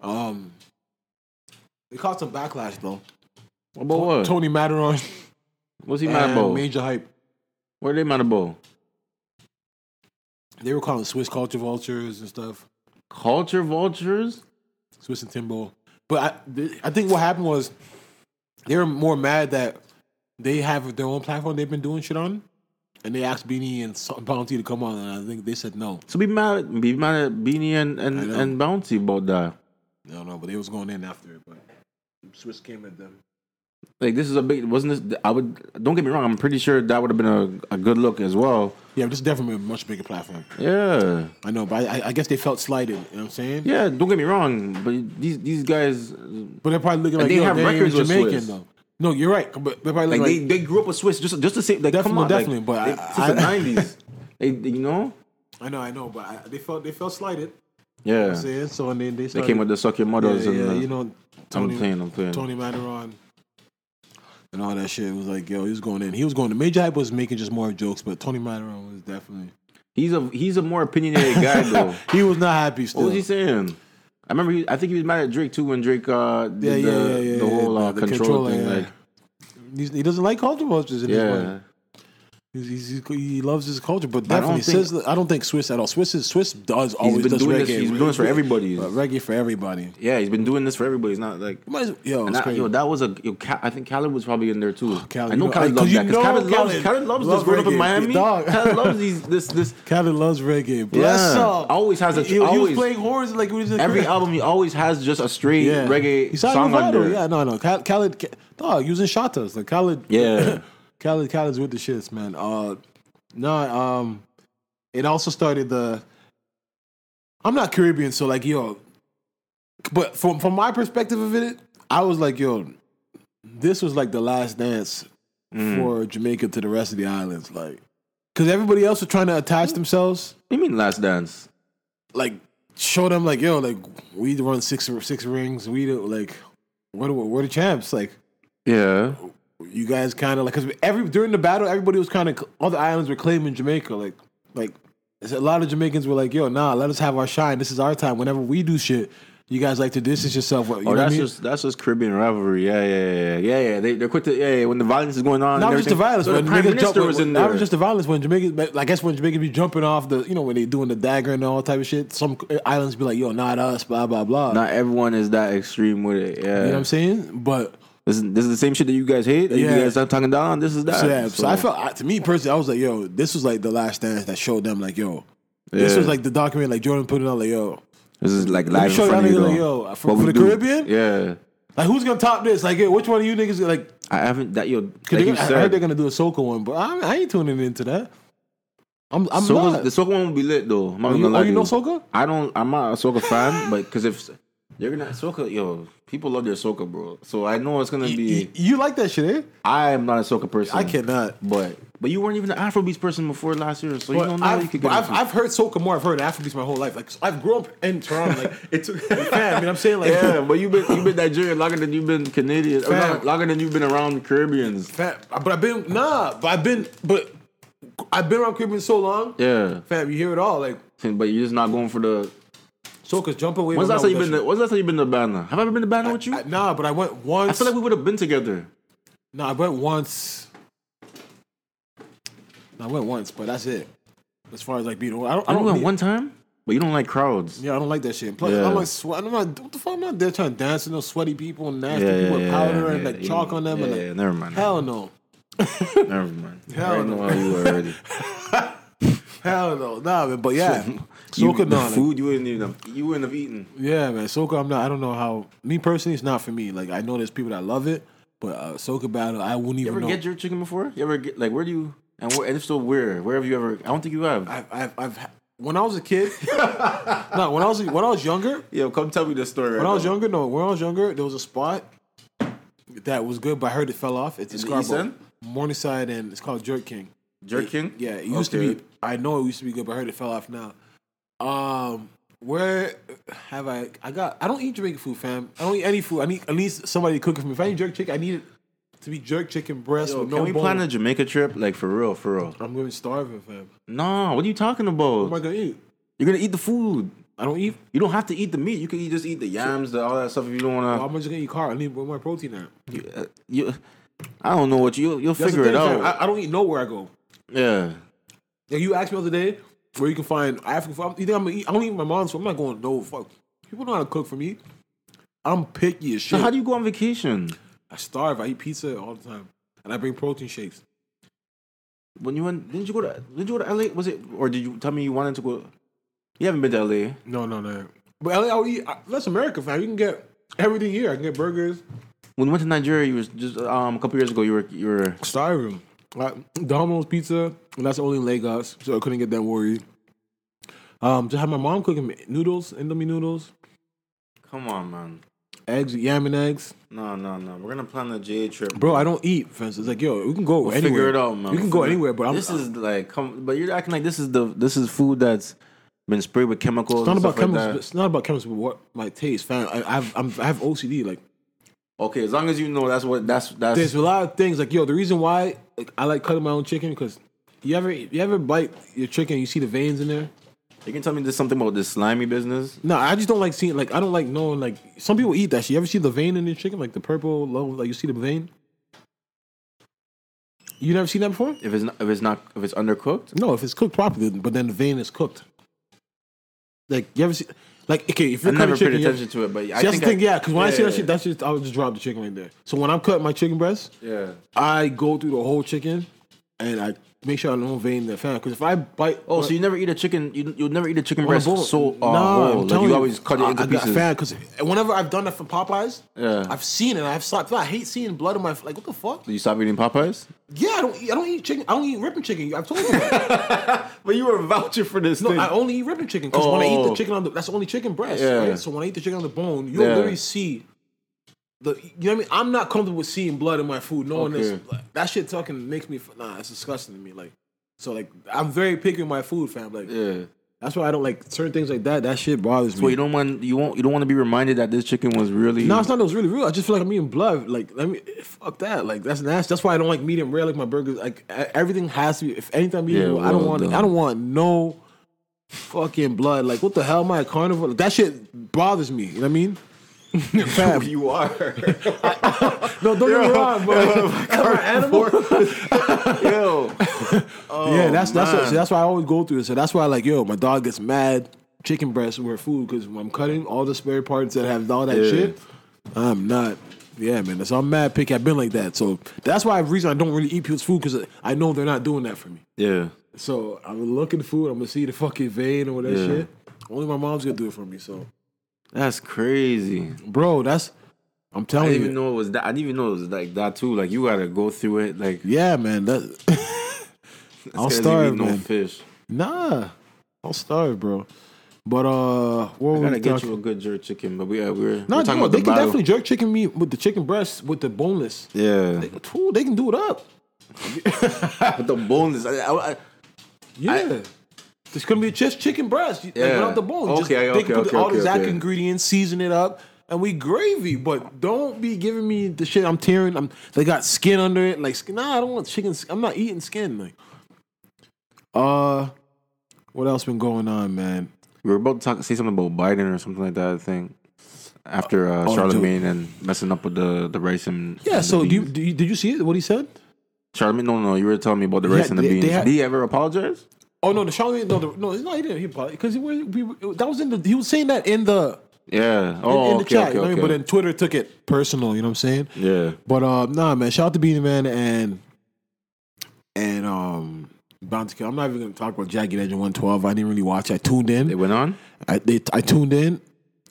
[SPEAKER 2] Um, they caught some backlash though.
[SPEAKER 3] What about what?
[SPEAKER 2] Tony Mataron
[SPEAKER 3] What's he mad about?
[SPEAKER 2] and Major Hype.
[SPEAKER 3] What are they mad about?
[SPEAKER 2] They were calling Swiss culture vultures and stuff,
[SPEAKER 3] Culture vultures.
[SPEAKER 2] Swiss and Timbo. But I, th- I think what happened was they were more mad that they have their own platform they've been doing shit on, and they asked Beanie and Sa- Bounty to come on, and I think they said no,
[SPEAKER 3] So be mad, be mad at Beanie and
[SPEAKER 2] I
[SPEAKER 3] and,
[SPEAKER 2] know.
[SPEAKER 3] and Bouncy about that.
[SPEAKER 2] no, no. But they was going in after it, but Swiss came at them.
[SPEAKER 3] Like this is a big wasn't this? I would don't get me wrong. I'm pretty sure that would have been a, a good look as well.
[SPEAKER 2] Yeah, but this is definitely a much bigger platform.
[SPEAKER 3] Yeah,
[SPEAKER 2] I know, but I, I- I guess they felt slighted. You know what I'm saying?
[SPEAKER 3] yeah. Don't get me wrong, but these these guys
[SPEAKER 2] But they're probably looking
[SPEAKER 3] And
[SPEAKER 2] like
[SPEAKER 3] they
[SPEAKER 2] yo,
[SPEAKER 3] have
[SPEAKER 2] they're
[SPEAKER 3] records with
[SPEAKER 2] Jamaican
[SPEAKER 3] Swiss.
[SPEAKER 2] though. No, you're right. But they're probably
[SPEAKER 3] like,
[SPEAKER 2] looking like,
[SPEAKER 3] they, they grew up with Swiss just just the same. Like,
[SPEAKER 2] Definitely,
[SPEAKER 3] come on, like,
[SPEAKER 2] definitely, but
[SPEAKER 3] they,
[SPEAKER 2] I-
[SPEAKER 3] since the
[SPEAKER 2] I-
[SPEAKER 3] nineties, they, they- you know
[SPEAKER 2] I know, I know, but I, they felt they felt slighted. You
[SPEAKER 3] yeah.
[SPEAKER 2] know what I'm saying? So and then they
[SPEAKER 3] They
[SPEAKER 2] started,
[SPEAKER 3] came with the suck your mothers
[SPEAKER 2] yeah,
[SPEAKER 3] and
[SPEAKER 2] yeah,
[SPEAKER 3] uh,
[SPEAKER 2] you know
[SPEAKER 3] I'm playing, I'm playing.
[SPEAKER 2] Tony Mandaron and all that shit. It was like yo, he was going in. He was going. to Major Hype was making just more jokes, but Tony Mandaron was definitely
[SPEAKER 3] he's a he's a more opinionated guy though.
[SPEAKER 2] he was not happy. Still,
[SPEAKER 3] What was he saying? I remember. He, I think he was mad at Drake too when Drake uh, did
[SPEAKER 2] yeah,
[SPEAKER 3] the,
[SPEAKER 2] yeah, yeah, yeah,
[SPEAKER 3] the
[SPEAKER 2] yeah,
[SPEAKER 3] whole uh,
[SPEAKER 2] the
[SPEAKER 3] control
[SPEAKER 2] controller,
[SPEAKER 3] thing.
[SPEAKER 2] yeah.
[SPEAKER 3] Like,
[SPEAKER 2] He's- he doesn't like culture vultures in
[SPEAKER 3] yeah,
[SPEAKER 2] this one. He's, he's, he loves his culture, but
[SPEAKER 3] I
[SPEAKER 2] definitely
[SPEAKER 3] don't think-
[SPEAKER 2] Swiss. I don't think Swiss at all. Swiss is Swiss does
[SPEAKER 3] he's
[SPEAKER 2] always
[SPEAKER 3] been
[SPEAKER 2] does
[SPEAKER 3] doing
[SPEAKER 2] reggae.
[SPEAKER 3] this. He's been doing this for everybody.
[SPEAKER 2] But reggae for everybody.
[SPEAKER 3] Yeah, he's been doing this for everybody. It's not like.
[SPEAKER 2] You might as- Yo,
[SPEAKER 3] And
[SPEAKER 2] it's
[SPEAKER 3] that,
[SPEAKER 2] crazy. Oh,
[SPEAKER 3] yo, that was a. Yo, Ca- I think Khaled was probably in there too.
[SPEAKER 2] Khaled,
[SPEAKER 3] I know
[SPEAKER 2] you know,
[SPEAKER 3] Khaled
[SPEAKER 2] like,
[SPEAKER 3] loves
[SPEAKER 2] 'cause you
[SPEAKER 3] that. 'cause
[SPEAKER 2] know
[SPEAKER 3] Khaled loves.
[SPEAKER 2] Khaled
[SPEAKER 3] Khaled loves
[SPEAKER 2] loves
[SPEAKER 3] this. Growing up in
[SPEAKER 2] reggae,
[SPEAKER 3] Miami,
[SPEAKER 2] dog.
[SPEAKER 3] Khaled loves these. This this.
[SPEAKER 2] Khaled loves reggae. Bless
[SPEAKER 3] Yeah.
[SPEAKER 2] up.
[SPEAKER 3] Always has a-
[SPEAKER 2] He, he was
[SPEAKER 3] always-
[SPEAKER 2] playing horns like we was in the
[SPEAKER 3] Every
[SPEAKER 2] crib.
[SPEAKER 3] album he always has just a straight reggae
[SPEAKER 2] He signed
[SPEAKER 3] song
[SPEAKER 2] Lovato.
[SPEAKER 3] on there.
[SPEAKER 2] Yeah, no, no. Khal- Khaled, K- dog, using shatas. Like Khaled.
[SPEAKER 3] Yeah.
[SPEAKER 2] Khaled, Khaled's with the shits, man. Uh, no, um, it also started the. I'm not Caribbean, so like yo, but from from my perspective of it, I was like yo, this was like the last dance
[SPEAKER 3] Mm.
[SPEAKER 2] for Jamaica to the rest of the islands, like, because everybody else was trying to attach themselves
[SPEAKER 3] What do you mean Last Dance?
[SPEAKER 2] like show them like yo like we run six six rings we do, like we're, the- we're the champs like
[SPEAKER 3] Yeah.
[SPEAKER 2] you guys kind of like because every during the battle everybody was kind of all the islands were claiming Jamaica like like a lot of Jamaicans were like yo nah let us have our shine this is our time whenever we do shit You guys like to distance yourself. You know
[SPEAKER 3] Oh,
[SPEAKER 2] what I
[SPEAKER 3] that's
[SPEAKER 2] mean?
[SPEAKER 3] just that's just Caribbean rivalry. Yeah, yeah, yeah, yeah, yeah. They they're quick to yeah, yeah. When the violence is going on,
[SPEAKER 2] Not
[SPEAKER 3] and
[SPEAKER 2] just the
[SPEAKER 3] everything-
[SPEAKER 2] violence,
[SPEAKER 3] So
[SPEAKER 2] but
[SPEAKER 3] the prime
[SPEAKER 2] niggas
[SPEAKER 3] minister
[SPEAKER 2] jumping.
[SPEAKER 3] was in there.
[SPEAKER 2] not just the violence when Jamaica. but I guess when Jamaica be jumping off the, you know, when they doing the dagger and all type of shit. Some islands be like, "Yo, not us," blah blah blah.
[SPEAKER 3] Not everyone is that extreme with it. Yeah,
[SPEAKER 2] you know what I'm saying? But
[SPEAKER 3] this, is, this is the same shit that you guys hate. That
[SPEAKER 2] Yeah.
[SPEAKER 3] you guys are talking down. This is that.
[SPEAKER 2] so, yeah, so I felt I- to me personally, I was like, "Yo, this was like the last dance that showed them like, yo, this
[SPEAKER 3] Yeah.
[SPEAKER 2] was like the document like Jordan put it on like, yo,
[SPEAKER 3] this is like
[SPEAKER 2] me
[SPEAKER 3] live in
[SPEAKER 2] show
[SPEAKER 3] front of
[SPEAKER 2] y'all
[SPEAKER 3] you.
[SPEAKER 2] niggas,
[SPEAKER 3] though.
[SPEAKER 2] like, yo, for-
[SPEAKER 3] What
[SPEAKER 2] for
[SPEAKER 3] we
[SPEAKER 2] the
[SPEAKER 3] do.
[SPEAKER 2] Caribbean?
[SPEAKER 3] Yeah,
[SPEAKER 2] like who's gonna top this? Like, yo, which one of you niggas like?"
[SPEAKER 3] I haven't that yo.
[SPEAKER 2] Cause
[SPEAKER 3] Like
[SPEAKER 2] they-
[SPEAKER 3] you
[SPEAKER 2] I heard they're
[SPEAKER 3] said,
[SPEAKER 2] gonna do a Soca one, but I, I ain't tuning into that. I'm, I'm
[SPEAKER 3] so
[SPEAKER 2] not.
[SPEAKER 3] the Soka one will be lit though. I'm not
[SPEAKER 2] Oh, you-
[SPEAKER 3] gonna lie
[SPEAKER 2] oh,
[SPEAKER 3] to
[SPEAKER 2] you know Soca?
[SPEAKER 3] I don't. I'm not a Soka fan, but because if they're gonna Soka, yo, people love their Soka, bro. So I know it's gonna
[SPEAKER 2] You-
[SPEAKER 3] be.
[SPEAKER 2] you, you like that shit, eh?
[SPEAKER 3] I am not a Soka person.
[SPEAKER 2] I cannot.
[SPEAKER 3] But but you weren't even an Afrobeats person before last year, so you
[SPEAKER 2] But
[SPEAKER 3] don't know how you
[SPEAKER 2] I've,
[SPEAKER 3] could
[SPEAKER 2] but
[SPEAKER 3] get.
[SPEAKER 2] I've,
[SPEAKER 3] into-
[SPEAKER 2] I've heard soca more. I've heard Afrobeats my whole life. Like I've grown up in Toronto. Like it took. Fam, you know what I'm saying? Like
[SPEAKER 3] yeah, but you've been you've been Nigerian longer than you've been Canadian, or
[SPEAKER 2] Fam.
[SPEAKER 3] not- longer than you've been around Caribbeans.
[SPEAKER 2] fam, but I've been nah. But I've been but I've been around Caribbean so long.
[SPEAKER 3] Yeah,
[SPEAKER 2] Fam, you hear it all. Like
[SPEAKER 3] but you're just not going for the.
[SPEAKER 2] soca's jump away.
[SPEAKER 3] When's
[SPEAKER 2] I'm
[SPEAKER 3] last
[SPEAKER 2] not
[SPEAKER 3] time you
[SPEAKER 2] with
[SPEAKER 3] been?
[SPEAKER 2] that
[SPEAKER 3] To, when's last time you been to Banna? Have I ever been to Banna with you?
[SPEAKER 2] shit.
[SPEAKER 3] I,
[SPEAKER 2] I- Nah, but I went once.
[SPEAKER 3] feel like we would have been together.
[SPEAKER 2] nah, I went once. Nah, I went once, but that's it. As far as like being, I don't. I
[SPEAKER 3] I
[SPEAKER 2] don't
[SPEAKER 3] only went
[SPEAKER 2] need-
[SPEAKER 3] one time, but you don't like crowds.
[SPEAKER 2] Yeah, I don't like that shit. Plus,
[SPEAKER 3] Yeah.
[SPEAKER 2] I'm like sweat. I'm like, what the fuck? I'm not there trying to dance with no sweaty people and nasty
[SPEAKER 3] Yeah,
[SPEAKER 2] people
[SPEAKER 3] yeah,
[SPEAKER 2] with
[SPEAKER 3] yeah,
[SPEAKER 2] powder and
[SPEAKER 3] yeah,
[SPEAKER 2] like
[SPEAKER 3] yeah.
[SPEAKER 2] chalk on them. and
[SPEAKER 3] Yeah,
[SPEAKER 2] like,
[SPEAKER 3] yeah, never mind.
[SPEAKER 2] Hell no.
[SPEAKER 3] Never mind. I
[SPEAKER 2] Hell
[SPEAKER 3] already
[SPEAKER 2] no.
[SPEAKER 3] know how you were already.
[SPEAKER 2] Hell no. Nah, man, but yeah.
[SPEAKER 3] you,
[SPEAKER 2] Soca,
[SPEAKER 3] the
[SPEAKER 2] nah, like-
[SPEAKER 3] food you wouldn't even have, you wouldn't have eaten.
[SPEAKER 2] yeah, man. Soca, I'm not, I don't know how, me personally, it's not for me. Like, I know there's people that love it, but uh, Soca Battle, I wouldn't
[SPEAKER 3] You
[SPEAKER 2] even
[SPEAKER 3] ever
[SPEAKER 2] know.
[SPEAKER 3] get your chicken before? You ever get like where do you and, where, and if so where? Where have you ever? I don't think you have.
[SPEAKER 2] I've, I've, I've, ha- when I was a kid, no, when I was, when I was younger,
[SPEAKER 3] Yo, come tell me the story.
[SPEAKER 2] when I was younger, no, when I was younger, there was a spot that was good, but I heard it fell off. It's in
[SPEAKER 3] the
[SPEAKER 2] Scarborough.
[SPEAKER 3] East
[SPEAKER 2] Morningside, and it's called Jerk King.
[SPEAKER 3] jerking.
[SPEAKER 2] Yeah, it used to be. I know it used to be good, but I heard it fell off now. Um, where have I? I got. I don't eat Jamaican food, fam. I don't eat any food. I need at least somebody to cook it for me. If I eat jerk chicken, I need it to be jerk chicken breast
[SPEAKER 3] Yo,
[SPEAKER 2] with
[SPEAKER 3] can
[SPEAKER 2] no
[SPEAKER 3] we
[SPEAKER 2] bone.
[SPEAKER 3] plan a Jamaica trip? Like for real, for real.
[SPEAKER 2] I'm going to starving, fam.
[SPEAKER 3] No, what are you talking
[SPEAKER 2] What am I
[SPEAKER 3] about?
[SPEAKER 2] gonna eat?
[SPEAKER 3] You're gonna eat the food.
[SPEAKER 2] I don't eat.
[SPEAKER 3] You don't have to eat the meat. You can eat, just eat the yams, the, all that stuff. If you don't
[SPEAKER 2] Well,
[SPEAKER 3] wanna,
[SPEAKER 2] I'm just gonna eat carb. I need where my protein at.
[SPEAKER 3] you, uh, you- I don't know what you. You'll
[SPEAKER 2] That's the
[SPEAKER 3] figure it
[SPEAKER 2] thing,
[SPEAKER 3] out.
[SPEAKER 2] fam. I, I don't eat nowhere I go.
[SPEAKER 3] yeah.
[SPEAKER 2] Like you asked me the other day where you can find African food. You think I'm gonna eat? I don't eat my mom's food. I'm not going no fuck. People know how to cook for me. I'm picky as
[SPEAKER 3] So
[SPEAKER 2] shit.
[SPEAKER 3] how do you go on vacation?
[SPEAKER 2] I starve. I eat pizza all the time, and I bring protein shakes.
[SPEAKER 3] When you went, didn't you go to? Did you go to LA? Was it or did you tell me you wanted to go? You haven't been to LA.
[SPEAKER 2] No, no, no. But LA, I'll eat. I- That's America, fam. You can get everything here. I can get burgers.
[SPEAKER 3] When you went to Nigeria, you was just um a couple years ago. You were you were
[SPEAKER 2] Starving. Like Uh, Domino's pizza. And that's only in Lagos, so I couldn't get that worried. Um, just had my mom cooking me noodles, Indomie noodles,
[SPEAKER 3] Come on, man.
[SPEAKER 2] eggs, yam and eggs.
[SPEAKER 3] No, no, no. We're gonna plan a J trip.
[SPEAKER 2] Bro, I don't eat. Fam. So It's like, yo, we can go
[SPEAKER 3] We'll
[SPEAKER 2] anywhere.
[SPEAKER 3] figure it out, man.
[SPEAKER 2] We can go anywhere, but I'm.
[SPEAKER 3] this is like, come, but you're acting like this is the this is food that's been sprayed with chemicals.
[SPEAKER 2] it's not
[SPEAKER 3] and
[SPEAKER 2] about
[SPEAKER 3] stuff like
[SPEAKER 2] chemicals. it's not about chemicals, but what my taste, fam. I, I've, I'm, I have OCD. Like,
[SPEAKER 3] that. Okay, as long as you know that's what that's that's.
[SPEAKER 2] There's a lot of things like yo. The reason why like, I like cutting my own chicken because you ever you ever bite your chicken, you see the veins in there.
[SPEAKER 3] you can tell me this something about this slimy business.
[SPEAKER 2] No, I just don't like seeing like I don't like knowing like some people eat that. shit. You ever see the vein in your chicken, like the purple low, like you see the vein? You never seen that before?
[SPEAKER 3] If it's not, if it's not if it's undercooked,
[SPEAKER 2] No, if it's cooked properly, but then the vein is cooked. Like you ever see? Like okay, if
[SPEAKER 3] I
[SPEAKER 2] you're cutting
[SPEAKER 3] never
[SPEAKER 2] chicken,
[SPEAKER 3] paid
[SPEAKER 2] you-
[SPEAKER 3] attention to it. But I
[SPEAKER 2] See, that's
[SPEAKER 3] think
[SPEAKER 2] the thing,
[SPEAKER 3] I,
[SPEAKER 2] yeah. Because when I see that
[SPEAKER 3] yeah,
[SPEAKER 2] shit, that's just I'll just drop the chicken right there. So when I'm cutting my chicken breast,
[SPEAKER 3] yeah.
[SPEAKER 2] I go through the whole chicken and I make sure I don't vein the fan. Because if I bite,
[SPEAKER 3] Oh, so you never eat a chicken? You you never eat a chicken
[SPEAKER 2] on a
[SPEAKER 3] breast
[SPEAKER 2] bone-
[SPEAKER 3] so uh,
[SPEAKER 2] Nah, I'm
[SPEAKER 3] whole. Like
[SPEAKER 2] telling
[SPEAKER 3] you always cut it
[SPEAKER 2] I-
[SPEAKER 3] into
[SPEAKER 2] I got
[SPEAKER 3] pieces.
[SPEAKER 2] fan because whenever I've done that for Popeyes,
[SPEAKER 3] Yeah.
[SPEAKER 2] I've seen it. I've stopped. I hate seeing blood on my like. What the fuck?
[SPEAKER 3] you stop eating Popeyes?
[SPEAKER 2] Yeah, I don't. Eat, I don't eat chicken. I don't eat ripping chicken. I've told you. That.
[SPEAKER 3] But you were vouching for this.
[SPEAKER 2] No,
[SPEAKER 3] thing.
[SPEAKER 2] I only eat ripping chicken because when I eat the
[SPEAKER 3] Oh.
[SPEAKER 2] chicken on the that's only chicken breast.
[SPEAKER 3] Yeah.
[SPEAKER 2] Right? So when I eat the chicken on the bone, you'll
[SPEAKER 3] Yeah.
[SPEAKER 2] literally see. The, you know what I mean? I'm not comfortable with seeing blood in my food. No one is.
[SPEAKER 3] Okay.
[SPEAKER 2] That shit fucking makes me. f- Nah, it's disgusting to me. Like, so like I'm very picky with my food, fam. Like,
[SPEAKER 3] yeah.
[SPEAKER 2] That's why I don't like certain things like that. That shit bothers
[SPEAKER 3] Well, you
[SPEAKER 2] me.
[SPEAKER 3] don't want you won't you don't want to be reminded that this chicken was really.
[SPEAKER 2] No, it's not. that It was really real. I just feel like I'm eating blood. Like, let me fuck that. Like, that's nasty. That's why I don't like medium rare. Like my burgers, like e- everything has to be. If anything I'm eating,
[SPEAKER 3] Yeah,
[SPEAKER 2] I don't
[SPEAKER 3] well
[SPEAKER 2] want.
[SPEAKER 3] done.
[SPEAKER 2] I don't want no fucking blood. Like, what the hell am I a carnival? That shit bothers me. You know what I mean? Fam.
[SPEAKER 3] You are.
[SPEAKER 2] No, don't get me wrong, bro. Am I animal?
[SPEAKER 3] Yo.
[SPEAKER 2] yeah, that's that's what,
[SPEAKER 3] Oh, man.
[SPEAKER 2] so that's why I always go through it. So that's why, like, yo, my dog gets mad. Chicken breasts were food because I'm cutting all the spare parts that have all that
[SPEAKER 3] Yeah.
[SPEAKER 2] shit. I'm not. Yeah, man. So I'm mad picky. I've been like that. So that's why the reason I don't really eat people's food because I know they're not doing that for me.
[SPEAKER 3] Yeah.
[SPEAKER 2] So I'm looking at food. I'm gonna see the fucking vein or whatever
[SPEAKER 3] Yeah.
[SPEAKER 2] shit. Only my mom's gonna do it for me. So,
[SPEAKER 3] That's crazy.
[SPEAKER 2] bro, that's I'm
[SPEAKER 3] I
[SPEAKER 2] telling
[SPEAKER 3] didn't
[SPEAKER 2] you.
[SPEAKER 3] even know it was that. I didn't even know it was like that too. Like you gotta go through it. Like
[SPEAKER 2] yeah, man. That I'll
[SPEAKER 3] this guy's
[SPEAKER 2] starve,
[SPEAKER 3] eating no
[SPEAKER 2] man.
[SPEAKER 3] fish.
[SPEAKER 2] Nah, I'll starve, bro. But uh, what
[SPEAKER 3] I
[SPEAKER 2] were
[SPEAKER 3] gotta
[SPEAKER 2] we
[SPEAKER 3] get
[SPEAKER 2] talking?
[SPEAKER 3] you a good jerk chicken, but we uh, we're,
[SPEAKER 2] No,
[SPEAKER 3] we're talking about
[SPEAKER 2] they
[SPEAKER 3] the
[SPEAKER 2] can
[SPEAKER 3] battle.
[SPEAKER 2] definitely jerk chicken meat with the chicken breast with the boneless.
[SPEAKER 3] Yeah,
[SPEAKER 2] Ooh, they can do it up.
[SPEAKER 3] with the boneless. I, I, I,
[SPEAKER 2] Yeah. it's gonna be just chicken breast, like
[SPEAKER 3] Yeah.
[SPEAKER 2] without the bone. just,
[SPEAKER 3] Okay,
[SPEAKER 2] they
[SPEAKER 3] okay,
[SPEAKER 2] can put
[SPEAKER 3] okay,
[SPEAKER 2] all the
[SPEAKER 3] okay,
[SPEAKER 2] exact
[SPEAKER 3] okay.
[SPEAKER 2] ingredients, season it up, and we gravy. But don't be giving me the shit I'm tearing. I'm they got skin under it. Like, skin- nah, I don't want chicken. sk- I'm not eating skin. Like, uh, what else been going on, man?
[SPEAKER 3] we were about to talk, say something about Biden or something like that. I think after uh,
[SPEAKER 2] dude.
[SPEAKER 3] Charlemagne and messing up with the the rice and
[SPEAKER 2] Yeah.
[SPEAKER 3] and
[SPEAKER 2] So
[SPEAKER 3] the
[SPEAKER 2] do you,
[SPEAKER 3] beans.
[SPEAKER 2] do you did you see it? What he said?
[SPEAKER 3] Charlemagne? No, no, you were telling me about the rice
[SPEAKER 2] Yeah,
[SPEAKER 3] and the
[SPEAKER 2] they- they
[SPEAKER 3] beans.
[SPEAKER 2] had-
[SPEAKER 3] Did he ever apologize?
[SPEAKER 2] Oh no, the Charlemagne. No, the, no, no, he didn't. He because he, was- we, we, that was in the. He was saying that in the
[SPEAKER 3] Yeah.
[SPEAKER 2] in,
[SPEAKER 3] Oh,
[SPEAKER 2] in the
[SPEAKER 3] okay,
[SPEAKER 2] chat, you
[SPEAKER 3] okay,
[SPEAKER 2] know what I mean?
[SPEAKER 3] okay.
[SPEAKER 2] but then Twitter took it personal. You know what I'm saying?
[SPEAKER 3] yeah,
[SPEAKER 2] But uh, nah, man. Shout out to Beanie Man and and um Bounty Kill. I'm not even gonna talk about Jagged Edge and 112. I didn't really watch. I tuned
[SPEAKER 3] it
[SPEAKER 2] in.
[SPEAKER 3] went on.
[SPEAKER 2] I they, I tuned in,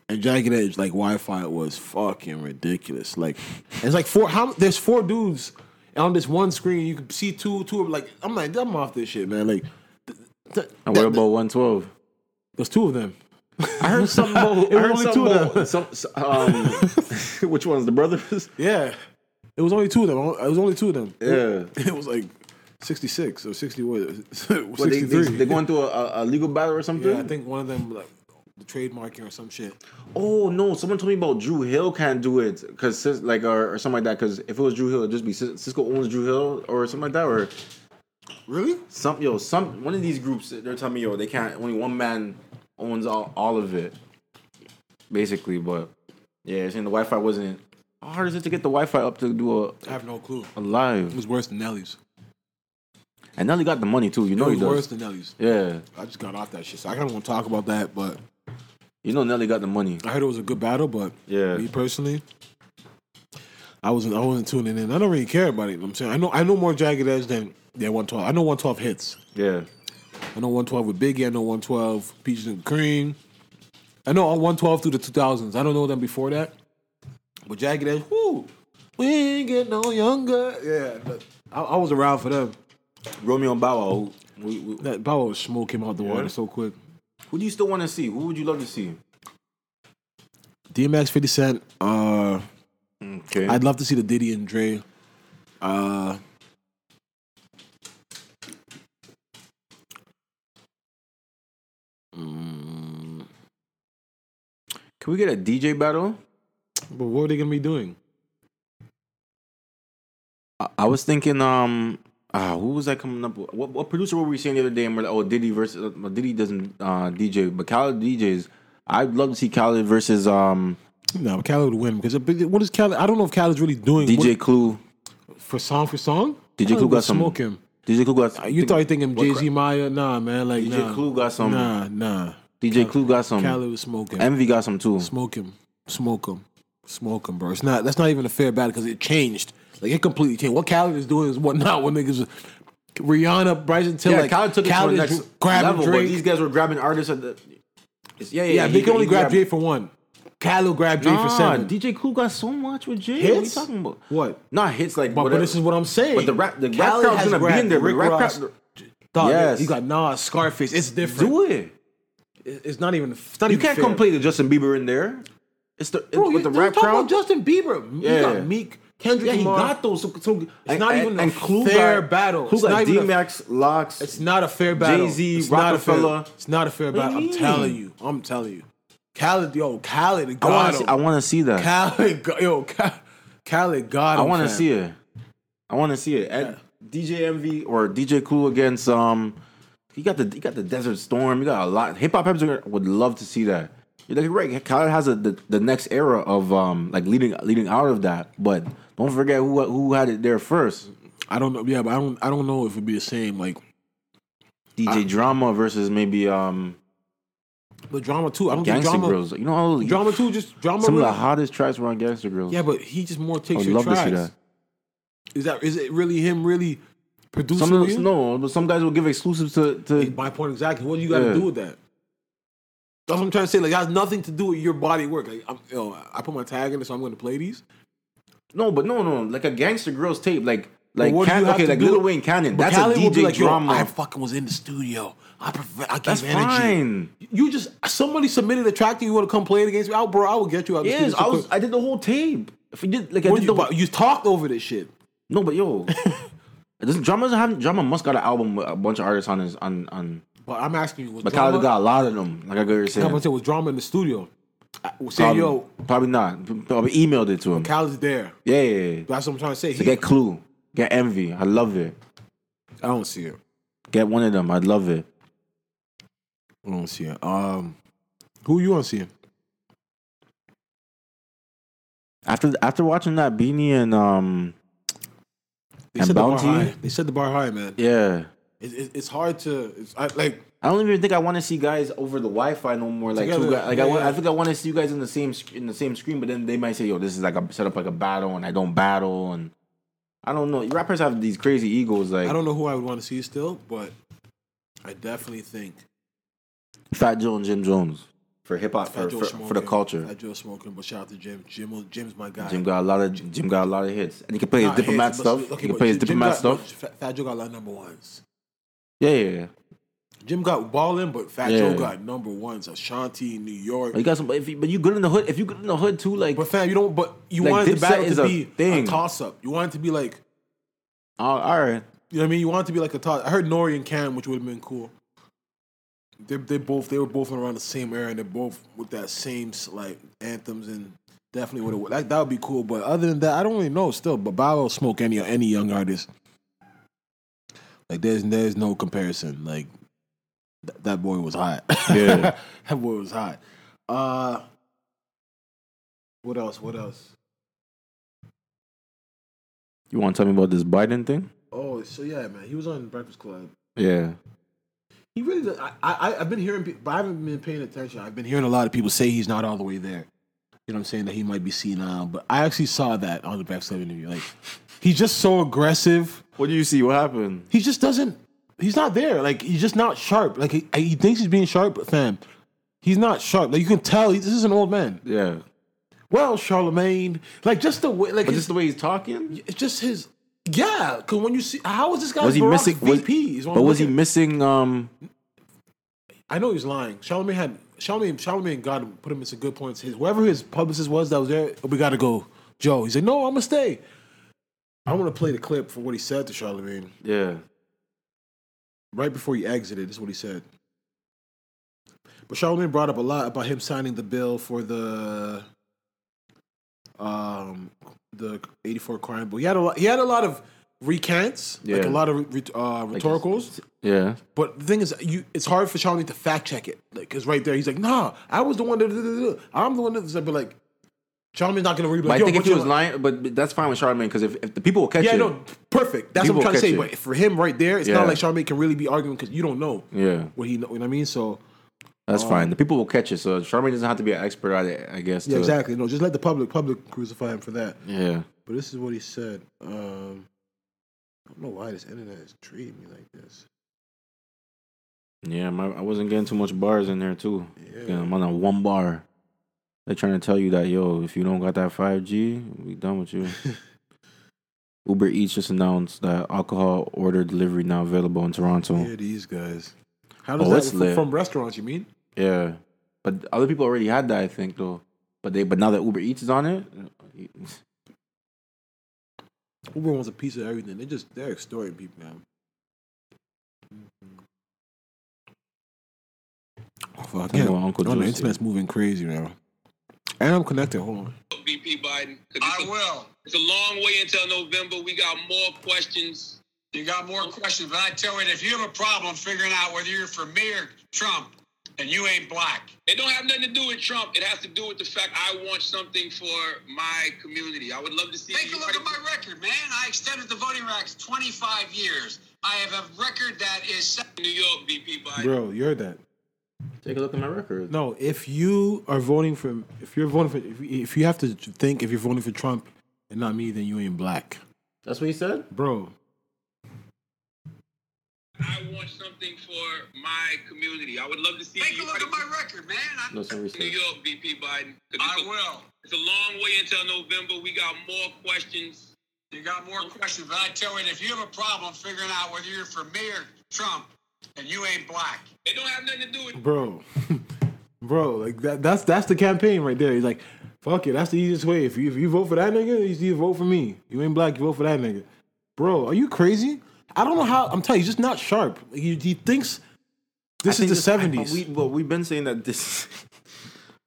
[SPEAKER 2] and Jagged Edge like Wi-Fi was fucking ridiculous. Like it's like four. How there's four dudes on this one screen. You can see two, two. of Like I'm like I'm off this shit, man. Like. th- th-
[SPEAKER 3] And what about one twelve?
[SPEAKER 2] There's two of them.
[SPEAKER 3] I heard something about.
[SPEAKER 2] It was only two of them.
[SPEAKER 3] Some, s- um, which ones? The brothers?
[SPEAKER 2] Yeah. It was only two of them. It was only two of them.
[SPEAKER 3] Yeah.
[SPEAKER 2] It was like 66 or 60, what, 63.
[SPEAKER 3] But they, they, they're going through a, a legal battle or something?
[SPEAKER 2] yeah, I think one of them, like, the trademarking or some shit.
[SPEAKER 3] Oh, no. Someone told me about Drew Hill can't do it. Cause, Sis- like, or, or something like that. Because if it was Drew Hill, it'd just be Sis- Cisco owns Drew Hill or something like that. Or
[SPEAKER 2] Really?
[SPEAKER 3] some, yo, some, one of these groups, they're telling me, yo, they can't, only one man owns all, all of it. Basically, but yeah, saying the Wi Fi wasn't. How hard is it to get the Wi Fi up to do a,
[SPEAKER 2] I have no clue.
[SPEAKER 3] a
[SPEAKER 2] It
[SPEAKER 3] live?
[SPEAKER 2] was worse than Nelly's.
[SPEAKER 3] And Nelly got the money too. You
[SPEAKER 2] It
[SPEAKER 3] know he
[SPEAKER 2] was
[SPEAKER 3] does.
[SPEAKER 2] worse than Nelly's.
[SPEAKER 3] Yeah.
[SPEAKER 2] I just got off that shit, so I kind of want to talk about that, but
[SPEAKER 3] You know Nelly got the money.
[SPEAKER 2] I heard it was a good battle, but
[SPEAKER 3] Yeah.
[SPEAKER 2] me personally, I wasn't I wasn't tuning in. I don't really care about it. you know what I'm saying I know I know more Jagged Edge than than 112. I know 112 hits.
[SPEAKER 3] Yeah.
[SPEAKER 2] I know 112 with Biggie. I know 112 Peaches and Cream. I know all 112 through the 2000s. I don't know them before that. But Jagged Edge, whoo, we ain't get no younger. Yeah, but I, I was around for them.
[SPEAKER 3] Romeo and Bow Wow. Who, who- who-
[SPEAKER 2] That Bow Wow smoke came out the water so quick.
[SPEAKER 3] who do you still want to see? Who would you love to see?
[SPEAKER 2] DMX 50 Cent. Uh,
[SPEAKER 3] Okay.
[SPEAKER 2] I'd love to see the Diddy and Dre. Uh,
[SPEAKER 3] Can we get a DJ battle?
[SPEAKER 2] but what are they gonna be doing?
[SPEAKER 3] I, I was thinking, um, ah, who was I coming up with? What, what producer were we saying the other day? And we're like, oh, Diddy versus uh, Diddy doesn't uh, DJ, but Khaled DJs. I'd love to see Khaled versus um
[SPEAKER 2] No, Khaled would win because what is Khaled? I don't know if Khaled's really doing
[SPEAKER 3] DJ Clue.
[SPEAKER 2] what- for song for song.
[SPEAKER 3] DJ
[SPEAKER 2] Khaled
[SPEAKER 3] Clue
[SPEAKER 2] would
[SPEAKER 3] got some.
[SPEAKER 2] smoke him.
[SPEAKER 3] DJ Clue got.
[SPEAKER 2] Uh, You thought you thinking
[SPEAKER 3] what
[SPEAKER 2] Jay
[SPEAKER 3] crap?
[SPEAKER 2] Z Maya? Nah, man. Like
[SPEAKER 3] DJ
[SPEAKER 2] nah.
[SPEAKER 3] Clue got some.
[SPEAKER 2] Nah, nah.
[SPEAKER 3] DJ Clue got some.
[SPEAKER 2] Khaled was smoking.
[SPEAKER 3] Envy got some too.
[SPEAKER 2] smoke him. Smoke him. Smoke him, bro. It's not. That's not even a fair battle because it changed. Like it completely changed. What Khaled is doing is what not what niggas. Rihanna, Bryson Tiller.
[SPEAKER 3] Yeah,
[SPEAKER 2] like,
[SPEAKER 3] Khaled took it to the
[SPEAKER 2] is
[SPEAKER 3] next
[SPEAKER 2] grabbing
[SPEAKER 3] level, but
[SPEAKER 2] Drake.
[SPEAKER 3] these guys were grabbing artists at the. It's- Yeah, yeah,
[SPEAKER 2] yeah,
[SPEAKER 3] he-
[SPEAKER 2] they can only
[SPEAKER 3] he
[SPEAKER 2] grab
[SPEAKER 3] grabbed-
[SPEAKER 2] Jay for one. Khaled grabbed Jay for seven.
[SPEAKER 3] DJ Clue got so much with Jay.
[SPEAKER 2] Hits?
[SPEAKER 3] What are you talking about?
[SPEAKER 2] What?
[SPEAKER 3] Not hits like
[SPEAKER 2] but, but
[SPEAKER 3] whatever.
[SPEAKER 2] this is what I'm saying.
[SPEAKER 3] But the rap- the rap
[SPEAKER 2] Khaled
[SPEAKER 3] crowd's
[SPEAKER 2] has
[SPEAKER 3] gonna be in
[SPEAKER 2] grabbed
[SPEAKER 3] there, but
[SPEAKER 2] Rick
[SPEAKER 3] rap crowd-
[SPEAKER 2] Ross, Dog,
[SPEAKER 3] Yes.
[SPEAKER 2] You got Nas, Scarface. It's different.
[SPEAKER 3] do it.
[SPEAKER 2] It- It's not even. It's not
[SPEAKER 3] You
[SPEAKER 2] even
[SPEAKER 3] can't
[SPEAKER 2] fair.
[SPEAKER 3] complain to Justin Bieber in there. It's the it's,
[SPEAKER 2] Bro,
[SPEAKER 3] with
[SPEAKER 2] you,
[SPEAKER 3] the
[SPEAKER 2] you
[SPEAKER 3] rap
[SPEAKER 2] talking
[SPEAKER 3] crowd.
[SPEAKER 2] about Justin Bieber. Yeah. You
[SPEAKER 3] Yeah.
[SPEAKER 2] got Meek, Kendrick
[SPEAKER 3] yeah, he
[SPEAKER 2] Lamar.
[SPEAKER 3] got those. So, so it's
[SPEAKER 2] It's not even a fair battle.
[SPEAKER 3] Clue
[SPEAKER 2] It's not
[SPEAKER 3] got
[SPEAKER 2] even a-
[SPEAKER 3] D-Max, Locks.
[SPEAKER 2] It's not a fair battle.
[SPEAKER 3] Jay-Z,
[SPEAKER 2] It's not a fair-
[SPEAKER 3] Rockefeller.
[SPEAKER 2] It's not a fair
[SPEAKER 3] do you
[SPEAKER 2] battle. I'm
[SPEAKER 3] mean?
[SPEAKER 2] telling you. I'm telling you. Khaled, yo, Khaled
[SPEAKER 3] I
[SPEAKER 2] got
[SPEAKER 3] want
[SPEAKER 2] him.
[SPEAKER 3] to. I want to see that.
[SPEAKER 2] Khaled, go- yo, Kha- Khaled got
[SPEAKER 3] I
[SPEAKER 2] him.
[SPEAKER 3] want to
[SPEAKER 2] fam.
[SPEAKER 3] see it. I want to see it. And DJ MV or DJ Clue against um You got the you got the Desert Storm. You got a lot. Hip hop heads are- would love to see that. You're like right. Khaled has a, the the next era of um like leading leading out of that. But don't forget who who had it there first.
[SPEAKER 2] I don't know. Yeah, but I don't. I don't know if it'd be the same. Like
[SPEAKER 3] DJ Drama versus maybe um
[SPEAKER 2] the drama too. I don't think
[SPEAKER 3] Gangsta
[SPEAKER 2] drama.
[SPEAKER 3] Grills. You know all those,
[SPEAKER 2] Drama too. Just drama.
[SPEAKER 3] Some of the
[SPEAKER 2] really-
[SPEAKER 3] hottest tracks were on Gangster Grills.
[SPEAKER 2] yeah, but he just more
[SPEAKER 3] I
[SPEAKER 2] takes
[SPEAKER 3] would
[SPEAKER 2] your
[SPEAKER 3] love
[SPEAKER 2] tries.
[SPEAKER 3] to see that.
[SPEAKER 2] Is that is it really him really producing?
[SPEAKER 3] Some of those,
[SPEAKER 2] you?
[SPEAKER 3] no, but some guys will give exclusives to, to
[SPEAKER 2] My point exactly. What do you got to
[SPEAKER 3] Yeah.
[SPEAKER 2] do with that? That's what I'm trying to say. Like, it has nothing to do with your body work. Like, I'm, you know, I put my tag in it, so I'm going to play these.
[SPEAKER 3] no, but no, no, like a Gangster Grills tape, like
[SPEAKER 2] But
[SPEAKER 3] like
[SPEAKER 2] what do
[SPEAKER 3] Can-
[SPEAKER 2] you have
[SPEAKER 3] okay,
[SPEAKER 2] to
[SPEAKER 3] like
[SPEAKER 2] do?
[SPEAKER 3] Lil Wayne Cannon.
[SPEAKER 2] But
[SPEAKER 3] That's
[SPEAKER 2] Khaled
[SPEAKER 3] a
[SPEAKER 2] would be
[SPEAKER 3] DJ
[SPEAKER 2] like, yo,
[SPEAKER 3] drama.
[SPEAKER 2] I fucking was in the studio. I prefer, I gave
[SPEAKER 3] That's
[SPEAKER 2] energy.
[SPEAKER 3] fine.
[SPEAKER 2] You just somebody submitted a track and you want to come play it against me? Oh, bro, I will get you out. of the
[SPEAKER 3] Yes,
[SPEAKER 2] studio so
[SPEAKER 3] I was.
[SPEAKER 2] quick.
[SPEAKER 3] I did the whole tape. If you did, like I
[SPEAKER 2] What
[SPEAKER 3] did
[SPEAKER 2] you,
[SPEAKER 3] the
[SPEAKER 2] but you talked over this shit.
[SPEAKER 3] no, but yo, it doesn't drama doesn't have drama. Must got an album with a bunch of artists on his on on.
[SPEAKER 2] But I'm asking you, was
[SPEAKER 3] But
[SPEAKER 2] drama,
[SPEAKER 3] Khaled got a lot of them. Like I got you
[SPEAKER 2] I'm
[SPEAKER 3] saying,
[SPEAKER 2] gonna say, was drama in the studio? I- Saying,
[SPEAKER 3] probably,
[SPEAKER 2] yo,
[SPEAKER 3] probably not. Probably emailed it to him.
[SPEAKER 2] Khaled's there.
[SPEAKER 3] Yeah, yeah, yeah.
[SPEAKER 2] That's what I'm trying to say.
[SPEAKER 3] To
[SPEAKER 2] He,
[SPEAKER 3] get Clue, get Envy. I love it.
[SPEAKER 2] I don't see it.
[SPEAKER 3] Get one of them. I'd love it.
[SPEAKER 2] I don't see it. Um, who you want to see?
[SPEAKER 3] After after watching that Beanie and um
[SPEAKER 2] They
[SPEAKER 3] And
[SPEAKER 2] set
[SPEAKER 3] Bounty?
[SPEAKER 2] the bar high. They set the bar high, man.
[SPEAKER 3] yeah,
[SPEAKER 2] It, it, it's hard to it's, I, like.
[SPEAKER 3] I don't even think I want to see guys over the Wi-Fi no more. Like two
[SPEAKER 2] Together,
[SPEAKER 3] guys, like I, want,
[SPEAKER 2] yeah.
[SPEAKER 3] I think I want to see you guys in the same sc- in the same screen. But then they might say, "Yo, this is like a set up like a battle, and I don't battle." And I don't know. Rappers have these crazy egos. Like
[SPEAKER 2] I don't know who I would want to see still, but I definitely think
[SPEAKER 3] Fat Joe and Jim Jones for hip hop
[SPEAKER 2] Fat
[SPEAKER 3] for,
[SPEAKER 2] Joe
[SPEAKER 3] for, for the
[SPEAKER 2] Smokin',
[SPEAKER 3] culture.
[SPEAKER 2] Fat Joe smoking, but shout out to Jim. Jim, Jim's my guy.
[SPEAKER 3] Jim got a lot of Jim got a lot of hits, and he can play his
[SPEAKER 2] Not hits,
[SPEAKER 3] diplomat
[SPEAKER 2] but-
[SPEAKER 3] stuff.
[SPEAKER 2] okay,
[SPEAKER 3] he can
[SPEAKER 2] but
[SPEAKER 3] play his
[SPEAKER 2] Jim
[SPEAKER 3] diplomat
[SPEAKER 2] got-
[SPEAKER 3] stuff.
[SPEAKER 2] Fat, Fat Joe got a lot of number ones.
[SPEAKER 3] Yeah, yeah, yeah.
[SPEAKER 2] Jim got balling, but Fat
[SPEAKER 3] Yeah.
[SPEAKER 2] Joe got number ones. Ashanti, New York.
[SPEAKER 3] But you got some, but if you, but you good in the hood. If you good in the hood too, like
[SPEAKER 2] but fam, you don't. But you
[SPEAKER 3] Like,
[SPEAKER 2] wanted
[SPEAKER 3] Dipset
[SPEAKER 2] the battle
[SPEAKER 3] is
[SPEAKER 2] to
[SPEAKER 3] a
[SPEAKER 2] be
[SPEAKER 3] thing.
[SPEAKER 2] a toss up. You wanted to be like
[SPEAKER 3] uh, all right.
[SPEAKER 2] You know what I mean? You want it to be like a toss. I heard Nori and Cam, which would have been cool. They they both they were both around the same era and they're both with that same like anthems and definitely would have that that would be cool. But other than that, I don't really know still. But Bow will smoke any any young artist. Like there's there's no comparison. Like th- that boy was hot.
[SPEAKER 3] Yeah.
[SPEAKER 2] that boy was hot. Uh, what else? What else?
[SPEAKER 3] You want to tell me about this Biden thing?
[SPEAKER 2] Oh, so yeah, man, he was on Breakfast Club.
[SPEAKER 3] Yeah.
[SPEAKER 2] He really. Does, I, I I've been hearing, pe- but I haven't been paying attention. I've been hearing a lot of people say he's not all the way there. You know what I'm saying? That he might be senile, but I actually saw that on the backstage interview. Like, he's just so aggressive.
[SPEAKER 3] What do you see? What happened?
[SPEAKER 2] He just doesn't. He's not there. Like he's just not sharp. Like he, he thinks he's being sharp, but fam, he's not sharp. Like you can tell, he, this is an old man.
[SPEAKER 3] Yeah.
[SPEAKER 2] Well, Charlemagne, like just the way, like
[SPEAKER 3] But
[SPEAKER 2] his-
[SPEAKER 3] just the way he's talking.
[SPEAKER 2] it's just his. Yeah, because when you see, how is this guy?
[SPEAKER 3] Was he
[SPEAKER 2] Barack's
[SPEAKER 3] missing? Was,
[SPEAKER 2] VP? Is what
[SPEAKER 3] but
[SPEAKER 2] I'm
[SPEAKER 3] was he
[SPEAKER 2] looking at.
[SPEAKER 3] missing? Um.
[SPEAKER 2] I know he's lying. Charlemagne had Charlemagne. Charlemagne got him, put him in some good points. His whoever his publicist was that was there, we gotta go, Joe. He said, "No, I'm gonna stay." I want to play the clip for what he said to Charlemagne
[SPEAKER 3] Yeah.
[SPEAKER 2] right before he exited. This is what he said. But Charlemagne brought up a lot about him signing the bill for the um the '84 crime bill. He had a lot, he had a lot of recants, like
[SPEAKER 3] Yeah.
[SPEAKER 2] a lot of re, uh, rhetoricals.
[SPEAKER 3] Yeah.
[SPEAKER 2] But the thing is, you it's hard for Charlie to fact check it, like because right there he's like, "Nah, I was the one that I'm the one that." But like, Charlie's not gonna read.
[SPEAKER 3] But
[SPEAKER 2] Like,
[SPEAKER 3] I
[SPEAKER 2] Yo,
[SPEAKER 3] think
[SPEAKER 2] what
[SPEAKER 3] if he
[SPEAKER 2] you
[SPEAKER 3] was
[SPEAKER 2] want-
[SPEAKER 3] lying, but, but that's fine with Charlemagne because if, if the people will catch
[SPEAKER 2] yeah,
[SPEAKER 3] it.
[SPEAKER 2] no, perfect. That's
[SPEAKER 3] People
[SPEAKER 2] what I'm trying to say.
[SPEAKER 3] catch it.
[SPEAKER 2] But for him right there, it's
[SPEAKER 3] Yeah.
[SPEAKER 2] not like Charlemagne can really be arguing because you don't know
[SPEAKER 3] Yeah,
[SPEAKER 2] what he know. You know what I mean? So Oh.
[SPEAKER 3] that's fine. The people will catch it. So Charlemagne doesn't have to be an expert at it, I guess.
[SPEAKER 2] yeah,
[SPEAKER 3] to-
[SPEAKER 2] exactly. No, just let the public public crucify him for that.
[SPEAKER 3] Yeah.
[SPEAKER 2] But this is what he said. Um, I don't know why this internet is treating me like this.
[SPEAKER 3] Yeah, my, I wasn't getting too much bars in there too. Yeah. I'm on a one bar. They're trying to tell you that yo, if you don't got that five G, we done with you. Uber Eats just announced that alcohol order delivery now available in Toronto.
[SPEAKER 2] Yeah, these guys. How does
[SPEAKER 3] Oh,
[SPEAKER 2] that
[SPEAKER 3] it's
[SPEAKER 2] from,
[SPEAKER 3] lit.
[SPEAKER 2] from restaurants? You mean?
[SPEAKER 3] Yeah, but other people already had that, I think, though. But they, but now that Uber Eats is on it,
[SPEAKER 2] Uber wants a piece of everything. They just they're extorting people, man. Oh, fuck,
[SPEAKER 3] Talking about Uncle
[SPEAKER 2] Oh, the
[SPEAKER 3] Juicy.
[SPEAKER 2] internet's moving crazy now. And I'm connected. Hold on.
[SPEAKER 6] VP Biden. 'cause
[SPEAKER 7] I
[SPEAKER 6] it's a-
[SPEAKER 7] will.
[SPEAKER 6] It's a long way until November. We got more questions You got more questions, but I tell you, if you have a problem figuring out whether you're for me or Trump, and you ain't black.
[SPEAKER 7] It don't have nothing to do with Trump. It has to do with the fact I want something for my community. I would love to see.
[SPEAKER 6] Take a look at my record, man. I extended the voting rights 25 years. I have a record that is.
[SPEAKER 7] New York VP Biden.
[SPEAKER 2] Bro, you're that.
[SPEAKER 3] Take a look at my record.
[SPEAKER 2] No, if you are voting for, if you're voting for, if, if you have to think if you're voting for Trump and not me, then you ain't black,
[SPEAKER 3] That's what he said.
[SPEAKER 2] bro.
[SPEAKER 7] I want something for my community. I would love to see.
[SPEAKER 6] Take a look at my record, man. I,
[SPEAKER 3] That's what he said.
[SPEAKER 7] New York VP Biden. 'Cause it's
[SPEAKER 6] I
[SPEAKER 7] a-
[SPEAKER 6] will.
[SPEAKER 7] It's a long way until November. We got more questions.
[SPEAKER 6] You got more questions, but I tell you, if you have a problem figuring out whether you're for me or Trump, and you ain't black.
[SPEAKER 7] It don't have nothing to do with.
[SPEAKER 2] bro, bro, like that, that's that's the campaign right there. He's like, fuck it, that's the easiest way. If you if you vote for that nigga, you you vote for me. You ain't black, you vote for that nigga. Bro, are you crazy? I don't know how. I'm telling you, he's just not sharp. Like, he, he thinks this
[SPEAKER 3] I
[SPEAKER 2] is the
[SPEAKER 3] think I- but
[SPEAKER 2] '70s.
[SPEAKER 3] we, but we've been saying that this.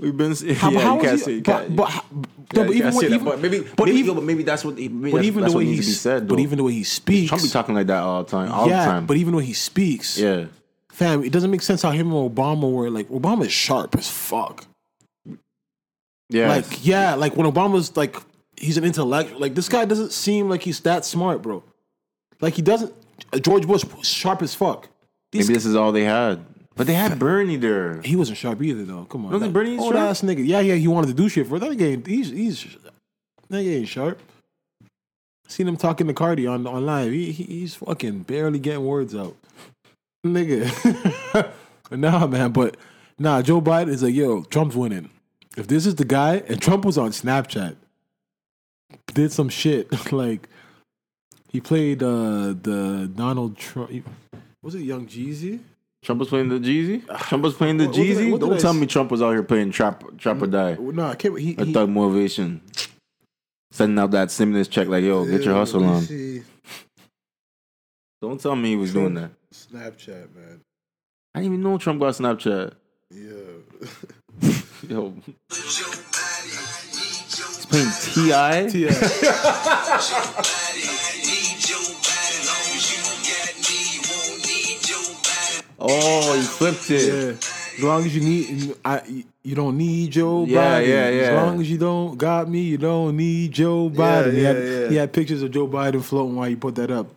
[SPEAKER 3] We've been saying.
[SPEAKER 2] How-
[SPEAKER 3] yeah,
[SPEAKER 2] how
[SPEAKER 3] you
[SPEAKER 2] is
[SPEAKER 3] can't
[SPEAKER 2] he-
[SPEAKER 3] say. you
[SPEAKER 2] but-
[SPEAKER 3] can't-
[SPEAKER 2] but-
[SPEAKER 3] yeah,
[SPEAKER 2] no, but
[SPEAKER 3] you
[SPEAKER 2] even
[SPEAKER 3] can't
[SPEAKER 2] what-
[SPEAKER 3] say that,
[SPEAKER 2] even-
[SPEAKER 3] but maybe,
[SPEAKER 2] but
[SPEAKER 3] maybe,
[SPEAKER 2] even-
[SPEAKER 3] yo, but maybe that's what. Maybe
[SPEAKER 2] but
[SPEAKER 3] that's,
[SPEAKER 2] even
[SPEAKER 3] that's
[SPEAKER 2] the
[SPEAKER 3] what
[SPEAKER 2] way
[SPEAKER 3] needs
[SPEAKER 2] he
[SPEAKER 3] to be said.
[SPEAKER 2] but
[SPEAKER 3] though.
[SPEAKER 2] even the way he speaks,
[SPEAKER 3] Trump be talking like that all the time. All
[SPEAKER 2] yeah,
[SPEAKER 3] the time.
[SPEAKER 2] but even the way he speaks,
[SPEAKER 3] yeah.
[SPEAKER 2] fam, it doesn't make sense how him and Obama were like. Obama is sharp as fuck.
[SPEAKER 3] Yeah.
[SPEAKER 2] Like yeah, like when Obama's like he's an intellectual. Like this guy doesn't seem like he's that smart, bro. Like he doesn't. George Bush was sharp as fuck. These,
[SPEAKER 3] maybe this is all they had. But they had Bernie there.
[SPEAKER 2] he wasn't sharp either, though. Come on,
[SPEAKER 3] Don't think
[SPEAKER 2] that
[SPEAKER 3] Bernie's
[SPEAKER 2] old
[SPEAKER 3] sharp?
[SPEAKER 2] ass nigga. Yeah, yeah, he wanted to do shit for it. that game. He's he's that nigga ain't sharp. Seen him talking to Cardi on on live. He, he- he's fucking barely getting words out, nigga. nah, man, but nah. Joe Biden is like, yo, Trump's winning. If this is the guy, and Trump was on Snapchat, did some shit like he played uh the Donald Trump. Was it Young Jeezy?
[SPEAKER 3] Trump was playing the Jeezy. Trump was playing the
[SPEAKER 2] What- what did I-
[SPEAKER 3] Jeezy.
[SPEAKER 2] what did
[SPEAKER 3] Don't
[SPEAKER 2] I
[SPEAKER 3] tell
[SPEAKER 2] s- Mm,
[SPEAKER 3] me Trump was out here playing trap, trap or die.
[SPEAKER 2] No, I can't. He,
[SPEAKER 3] Or
[SPEAKER 2] he-
[SPEAKER 3] thug motivation. Sending out that stimulus check, like yo, get your hustle on. Don't tell me he was doing that.
[SPEAKER 2] Snapchat, man.
[SPEAKER 3] I didn't even know Trump got Snapchat. Yeah. Yo. He's playing T.I. Oh, he flipped it.
[SPEAKER 2] Yeah. As long as you need, I you don't need Joe
[SPEAKER 3] Yeah,
[SPEAKER 2] Biden.
[SPEAKER 3] yeah,
[SPEAKER 2] As
[SPEAKER 3] yeah.
[SPEAKER 2] long as you don't got me, you don't need Joe Biden. he,
[SPEAKER 3] yeah,
[SPEAKER 2] had,
[SPEAKER 3] yeah.
[SPEAKER 2] he had pictures of Joe Biden floating while you put that up.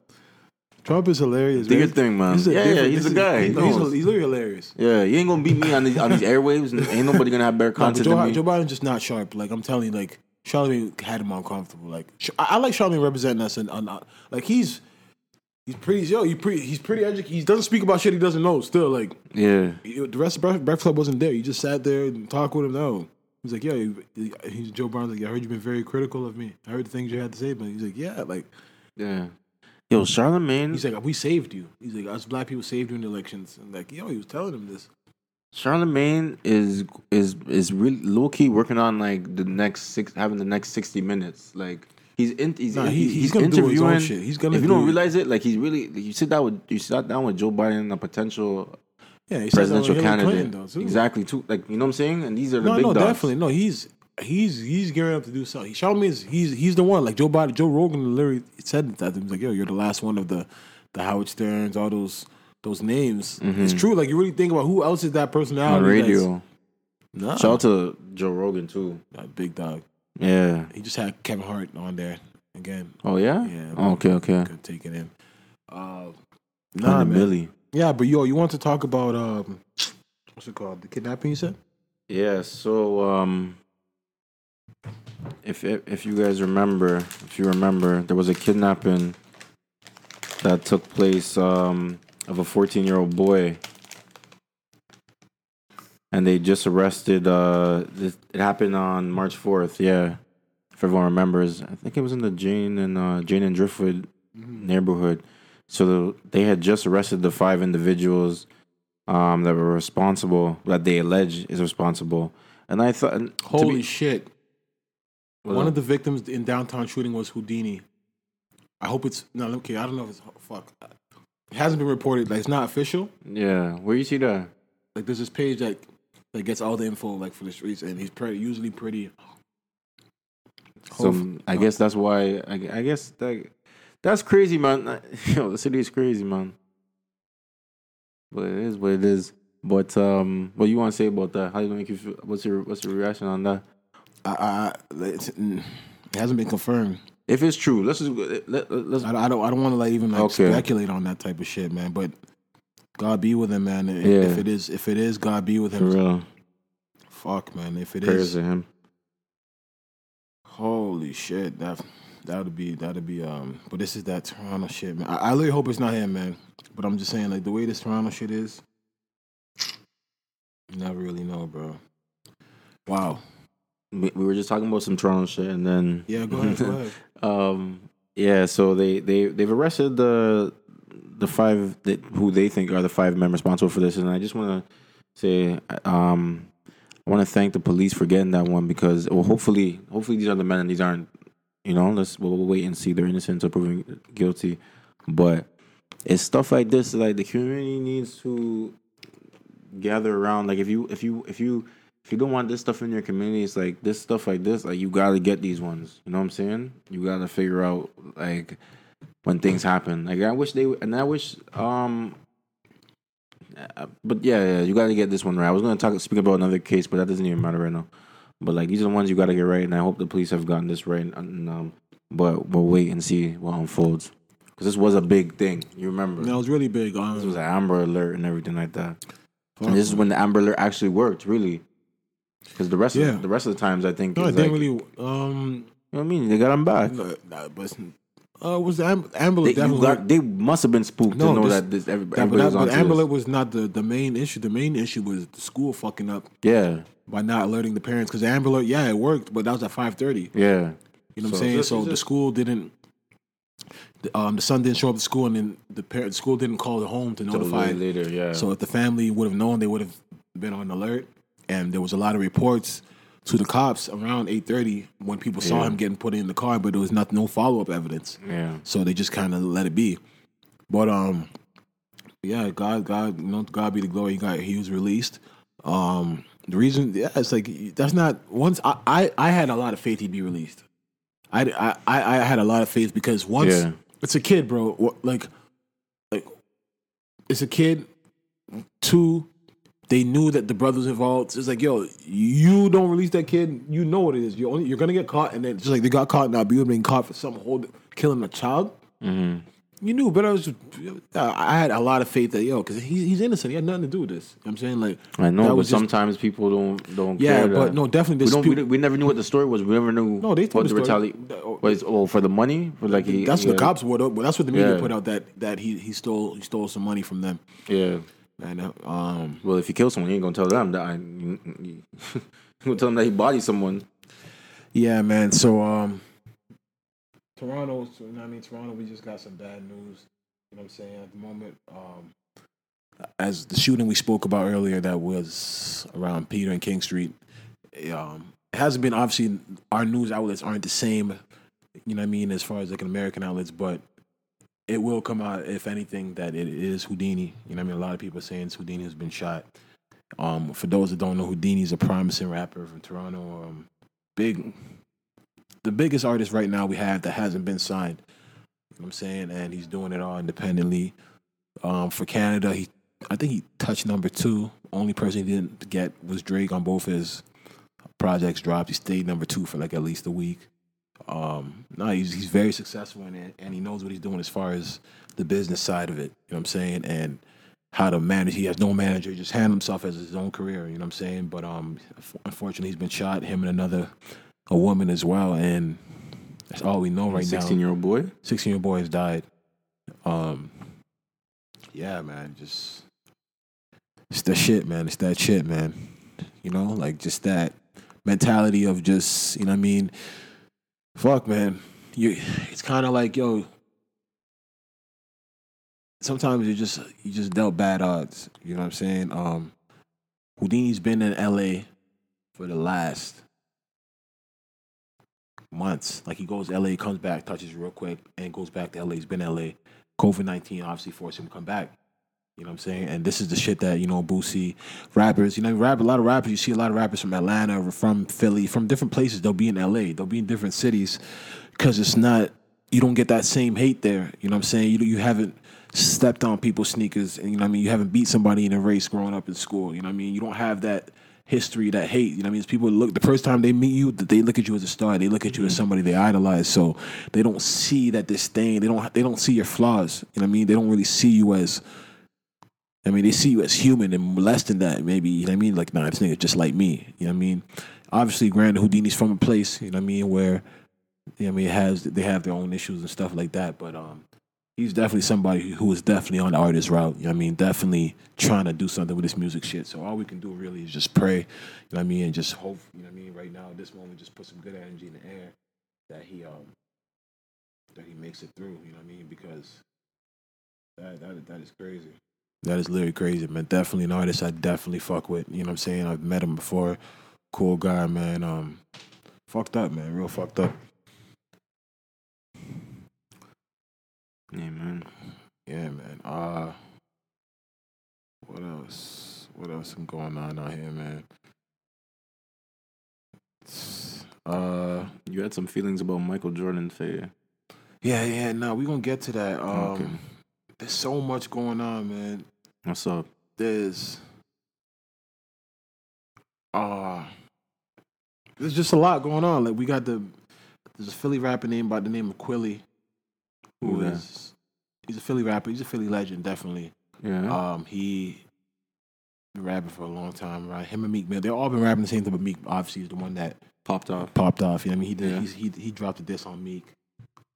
[SPEAKER 2] Trump is hilarious.
[SPEAKER 3] Do
[SPEAKER 2] man.
[SPEAKER 3] your thing, man.
[SPEAKER 2] This is
[SPEAKER 3] Yeah, yeah,
[SPEAKER 2] different-
[SPEAKER 3] he's
[SPEAKER 2] this
[SPEAKER 3] a guy.
[SPEAKER 2] Is,
[SPEAKER 3] He
[SPEAKER 2] he's, he's,
[SPEAKER 3] knows.
[SPEAKER 2] he's literally hilarious.
[SPEAKER 3] Yeah, you ain't gonna beat me on these on these airwaves. and Ain't nobody gonna have better
[SPEAKER 2] No, but
[SPEAKER 3] content
[SPEAKER 2] Joe,
[SPEAKER 3] than
[SPEAKER 2] Joe
[SPEAKER 3] me.
[SPEAKER 2] Biden's just not sharp. Like I'm telling you, like Charlemagne had him uncomfortable. Like Sh- I, I like Charlemagne representing us, and on, on- like he's he's pretty yo. He pretty he's pretty educated. He doesn't speak about shit he doesn't know. Still, like
[SPEAKER 3] Yeah,
[SPEAKER 2] you- the rest of Breakfast Breakfast Club wasn't there. You just sat there and talked with him. No, he's like, yo, you- he, he's Joe Biden's like, I heard you've been very critical of me. I heard the things you had to say, but he's like, yeah, like
[SPEAKER 3] yeah. Yo, Charlemagne.
[SPEAKER 2] he's like, we saved you. He's like, us black people saved you in the elections. And like, yo, he was telling him this.
[SPEAKER 3] Charlemagne is is is really low key working on like the next six having the next sixty minutes. Like he's in, he's
[SPEAKER 2] Nah, he-
[SPEAKER 3] he's,
[SPEAKER 2] he's
[SPEAKER 3] he's
[SPEAKER 2] gonna do his own
[SPEAKER 3] interviewing.
[SPEAKER 2] shit. He's gonna
[SPEAKER 3] if you
[SPEAKER 2] do-
[SPEAKER 3] don't realize it, like he's really you sit down with you sat down with Joe Biden, a potential
[SPEAKER 2] Yeah, he said that
[SPEAKER 3] presidential
[SPEAKER 2] about Hillary
[SPEAKER 3] candidate.
[SPEAKER 2] Clinton, though, too.
[SPEAKER 3] exactly. Too like you know what I'm saying. And these are the
[SPEAKER 2] No,
[SPEAKER 3] big
[SPEAKER 2] no,
[SPEAKER 3] dogs.
[SPEAKER 2] definitely. No, he's he's he's gearing up to do something. Charlemagne's he's he's the one. Like Joe Biden, Joe Rogan literally said that to him. He's like, yo, you're the last one of the the Howard Sterns, all those those names. It's true. Like you really think about who else is that personality
[SPEAKER 3] Mm-hmm. on
[SPEAKER 2] that's-
[SPEAKER 3] radio.
[SPEAKER 2] Nah,
[SPEAKER 3] Shout out to Joe Rogan too.
[SPEAKER 2] that big dog.
[SPEAKER 3] Yeah.
[SPEAKER 2] He just had Kevin Hart on there again.
[SPEAKER 3] Oh yeah.
[SPEAKER 2] Yeah.
[SPEAKER 3] Oh, okay. Okay.
[SPEAKER 2] Could take it in. Uh,
[SPEAKER 3] Nah,
[SPEAKER 2] nah, man.
[SPEAKER 3] Millie.
[SPEAKER 2] Yeah, but yo, you want to talk about um, what's it called? The kidnapping you said?
[SPEAKER 3] Yeah, so um if if if you guys remember, if you remember, there was a kidnapping that took place um of a 14-year-old boy. And they just arrested uh this, it happened on March 4th, yeah. If everyone remembers, I think it was in the Jane and uh Jane and Driftwood
[SPEAKER 2] Mm-hmm.
[SPEAKER 3] neighborhood. So they had just arrested the five individuals um, that were responsible, that they allege is responsible. And I thought, and to
[SPEAKER 2] Holy
[SPEAKER 3] be-
[SPEAKER 2] shit!
[SPEAKER 3] Well,
[SPEAKER 2] One of the victims in downtown shooting was Houdini. I hope it's no. Okay, I don't know if it's fuck. It hasn't been reported. Like it's not official.
[SPEAKER 3] yeah, where you see that?
[SPEAKER 2] Like there's this page that that gets all the info like for the streets, and he's pretty, usually pretty.
[SPEAKER 3] So I guess that's why. I, I guess that That's crazy, man. Yo, the city is crazy, man. But it is what it is. But um, what you want to say about that? How you gonna make you feel? What's your what's your reaction on that?
[SPEAKER 2] I, I, it's- mm, it hasn't been confirmed.
[SPEAKER 3] If it's true, let's just let, let, let's.
[SPEAKER 2] I, I don't. I don't want to like even like
[SPEAKER 3] Okay.
[SPEAKER 2] speculate on that type of shit, man. But God be with him, man. If,
[SPEAKER 3] Yeah.
[SPEAKER 2] if it is, if it is, God be with
[SPEAKER 3] For
[SPEAKER 2] him.
[SPEAKER 3] real,
[SPEAKER 2] Fuck, man. If it is,
[SPEAKER 3] prayers to him.
[SPEAKER 2] holy shit, that that would be that would be. Um, but this is that Toronto shit, man. I, I really hope it's not him, man. But I'm just saying, like the way this Toronto shit is, you never really know, bro. Wow.
[SPEAKER 3] We, we were just talking about some Toronto shit, and then
[SPEAKER 2] Yeah, go ahead. Go ahead.
[SPEAKER 3] um, yeah. So they they they've arrested the the five that who they think are the five men responsible for this, and I just want to say um, I want to thank the police for getting that one because well, hopefully, hopefully these are the men and these aren't. You know, let's we'll, we'll wait and see. They're innocent or proven guilty, but it's stuff like this. Like the community needs to gather around. Like if you if you if you if you don't want this stuff in your community, it's like this stuff like this. Like you gotta get these ones. You know what I'm saying? You gotta figure out like when things happen. Like I wish they would- and I wish um. uh, But yeah, yeah, you gotta get this one right. I was gonna talk speak about another case, but that doesn't even matter right now. But like these are the ones you gotta get right, and I hope the police have gotten this right. And, um, but we'll wait and see what unfolds because this was a big thing. You remember?
[SPEAKER 2] No, it's really big.
[SPEAKER 3] This was
[SPEAKER 2] Um,
[SPEAKER 3] an Amber Alert and everything like that. And this is when the Amber Alert actually worked, really. Because the rest
[SPEAKER 2] Yeah.
[SPEAKER 3] of the rest of the times, I think,
[SPEAKER 2] no,
[SPEAKER 3] it's
[SPEAKER 2] it didn't
[SPEAKER 3] like-
[SPEAKER 2] really. Um,
[SPEAKER 3] you know what I mean. They got them back.
[SPEAKER 2] No, nah, but it's- uh, was the Am- Amber
[SPEAKER 3] They,
[SPEAKER 2] Alert
[SPEAKER 3] you
[SPEAKER 2] definitely
[SPEAKER 3] got, they must have been spooked
[SPEAKER 2] No,
[SPEAKER 3] to know
[SPEAKER 2] this-
[SPEAKER 3] that this every,
[SPEAKER 2] that, but,
[SPEAKER 3] everybody
[SPEAKER 2] that,
[SPEAKER 3] was on
[SPEAKER 2] but Amber Alert
[SPEAKER 3] this.
[SPEAKER 2] was not the, the main issue. The main issue was the school fucking up
[SPEAKER 3] Yeah,
[SPEAKER 2] by not alerting the parents because Amber Alert, yeah, it worked, but that was at five thirty.
[SPEAKER 3] yeah,
[SPEAKER 2] You know what
[SPEAKER 3] So
[SPEAKER 2] I'm saying?
[SPEAKER 3] this
[SPEAKER 2] so
[SPEAKER 3] is
[SPEAKER 2] the
[SPEAKER 3] just-
[SPEAKER 2] school didn't. the, Um, the son didn't show up to school, and then the parent the school didn't call the home to
[SPEAKER 3] So
[SPEAKER 2] notify.
[SPEAKER 3] later. Yeah,
[SPEAKER 2] So if the family would have known, they would have been on alert. And there was a lot of reports to the cops around eight thirty when people saw
[SPEAKER 3] Yeah.
[SPEAKER 2] him getting put in the car, but there was not no follow up evidence.
[SPEAKER 3] yeah,
[SPEAKER 2] So they just kind of let it be. But um, yeah, God, God, you know, God be the glory. He got he was released. Um, the reason, yeah, it's like that's not once I I, I had a lot of faith he'd be released. I I I I had a lot of faith because once
[SPEAKER 3] Yeah.
[SPEAKER 2] it's a kid, bro. What, like like it's a kid. Two, they knew that the brothers involved. It's like, yo, you don't release that kid. You know what it is. You're only you're gonna get caught, and then just like they got caught now, Bill being caught for something hold killing a child.
[SPEAKER 3] Mm-hmm.
[SPEAKER 2] You knew, but I was. I had a lot of faith that yo, because he, he's innocent. He had nothing to do with this. You know what I'm saying like
[SPEAKER 3] I know.
[SPEAKER 2] that
[SPEAKER 3] But
[SPEAKER 2] was just-
[SPEAKER 3] sometimes people don't don't.
[SPEAKER 2] Yeah,
[SPEAKER 3] care
[SPEAKER 2] but
[SPEAKER 3] that.
[SPEAKER 2] no, definitely
[SPEAKER 3] We
[SPEAKER 2] there's
[SPEAKER 3] don't. We,
[SPEAKER 2] people-
[SPEAKER 3] don't- we never knew what the story was. We never knew.
[SPEAKER 2] No, they told
[SPEAKER 3] what
[SPEAKER 2] the
[SPEAKER 3] the
[SPEAKER 2] story.
[SPEAKER 3] retali- was. Oh, for the money. For like he,
[SPEAKER 2] that's
[SPEAKER 3] yeah.
[SPEAKER 2] the cops. What well, that's what the media
[SPEAKER 3] Yeah.
[SPEAKER 2] put out that that he he stole he stole some money from them.
[SPEAKER 3] Yeah.
[SPEAKER 2] And uh, um,
[SPEAKER 3] Well, if you kill someone, you ain't gonna tell them that. I, you, you- you gonna tell them that he bodied someone.
[SPEAKER 2] yeah, man. So um, Toronto. so, you know what I mean, Toronto. We just got some bad news. You know what I'm saying at the moment. Um, as the shooting we spoke about earlier, that was around Peter and King Street. um, it hasn't been obviously our news outlets aren't the same, you know what I mean, as far as like American outlets, but it will come out if anything that it is Houdini. You know what I mean? A lot of people are saying it's Houdini has been shot. Um, for those that don't know, Houdini's a promising rapper from Toronto. Um, big, the biggest artist right now we have that hasn't been signed. You know what I'm saying? And he's doing it all independently. Um, for Canada, he I think he touched number two. Only person he didn't get was Drake on both his projects dropped. He stayed number two for like at least a week. Um, no, he's he's very successful in it, and he knows what he's doing as far as the business side of it. You know what I'm saying? And how to manage. He has no manager. He just handle himself as his own career. You know what I'm saying? But um, unfortunately, he's been shot. Him and another a woman as well, and that's all we know right now.
[SPEAKER 3] Sixteen year old boy.
[SPEAKER 2] 16 year old boy has died. Um, yeah, man, just it's that shit, man. It's that shit, man. You know, like just that mentality of just you know what I mean. Fuck, man. You, it's kind of like yo. Sometimes you just you just dealt bad odds. You know what I'm saying? Um, Houdini's been in L.A. for the last months. Like he goes to LA, comes back, touches real quick, and goes back to LA. He's been in LA. COVID nineteen obviously forced him to come back. You know what I'm saying? And this is the shit that, you know, Boosie rappers, you know, rap a lot of rappers, you see a lot of rappers from Atlanta or from Philly, from different places, they'll be in LA. They'll be in different cities because it's not you don't get that same hate there. You know what I'm saying? You you haven't stepped on people's sneakers, and you know what I mean. You haven't beat somebody in a race growing up in school. You know what I mean? You don't have that history, that hate. You know what I mean? It's people look the first time they meet you, that they look at you as a star. They look at you as somebody they idolize. So they don't see that disdain. They don't they don't see your flaws. You know what I mean? They don't really see you as I mean, they see you as human and less than that, maybe. You know what I mean? Like, nah, this nigga just like me. You know what I mean? Obviously, granted, Houdini's from a place, you know what I mean, where, you know what I mean, it has they have their own issues and stuff like that. But um, he's definitely somebody who is definitely on the artist route. You know what I mean? Definitely trying to do something with this music shit. So all we can do really is just pray, you know what I mean, and just hope, you know what I mean, right now, at this moment, just put some good energy in the air that he um that he makes it through, you know what I mean? Because that that that is crazy. That is literally crazy, man. Definitely an artist I definitely fuck with. You know what I'm saying? I've met him before. Cool guy, man. Um, fucked up, man. Real fucked up.
[SPEAKER 3] Yeah, man.
[SPEAKER 2] Yeah, man. Uh, what else? What else am going on out here, man? It's- Uh,
[SPEAKER 3] You had some feelings about Michael Jordan, Faye.
[SPEAKER 2] yeah, yeah. No, we gonna get to that. Um,
[SPEAKER 3] Okay.
[SPEAKER 2] there's so much going on, man.
[SPEAKER 3] What's up?
[SPEAKER 2] there's uh there's just a lot going on. Like we got the there's a Philly rapper named by the name of Quilly, who is
[SPEAKER 3] Okay.
[SPEAKER 2] he's a Philly rapper, he's a Philly legend, definitely.
[SPEAKER 3] Yeah.
[SPEAKER 2] Um he been rapping for a long time, right? Him and Meek Mill, they all been rapping the same thing, but Meek obviously is the one that
[SPEAKER 3] Popped off.
[SPEAKER 2] popped off. You know what I mean? He did
[SPEAKER 3] Yeah.
[SPEAKER 2] he's he he dropped a diss on Meek.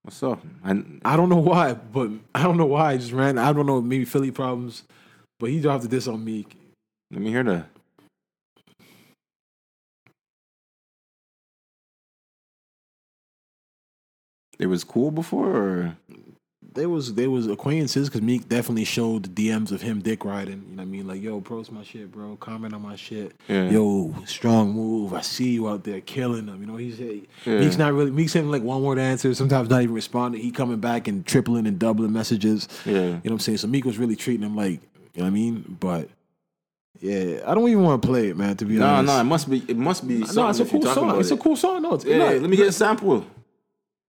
[SPEAKER 3] What's up? And
[SPEAKER 2] I don't know why, but I don't know why I just ran. I don't know, maybe Philly problems, but he dropped a diss on Meek.
[SPEAKER 3] let me hear that. It was cool before, or
[SPEAKER 2] There was there was acquaintances because Meek definitely showed the DMs of him dick riding. You know what I mean? Like, yo, post my shit, bro. Comment on my shit.
[SPEAKER 3] Yeah.
[SPEAKER 2] Yo, strong move. I see you out there killing them. You know he's he,
[SPEAKER 3] Yeah.
[SPEAKER 2] Meek's not really Meek's having like one word answer. Sometimes not even responding. He coming back and tripling and doubling messages.
[SPEAKER 3] Yeah.
[SPEAKER 2] you know what I'm saying. So Meek was really treating him like you know what I mean. But yeah, I don't even want to play it, man. To be
[SPEAKER 3] no,
[SPEAKER 2] honest,
[SPEAKER 3] no, it must be. It must be.
[SPEAKER 2] no, it's
[SPEAKER 3] something
[SPEAKER 2] a
[SPEAKER 3] if
[SPEAKER 2] cool
[SPEAKER 3] you're talking
[SPEAKER 2] song.
[SPEAKER 3] about
[SPEAKER 2] It's a
[SPEAKER 3] it.
[SPEAKER 2] cool song. No, it's
[SPEAKER 3] Yeah,
[SPEAKER 2] no,
[SPEAKER 3] let me get a sample.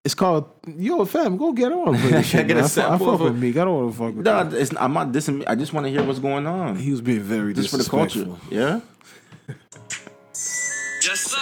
[SPEAKER 2] It's called Yo Fam. Go get on. with this
[SPEAKER 3] I
[SPEAKER 2] shit,
[SPEAKER 3] get a
[SPEAKER 2] man. I, fuck- I
[SPEAKER 3] sample
[SPEAKER 2] fuck
[SPEAKER 3] of a-
[SPEAKER 2] with Meek. I don't want to fuck with.
[SPEAKER 3] Nah, it's, I'm not dissing. I just want to hear what's going on.
[SPEAKER 2] He was being very
[SPEAKER 3] just for the culture. Yeah.
[SPEAKER 8] Yes, sir.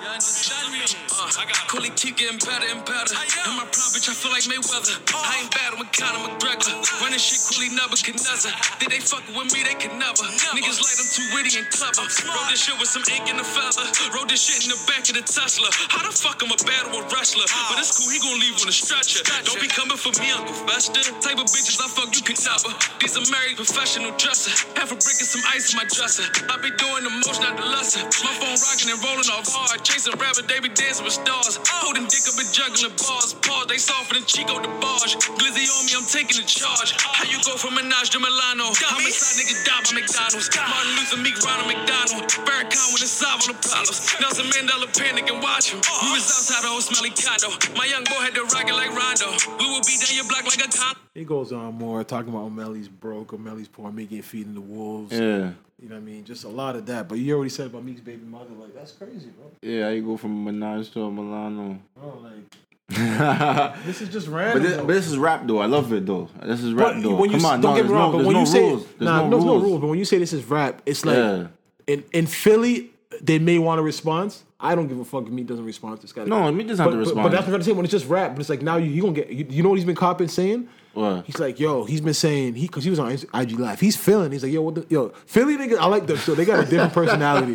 [SPEAKER 8] You understand me? Uh, I got coolly keep getting better and better. In my prime, bitch, I feel like Mayweather. I ain't bad, I'm a kind of McGregor. Running shit coolly, Nebuchadnezzar. Did they fucking with me? They could never. Niggas like I'm too witty and clever. Wrote this shit with some ink in the feather. Wrote this shit in the back of the Tesla. How the fuck I'm a battle with wrestler? But it's cool, he gon' leave on a Uh. stretcher. Don't be coming for me, Uncle Fester. Type of bitches I fuck, you can never. These are married professional dresser. Half a brick and some ice in my dresser. I be doing the most, not the lesser. My phone rocking and rolling off hard. Chasing rabbit, they be dancing with stars. Holding dick up and juggling bars. Paws, they soft for the Chico DeBarge. Glizzy on me, I'm taking the charge. How you go from Menage to Milano? Homicide nigga died by McDonald's. Martin Luther, Meek, Ronald McDonald. Farrakhan with his sovereign Apollos. Nelson Mandela panic and watch him. We was outside the whole smelly condo. My young boy had to rock it like Rondo. We would be down your block like a con.
[SPEAKER 2] He goes on more talking about O'Malley's broke, O'Malley's poor, Meek getting feeding the wolves.
[SPEAKER 3] Yeah.
[SPEAKER 2] You know what I mean? Just a lot of that. But you already said about Meek's baby mother, like that's crazy, bro.
[SPEAKER 3] Yeah. You go from Minaj to a Milano.
[SPEAKER 2] Bro, like
[SPEAKER 3] but,
[SPEAKER 2] this is just random.
[SPEAKER 3] this,
[SPEAKER 2] though.
[SPEAKER 3] but this is rap though. I love it though. This is rap
[SPEAKER 2] But
[SPEAKER 3] though.
[SPEAKER 2] when you
[SPEAKER 3] Come
[SPEAKER 2] s-
[SPEAKER 3] on,
[SPEAKER 2] don't
[SPEAKER 3] no,
[SPEAKER 2] get
[SPEAKER 3] there's
[SPEAKER 2] me wrong,
[SPEAKER 3] no,
[SPEAKER 2] but when you
[SPEAKER 3] there's no
[SPEAKER 2] say
[SPEAKER 3] rules. There's
[SPEAKER 2] nah,
[SPEAKER 3] no,
[SPEAKER 2] there's
[SPEAKER 3] rules.
[SPEAKER 2] no rules, but when you say this is rap, it's like
[SPEAKER 3] Yeah.
[SPEAKER 2] in in Philly they may want a response. I don't give a fuck if Meek doesn't respond to this guy.
[SPEAKER 3] No, Meek doesn't
[SPEAKER 2] but, but-
[SPEAKER 3] have to
[SPEAKER 2] But,
[SPEAKER 3] respond.
[SPEAKER 2] that's what I'm saying. When it's just rap, but it's like now you, you gonna get you, you know what he's been copping saying?
[SPEAKER 3] What?
[SPEAKER 2] He's like, yo, he's been saying he because he was on IG Live. He's feeling. He's like, yo, what the, yo, Philly niggas. I like them. So they got a different personality.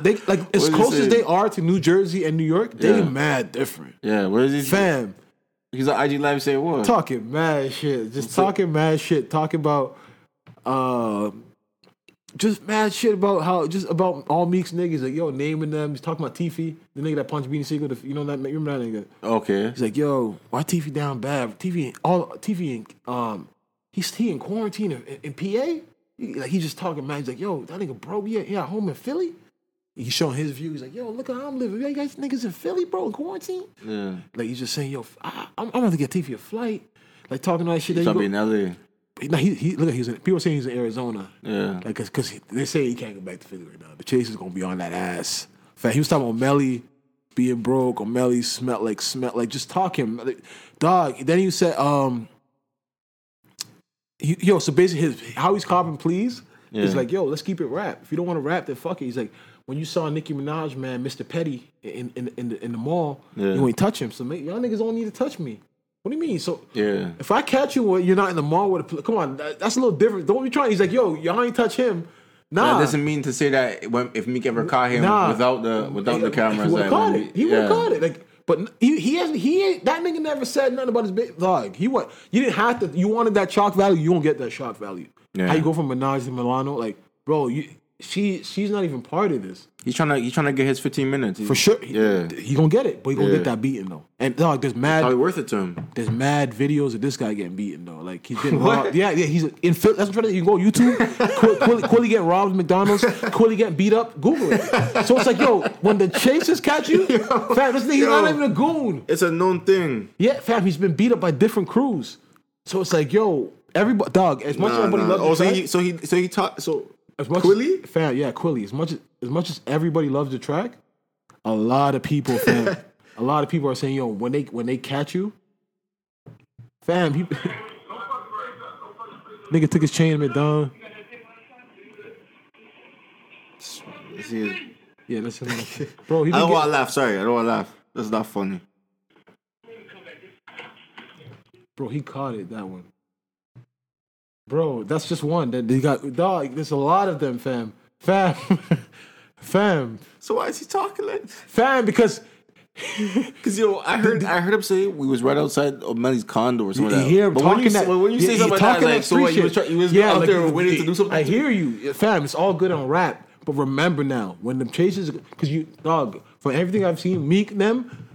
[SPEAKER 2] They like as
[SPEAKER 3] What did he
[SPEAKER 2] close as
[SPEAKER 3] say?
[SPEAKER 2] they are to New Jersey and New York, they
[SPEAKER 3] Yeah.
[SPEAKER 2] mad different.
[SPEAKER 3] Yeah. Where is he?
[SPEAKER 2] Fam,
[SPEAKER 3] He's on IG live saying what?
[SPEAKER 2] talking mad shit, just talking mad shit, talking about, uh, just mad shit about how just about all Meek's niggas. Like yo, naming them. He's talking about Teefy, the nigga that punched Beanie Siegel. The, you know that you remember that nigga.
[SPEAKER 3] Okay.
[SPEAKER 2] He's like, yo, why TV down bad? TV ain't- all TV ain't um he's he in quarantine in, in PA? He- like he just talking man. He's like, yo, that nigga bro, yeah, yeah, home in Philly. He's showing his view. He's like, yo, look how I'm living. You guys niggas in Philly, bro, in quarantine.
[SPEAKER 3] Yeah.
[SPEAKER 2] Like he's just saying, yo, I, I'm, I'm about to get TV a flight. Like talking all that shit.
[SPEAKER 3] He's
[SPEAKER 2] There
[SPEAKER 3] trying to be
[SPEAKER 2] you
[SPEAKER 3] in
[SPEAKER 2] go.
[SPEAKER 3] LA.
[SPEAKER 2] Nah, he, he look, he's in, people saying he's in Arizona.
[SPEAKER 3] Yeah.
[SPEAKER 2] Like, cause, 'cause he- they say he can't go back to Philly right now. The chase is gonna be on that ass. In fact, he was talking about Melly. being broke. O'Malley smelled like smelled like just talking, like, dog. Then he said, um, he, yo. So basically, his how he's copping please is
[SPEAKER 3] Yeah.
[SPEAKER 2] like, yo, let's keep it rap. If you don't want to rap, then fuck it. He's like, when you saw Nicki Minaj, man, Mr. Petty in in in the, in the mall,
[SPEAKER 3] Yeah.
[SPEAKER 2] you ain't touch him. So man, y'all niggas don't need to touch me. What do you mean? So
[SPEAKER 3] Yeah.
[SPEAKER 2] if I catch you, when you're not in the mall with a. pl- Come on, that, that's a little different. Don't be trying. He's like, yo, y'all ain't touch him. Nah,
[SPEAKER 3] That doesn't mean to say that when, if Meek ever caught him
[SPEAKER 2] Nah.
[SPEAKER 3] without the without the
[SPEAKER 2] If
[SPEAKER 3] cameras,
[SPEAKER 2] He would
[SPEAKER 3] that
[SPEAKER 2] have caught
[SPEAKER 3] wouldn't
[SPEAKER 2] it.
[SPEAKER 3] be-
[SPEAKER 2] He would have
[SPEAKER 3] yeah.
[SPEAKER 2] caught it. Like, but n- he he hasn't. He ain't, that nigga never said nothing about his big dog. He what? You didn't have to. You wanted that shock value. You won't get that shock value.
[SPEAKER 3] Yeah.
[SPEAKER 2] How you go from Minaj to Milano? Like, bro, you she she's not even part of this
[SPEAKER 3] He's trying to he's trying to get his 15 minutes
[SPEAKER 2] for sure. He,
[SPEAKER 3] Yeah,
[SPEAKER 2] he gonna get it, but he gonna
[SPEAKER 3] Yeah.
[SPEAKER 2] get that beating though. And dog, there's mad
[SPEAKER 3] probably worth it to him.
[SPEAKER 2] there's mad videos of this guy getting beaten though. Like he's getting robbed. Yeah, yeah. He's in. Phil- That's what I'm trying to. You can go on YouTube. Quilly, Quilly, Quilly getting robbed at McDonald's. Quilly getting beat up. Google it. So it's like, yo, when the chasers catch you, fam, this nigga's not
[SPEAKER 3] yo.
[SPEAKER 2] even a goon.
[SPEAKER 3] It's a known thing.
[SPEAKER 2] Yeah, fam, he's been beat up by different crews. So it's like, yo, everybody, dog. As much as
[SPEAKER 3] Nah,
[SPEAKER 2] everybody
[SPEAKER 3] nah.
[SPEAKER 2] loves
[SPEAKER 3] oh,
[SPEAKER 2] the
[SPEAKER 3] so
[SPEAKER 2] track,
[SPEAKER 3] he so he so he taught so
[SPEAKER 2] as much
[SPEAKER 3] Quilly?
[SPEAKER 2] as, fam, yeah, Quilly. As much as as much as everybody loves the track, a lot of people, fam, a lot of people are saying, yo, when they when they catch you, fam, he, nigga took his chain and down.
[SPEAKER 3] This is-
[SPEAKER 2] Yeah, listen, bro, he
[SPEAKER 3] I
[SPEAKER 2] didn't
[SPEAKER 3] don't want
[SPEAKER 2] get,
[SPEAKER 3] to laugh. Sorry, I don't want to laugh. That's not funny.
[SPEAKER 2] bro, he caught it that one. Bro, that's just one that they got. Dog, there's a lot of them, fam, fam, fam,
[SPEAKER 3] So why is he talking like?
[SPEAKER 2] fam, because.
[SPEAKER 3] Because yo, I heard I heard him say we was right outside O'Malley's condo or
[SPEAKER 2] You
[SPEAKER 3] something. like
[SPEAKER 2] hear him
[SPEAKER 3] that. But
[SPEAKER 2] talking
[SPEAKER 3] when you,
[SPEAKER 2] that.
[SPEAKER 3] when you
[SPEAKER 2] yeah,
[SPEAKER 3] say
[SPEAKER 2] he
[SPEAKER 3] something like
[SPEAKER 2] talking
[SPEAKER 3] that, like, so
[SPEAKER 2] street
[SPEAKER 3] what, you
[SPEAKER 2] shit.
[SPEAKER 3] was, try, you was out
[SPEAKER 2] like,
[SPEAKER 3] there waiting to do something.
[SPEAKER 2] I hear you, fam. It's all good on rap, but remember now when the chases, because you dog. From everything I've seen, Meek them,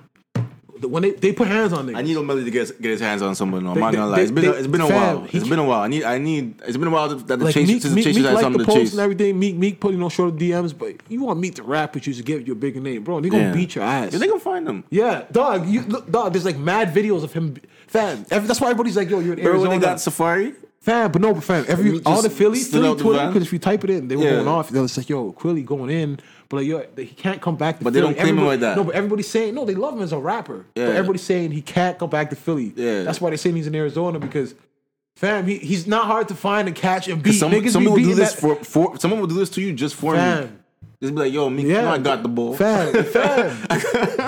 [SPEAKER 2] the- when they, they put hands on niggas.
[SPEAKER 3] I need O'Malley to get get his hands on someone. I'm not
[SPEAKER 2] They-
[SPEAKER 3] gonna
[SPEAKER 2] they-
[SPEAKER 3] lie. It's been a-
[SPEAKER 2] they-
[SPEAKER 3] it's been a
[SPEAKER 2] fam,
[SPEAKER 3] while.
[SPEAKER 2] he-
[SPEAKER 3] It's been a while. I need I need. It's been a while that the
[SPEAKER 2] like
[SPEAKER 3] chase
[SPEAKER 2] Meek,
[SPEAKER 3] since the
[SPEAKER 2] Meek,
[SPEAKER 3] chasers
[SPEAKER 2] Meek
[SPEAKER 3] had
[SPEAKER 2] like the
[SPEAKER 3] something to
[SPEAKER 2] post
[SPEAKER 3] chase.
[SPEAKER 2] and everything. Meek, Meek putting on short DMs, but you want Meek to rap with you to give you a bigger name, bro. They gonna
[SPEAKER 3] Yeah.
[SPEAKER 2] beat your ass.
[SPEAKER 3] Yeah, They gonna find him.
[SPEAKER 2] yeah, dog. You look, dog. There's like mad videos of him, fam. Every, that's why everybody's like, yo, you're in
[SPEAKER 3] Remember
[SPEAKER 2] Arizona.
[SPEAKER 3] when they got Safari?
[SPEAKER 2] Fam, but no, but fam,
[SPEAKER 3] We
[SPEAKER 2] every
[SPEAKER 3] just
[SPEAKER 2] all the Philly,
[SPEAKER 3] slid
[SPEAKER 2] Philly
[SPEAKER 3] out the
[SPEAKER 2] Twitter,
[SPEAKER 3] van.
[SPEAKER 2] because if you type it in, they were
[SPEAKER 3] Yeah.
[SPEAKER 2] going off. They was like, "Yo, Quilly going in," but like, yo, he can't come back to.
[SPEAKER 3] But they
[SPEAKER 2] Philly.
[SPEAKER 3] don't claim him
[SPEAKER 2] Everybody-
[SPEAKER 3] like that.
[SPEAKER 2] No, but everybody's saying no. They love him as a rapper,
[SPEAKER 3] Yeah.
[SPEAKER 2] but everybody's saying he can't come back to Philly.
[SPEAKER 3] Yeah.
[SPEAKER 2] that's why they're saying he's in Arizona because, fam, he, he's not hard to find and catch and beat.
[SPEAKER 3] Some,
[SPEAKER 2] Niggas
[SPEAKER 3] someone
[SPEAKER 2] be beating
[SPEAKER 3] will do this
[SPEAKER 2] that-
[SPEAKER 3] for, for someone will do this to you just for me.
[SPEAKER 2] Fam.
[SPEAKER 3] Just be like, yo, Meek, you know I got the ball.
[SPEAKER 2] Fam, fam.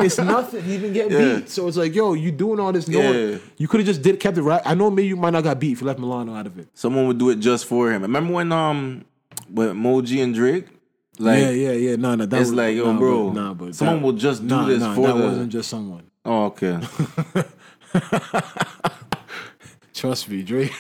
[SPEAKER 2] it's nothing. He didn't get
[SPEAKER 3] Yeah.
[SPEAKER 2] beat. So it's like, yo, you doing all this. knowing-
[SPEAKER 3] Yeah.
[SPEAKER 2] You could have just did kept it right. I know maybe you might not got beat if you left Milano out of it.
[SPEAKER 3] Someone would do it just for him. Remember when um with Moji and Drake? Like
[SPEAKER 2] yeah, yeah, yeah. Nah, nah. That
[SPEAKER 3] it's
[SPEAKER 2] was,
[SPEAKER 3] like, yo,
[SPEAKER 2] nah,
[SPEAKER 3] bro,
[SPEAKER 2] But, nah, but
[SPEAKER 3] someone
[SPEAKER 2] that-
[SPEAKER 3] will just do
[SPEAKER 2] nah,
[SPEAKER 3] this
[SPEAKER 2] nah,
[SPEAKER 3] for
[SPEAKER 2] that
[SPEAKER 3] the-
[SPEAKER 2] wasn't just someone.
[SPEAKER 3] Oh, okay.
[SPEAKER 2] Trust me, Drake.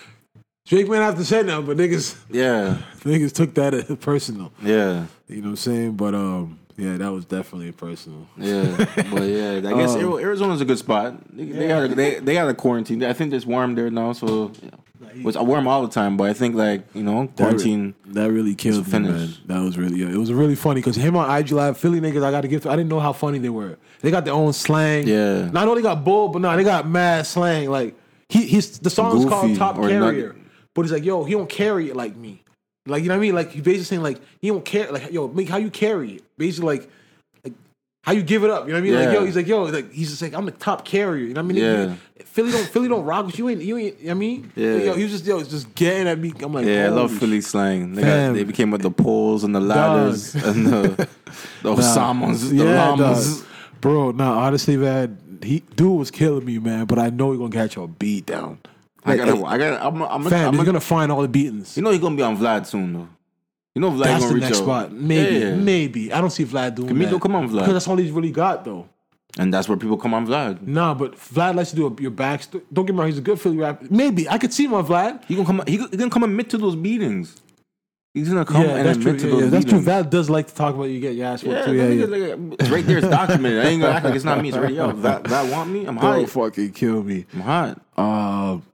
[SPEAKER 2] Drake might have to say nothing, but niggas,
[SPEAKER 3] yeah.
[SPEAKER 2] niggas took that as personal.
[SPEAKER 3] Yeah.
[SPEAKER 2] You know what I'm saying? But um, yeah, that was definitely personal.
[SPEAKER 3] Yeah. but yeah, I guess
[SPEAKER 2] Um,
[SPEAKER 3] Ari- Arizona's a good spot. They, they got a, they they got a quarantine. I think it's warm there now, so yeah. which I warm all the time, but I think like, you know, quarantine
[SPEAKER 2] That, re- that really killed me, man.
[SPEAKER 3] finished.
[SPEAKER 2] That was really. Yeah, it was really funny because him on IG Live, Philly niggas. I got to give. to- I didn't know how funny they were. They got their own slang.
[SPEAKER 3] Yeah.
[SPEAKER 2] Not only got bull, but nah, they got mad slang. Like he, he's the song's
[SPEAKER 3] Goofy
[SPEAKER 2] called Top
[SPEAKER 3] or
[SPEAKER 2] Carrier,
[SPEAKER 3] Nugget.
[SPEAKER 2] but he's like, yo, he don't carry it like me. Like you know what I mean? Like he basically saying like he don't care. Like yo, make how you carry it. Basically like. like, How you give it up? You know what I mean?
[SPEAKER 3] Yeah.
[SPEAKER 2] Like yo, he's like yo, like he's just like I'm the top carrier. You know what I mean?
[SPEAKER 3] Yeah.
[SPEAKER 2] Philly don't Philly don't rock with you ain't you ain't. You know what I mean?
[SPEAKER 3] Yeah.
[SPEAKER 2] Yo, he was just yo, just getting at me. I'm like
[SPEAKER 3] Yeah, I love
[SPEAKER 2] holy
[SPEAKER 3] Philly slang. They, got,
[SPEAKER 2] Fam.
[SPEAKER 3] they became with the poles and the ladders and the, the Osamas, the
[SPEAKER 2] Yeah,
[SPEAKER 3] llamas.
[SPEAKER 2] dog. Bro, nah, honestly, man, he dude was killing me, man. But I know he gonna catch a beat down.
[SPEAKER 3] I
[SPEAKER 2] Like,
[SPEAKER 3] gotta,
[SPEAKER 2] hey,
[SPEAKER 3] I gotta, I'm, I'm,
[SPEAKER 2] fam,
[SPEAKER 3] I'm,
[SPEAKER 2] you're
[SPEAKER 3] I'm
[SPEAKER 2] gonna find all the beatings.
[SPEAKER 3] you know he's gonna be on Vlad soon though. You know Vlad
[SPEAKER 2] That's
[SPEAKER 3] gonna
[SPEAKER 2] the
[SPEAKER 3] reach
[SPEAKER 2] next
[SPEAKER 3] out.
[SPEAKER 2] spot. Maybe,
[SPEAKER 3] Yeah.
[SPEAKER 2] maybe. I don't see Vlad doing
[SPEAKER 3] Camilo,
[SPEAKER 2] that.
[SPEAKER 3] come on, Vlad.
[SPEAKER 2] Because that's all he's really got, though.
[SPEAKER 3] and that's where people come on Vlad.
[SPEAKER 2] Nah, but Vlad likes to do a, your backstory. Don't get me wrong, he's a good Philly rapper. Maybe I could see him on Vlad.
[SPEAKER 3] He gonna come, he, gonna- he gonna come admit to those beatings. He's gonna come
[SPEAKER 2] yeah,
[SPEAKER 3] and
[SPEAKER 2] that's true.
[SPEAKER 3] admit to
[SPEAKER 2] Yeah,
[SPEAKER 3] those
[SPEAKER 2] yeah, that's true.
[SPEAKER 3] beatings.
[SPEAKER 2] Vlad does like to talk about you get your ass
[SPEAKER 3] yeah,
[SPEAKER 2] whooped too. Yeah, yeah.
[SPEAKER 3] nigga, like, it's right there. It's documented. I ain't gonna act like it's not me. It's right there. That, that want me? I'm
[SPEAKER 2] Don't
[SPEAKER 3] hot.
[SPEAKER 2] fucking kill me.
[SPEAKER 3] I'm hot.
[SPEAKER 2] Um,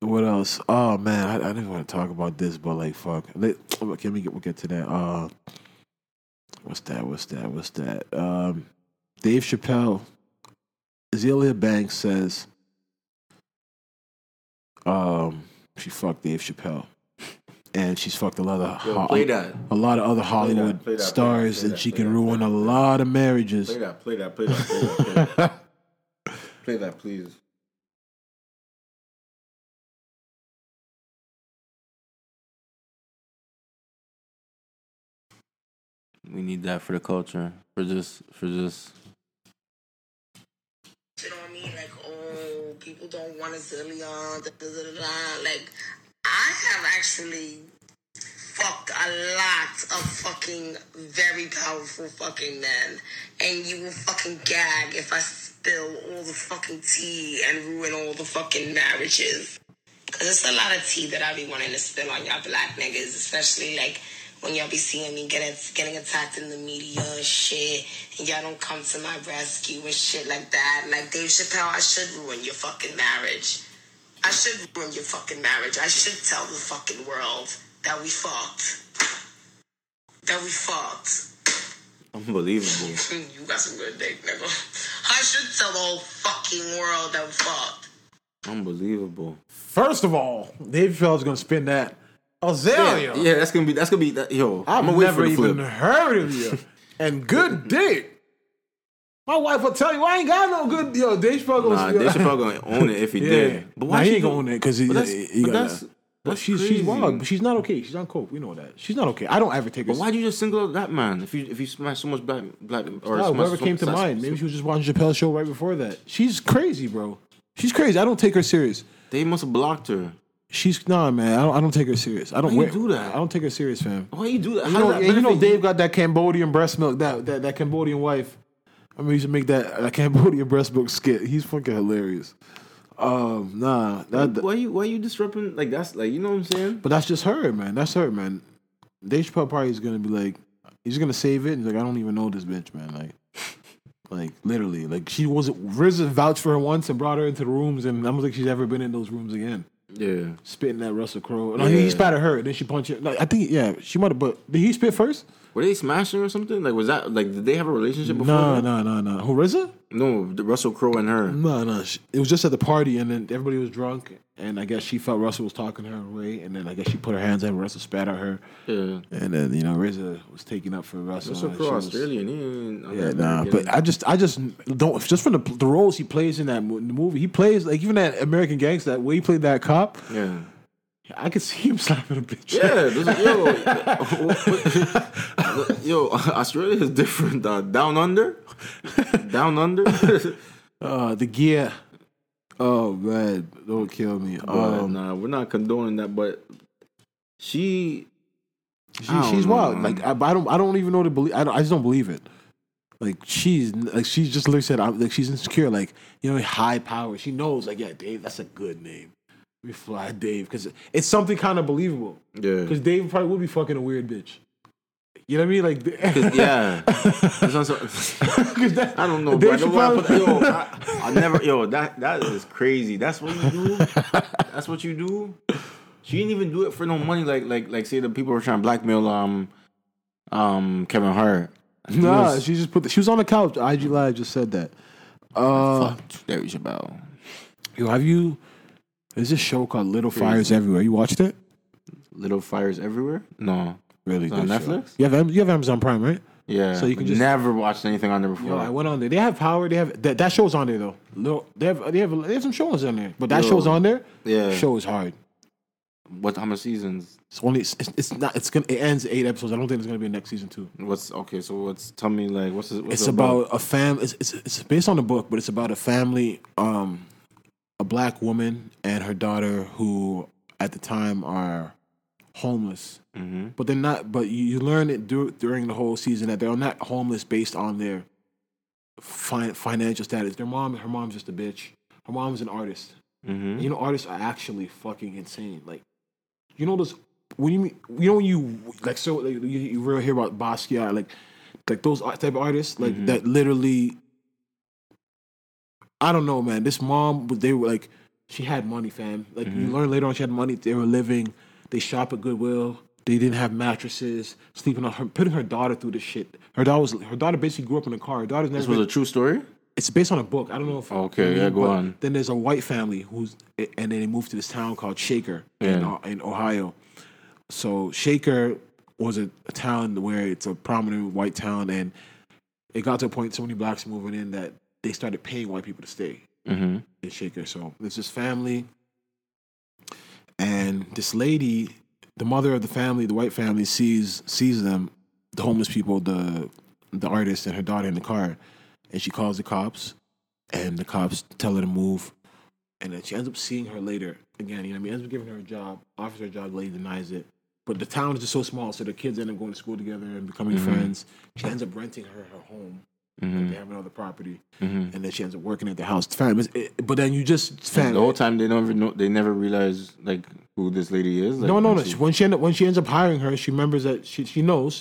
[SPEAKER 2] what else? Oh man, I, I didn't want to talk about this, but like, fuck. Let, can we get we'll get to that? Uh, what's that? What's that? What's that? Um, Dave Chappelle, Azealia Banks says, um, she fucked Dave Chappelle. and she's fucked a lot of
[SPEAKER 3] Yo, play that.
[SPEAKER 2] a lot of other Hollywood
[SPEAKER 3] play that, play that,
[SPEAKER 2] stars,
[SPEAKER 3] play
[SPEAKER 2] and
[SPEAKER 3] that,
[SPEAKER 2] she
[SPEAKER 3] play
[SPEAKER 2] can
[SPEAKER 3] that,
[SPEAKER 2] ruin a lot of marriages.
[SPEAKER 3] Play that, play that, play that, play that. Play that, play that please. We need that for the culture, for just, for just.
[SPEAKER 9] You know what I mean? Like, oh, people don't want to sit Leon. Da, da, da, da, da. Like, I have actually fucked a lot of fucking very powerful fucking men, and you will fucking gag if I spill all the fucking tea and ruin all the fucking marriages. Cause it's a lot of tea that I be wanting to spill on y'all black niggas, especially like when y'all be seeing me getting getting attacked in the media and shit, and y'all don't come to my rescue and shit like that. Like Dave Chappelle, I should ruin your fucking marriage. I should ruin your fucking marriage. I should tell the fucking world that we fucked. That we fucked. Mm,
[SPEAKER 3] Unbelievable.
[SPEAKER 9] you got some good dick, nigga. I should tell the whole fucking world that we fucked.
[SPEAKER 3] Unbelievable.
[SPEAKER 2] First of all, Dave Chappelle's gonna spin that Azalea.
[SPEAKER 3] Yeah, that's gonna be, that's gonna be, that, yo,
[SPEAKER 2] I've
[SPEAKER 3] I'm gonna wait
[SPEAKER 2] never
[SPEAKER 3] for the
[SPEAKER 2] even
[SPEAKER 3] flip.
[SPEAKER 2] heard of you. and good dick. My wife will tell you I ain't got no good. Yo, Dave Chappelle goes.
[SPEAKER 3] Nah,
[SPEAKER 2] yo,
[SPEAKER 3] Dave Chappelle gonna own it if he
[SPEAKER 2] yeah.
[SPEAKER 3] did.
[SPEAKER 2] But why nah, he
[SPEAKER 3] she
[SPEAKER 2] ain't gonna own it because he,
[SPEAKER 3] But that's-
[SPEAKER 2] he, he
[SPEAKER 3] but
[SPEAKER 2] got
[SPEAKER 3] that's-
[SPEAKER 2] that. But
[SPEAKER 3] that's
[SPEAKER 2] she's
[SPEAKER 3] crazy.
[SPEAKER 2] she's wild, but she's not okay. She's on coke. We know that. She's not okay. I don't ever take her.
[SPEAKER 3] But why'd you just single out that man? If you if you smash so much black black or
[SPEAKER 2] Nah,
[SPEAKER 3] smash
[SPEAKER 2] whoever
[SPEAKER 3] so-
[SPEAKER 2] came to
[SPEAKER 3] smash-
[SPEAKER 2] mind. Maybe she was just watching Chappelle's show right before that. She's crazy, bro. She's crazy. I don't take her serious.
[SPEAKER 3] they must have blocked her.
[SPEAKER 2] She's nah, man. I don't, I don't take her serious. I don't
[SPEAKER 3] you
[SPEAKER 2] wear-
[SPEAKER 3] do that?
[SPEAKER 2] I don't take her serious, fam.
[SPEAKER 3] Why you do that?
[SPEAKER 2] You
[SPEAKER 3] How
[SPEAKER 2] know,
[SPEAKER 3] did that
[SPEAKER 2] and you know,
[SPEAKER 3] benefit
[SPEAKER 2] Dave got that Cambodian breast milk. That that, that Cambodian wife. I mean, he used to make that, that Cambodian breast milk skit. He's fucking hilarious. Um, nah, that,
[SPEAKER 3] Why you why you disrupting like that's like you know what I'm saying?
[SPEAKER 2] but that's just her, man. That's her, man. Dave Chappelle probably is gonna be like, he's gonna save it. And he's like, I don't even know this bitch, man. Like, like literally, like she wasn't. Riz vouched for her once and brought her into the rooms, and I don't think she's ever been in those rooms again.
[SPEAKER 3] Yeah.
[SPEAKER 2] Spitting that Russell Crowe. No, he, he
[SPEAKER 3] Yeah.
[SPEAKER 2] spat at her, and then she punched it. Like, I think, yeah, she might have. But did he spit first?
[SPEAKER 3] Were they smashing or something? Like was that like did they have a relationship before?
[SPEAKER 2] No,
[SPEAKER 3] that?
[SPEAKER 2] no, no, no. Who RZA?
[SPEAKER 3] No, the Russell Crowe and her.
[SPEAKER 2] No, no. sh- It was just at the party, and then everybody was drunk, and I guess she felt Russell was talking her way, and then I guess she put her hands up, Russell spat at her,
[SPEAKER 3] Yeah.
[SPEAKER 2] and then you know RZA was taking up for Mm-hmm. Russell.
[SPEAKER 3] Russell
[SPEAKER 2] and
[SPEAKER 3] Crowe
[SPEAKER 2] she was-
[SPEAKER 3] Australian. He ain't- I'm
[SPEAKER 2] Yeah,
[SPEAKER 3] never
[SPEAKER 2] nah.
[SPEAKER 3] getting-
[SPEAKER 2] But I just, I just don't. Just from the the roles he plays in that mo- the movie, he plays like even that American Gangster, that way he played that cop.
[SPEAKER 3] yeah.
[SPEAKER 2] I could see him slapping a bitch.
[SPEAKER 3] Yeah, this is, yo, yo, Australia is different. Uh, down under, down under.
[SPEAKER 2] Uh, the gear. Oh man, don't kill me.
[SPEAKER 3] But,
[SPEAKER 2] Um,
[SPEAKER 3] nah, we're not condoning that. But she,
[SPEAKER 2] She,
[SPEAKER 3] I don't
[SPEAKER 2] she's
[SPEAKER 3] know,
[SPEAKER 2] wild.
[SPEAKER 3] man.
[SPEAKER 2] Like I, I don't, I don't even know to believe. I, don't, I just don't believe it. Like she's, like she's just literally said, I'm, like she's insecure. Like you know, high power. She knows. Like yeah, Dave, that's a good name. We fly Dave because it's something kind of believable.
[SPEAKER 3] yeah,
[SPEAKER 2] Because Dave probably would be fucking a weird bitch. You know what I mean? Like,
[SPEAKER 3] yeah. That's not so-
[SPEAKER 2] 'Cause that-
[SPEAKER 3] I don't know, bro.
[SPEAKER 2] Dave
[SPEAKER 3] That's why I
[SPEAKER 2] Chappelle-
[SPEAKER 3] put- yo, I, I never, yo, that that is crazy. That's what you do. That's what you do. She didn't even do it for no money. Like, like, like, say the people were trying to blackmail, um, um, Kevin Hart.
[SPEAKER 2] Nah,
[SPEAKER 3] Yes.
[SPEAKER 2] she just put. The, she was on the couch. IG Live just said that. Uh,
[SPEAKER 3] There is about.
[SPEAKER 2] yo, have you? There's this show called Little Fires Everywhere. You watched it?
[SPEAKER 3] Little fires everywhere. No.
[SPEAKER 2] Really
[SPEAKER 3] It's on
[SPEAKER 2] good show.
[SPEAKER 3] Netflix?
[SPEAKER 2] You have Am- you have Amazon Prime, right?
[SPEAKER 3] Yeah.
[SPEAKER 2] So you can just-
[SPEAKER 3] never watched anything on there before.
[SPEAKER 2] Yo, I went on there. They have power. They have that, that show's on there though. Little, they have they have they have some shows on there, but that
[SPEAKER 3] Yo.
[SPEAKER 2] show's on there.
[SPEAKER 3] Yeah.
[SPEAKER 2] show is hard.
[SPEAKER 3] What? How many seasons?
[SPEAKER 2] It's only it's, it's not it's gonna it ends eight episodes. I don't think it's gonna be a next season two.
[SPEAKER 3] What's okay? So what's? Tell me, like, what's? it- what's
[SPEAKER 2] it's
[SPEAKER 3] it
[SPEAKER 2] about, a fam. It's, it's it's based on a book, but it's about a family, um, a black woman and her daughter who at the time are homeless, mm-hmm. but they're not. But you, you learn it dur- during the whole season that they're not homeless based on their fin- financial status. Their mom, her mom's just a bitch. Her mom's an artist.
[SPEAKER 3] Mhm.
[SPEAKER 2] You know, artists are actually fucking insane. Like, you know those when you mean, you know when you like so like, you, you really hear about Basquiat like like those art- type of artists like
[SPEAKER 3] Mm-hmm.
[SPEAKER 2] that literally. I don't know, man. This mom, was- they were like, she had money, fam. Like you
[SPEAKER 3] Mm-hmm.
[SPEAKER 2] learn later on, she had money. They were living. They shop at Goodwill. They didn't have mattresses. Sleeping on her, putting her daughter through this shit. Her daughter was her daughter basically grew up in a car. Her daughter's never.
[SPEAKER 3] This was
[SPEAKER 2] been-
[SPEAKER 3] a true story.
[SPEAKER 2] it's based on a book. I don't know if
[SPEAKER 3] Okay,
[SPEAKER 2] you know,
[SPEAKER 3] yeah, go
[SPEAKER 2] but
[SPEAKER 3] on.
[SPEAKER 2] Then there's a white family who's and then they moved to this town called Shaker in,
[SPEAKER 3] Yeah.
[SPEAKER 2] in Ohio. So Shaker was a, a town where it's a prominent white town, and it got to a point so many blacks moving in that they started paying white people to stay
[SPEAKER 3] Mm-hmm.
[SPEAKER 2] in Shaker. So it's this family, and this lady, the mother of the family, the white family, sees sees them, the homeless people, the the artist and her daughter in the car, and she calls the cops, and the cops tell her to move, and then she ends up seeing her later again. You know, what I mean, ends up giving her a job, offers her a job, the lady denies it. But the town is just so small, so the kids end up going to school together and becoming friends. She ends up renting her her home. Like they have another property, and then she ends up working at the house. Fam, it's- it- but then you just fam,
[SPEAKER 3] The whole time they don't even know. They never realize like who this lady is. Like,
[SPEAKER 2] no, no,
[SPEAKER 3] when
[SPEAKER 2] no.
[SPEAKER 3] she-
[SPEAKER 2] When she end up, when she ends up hiring her, she remembers that she she knows.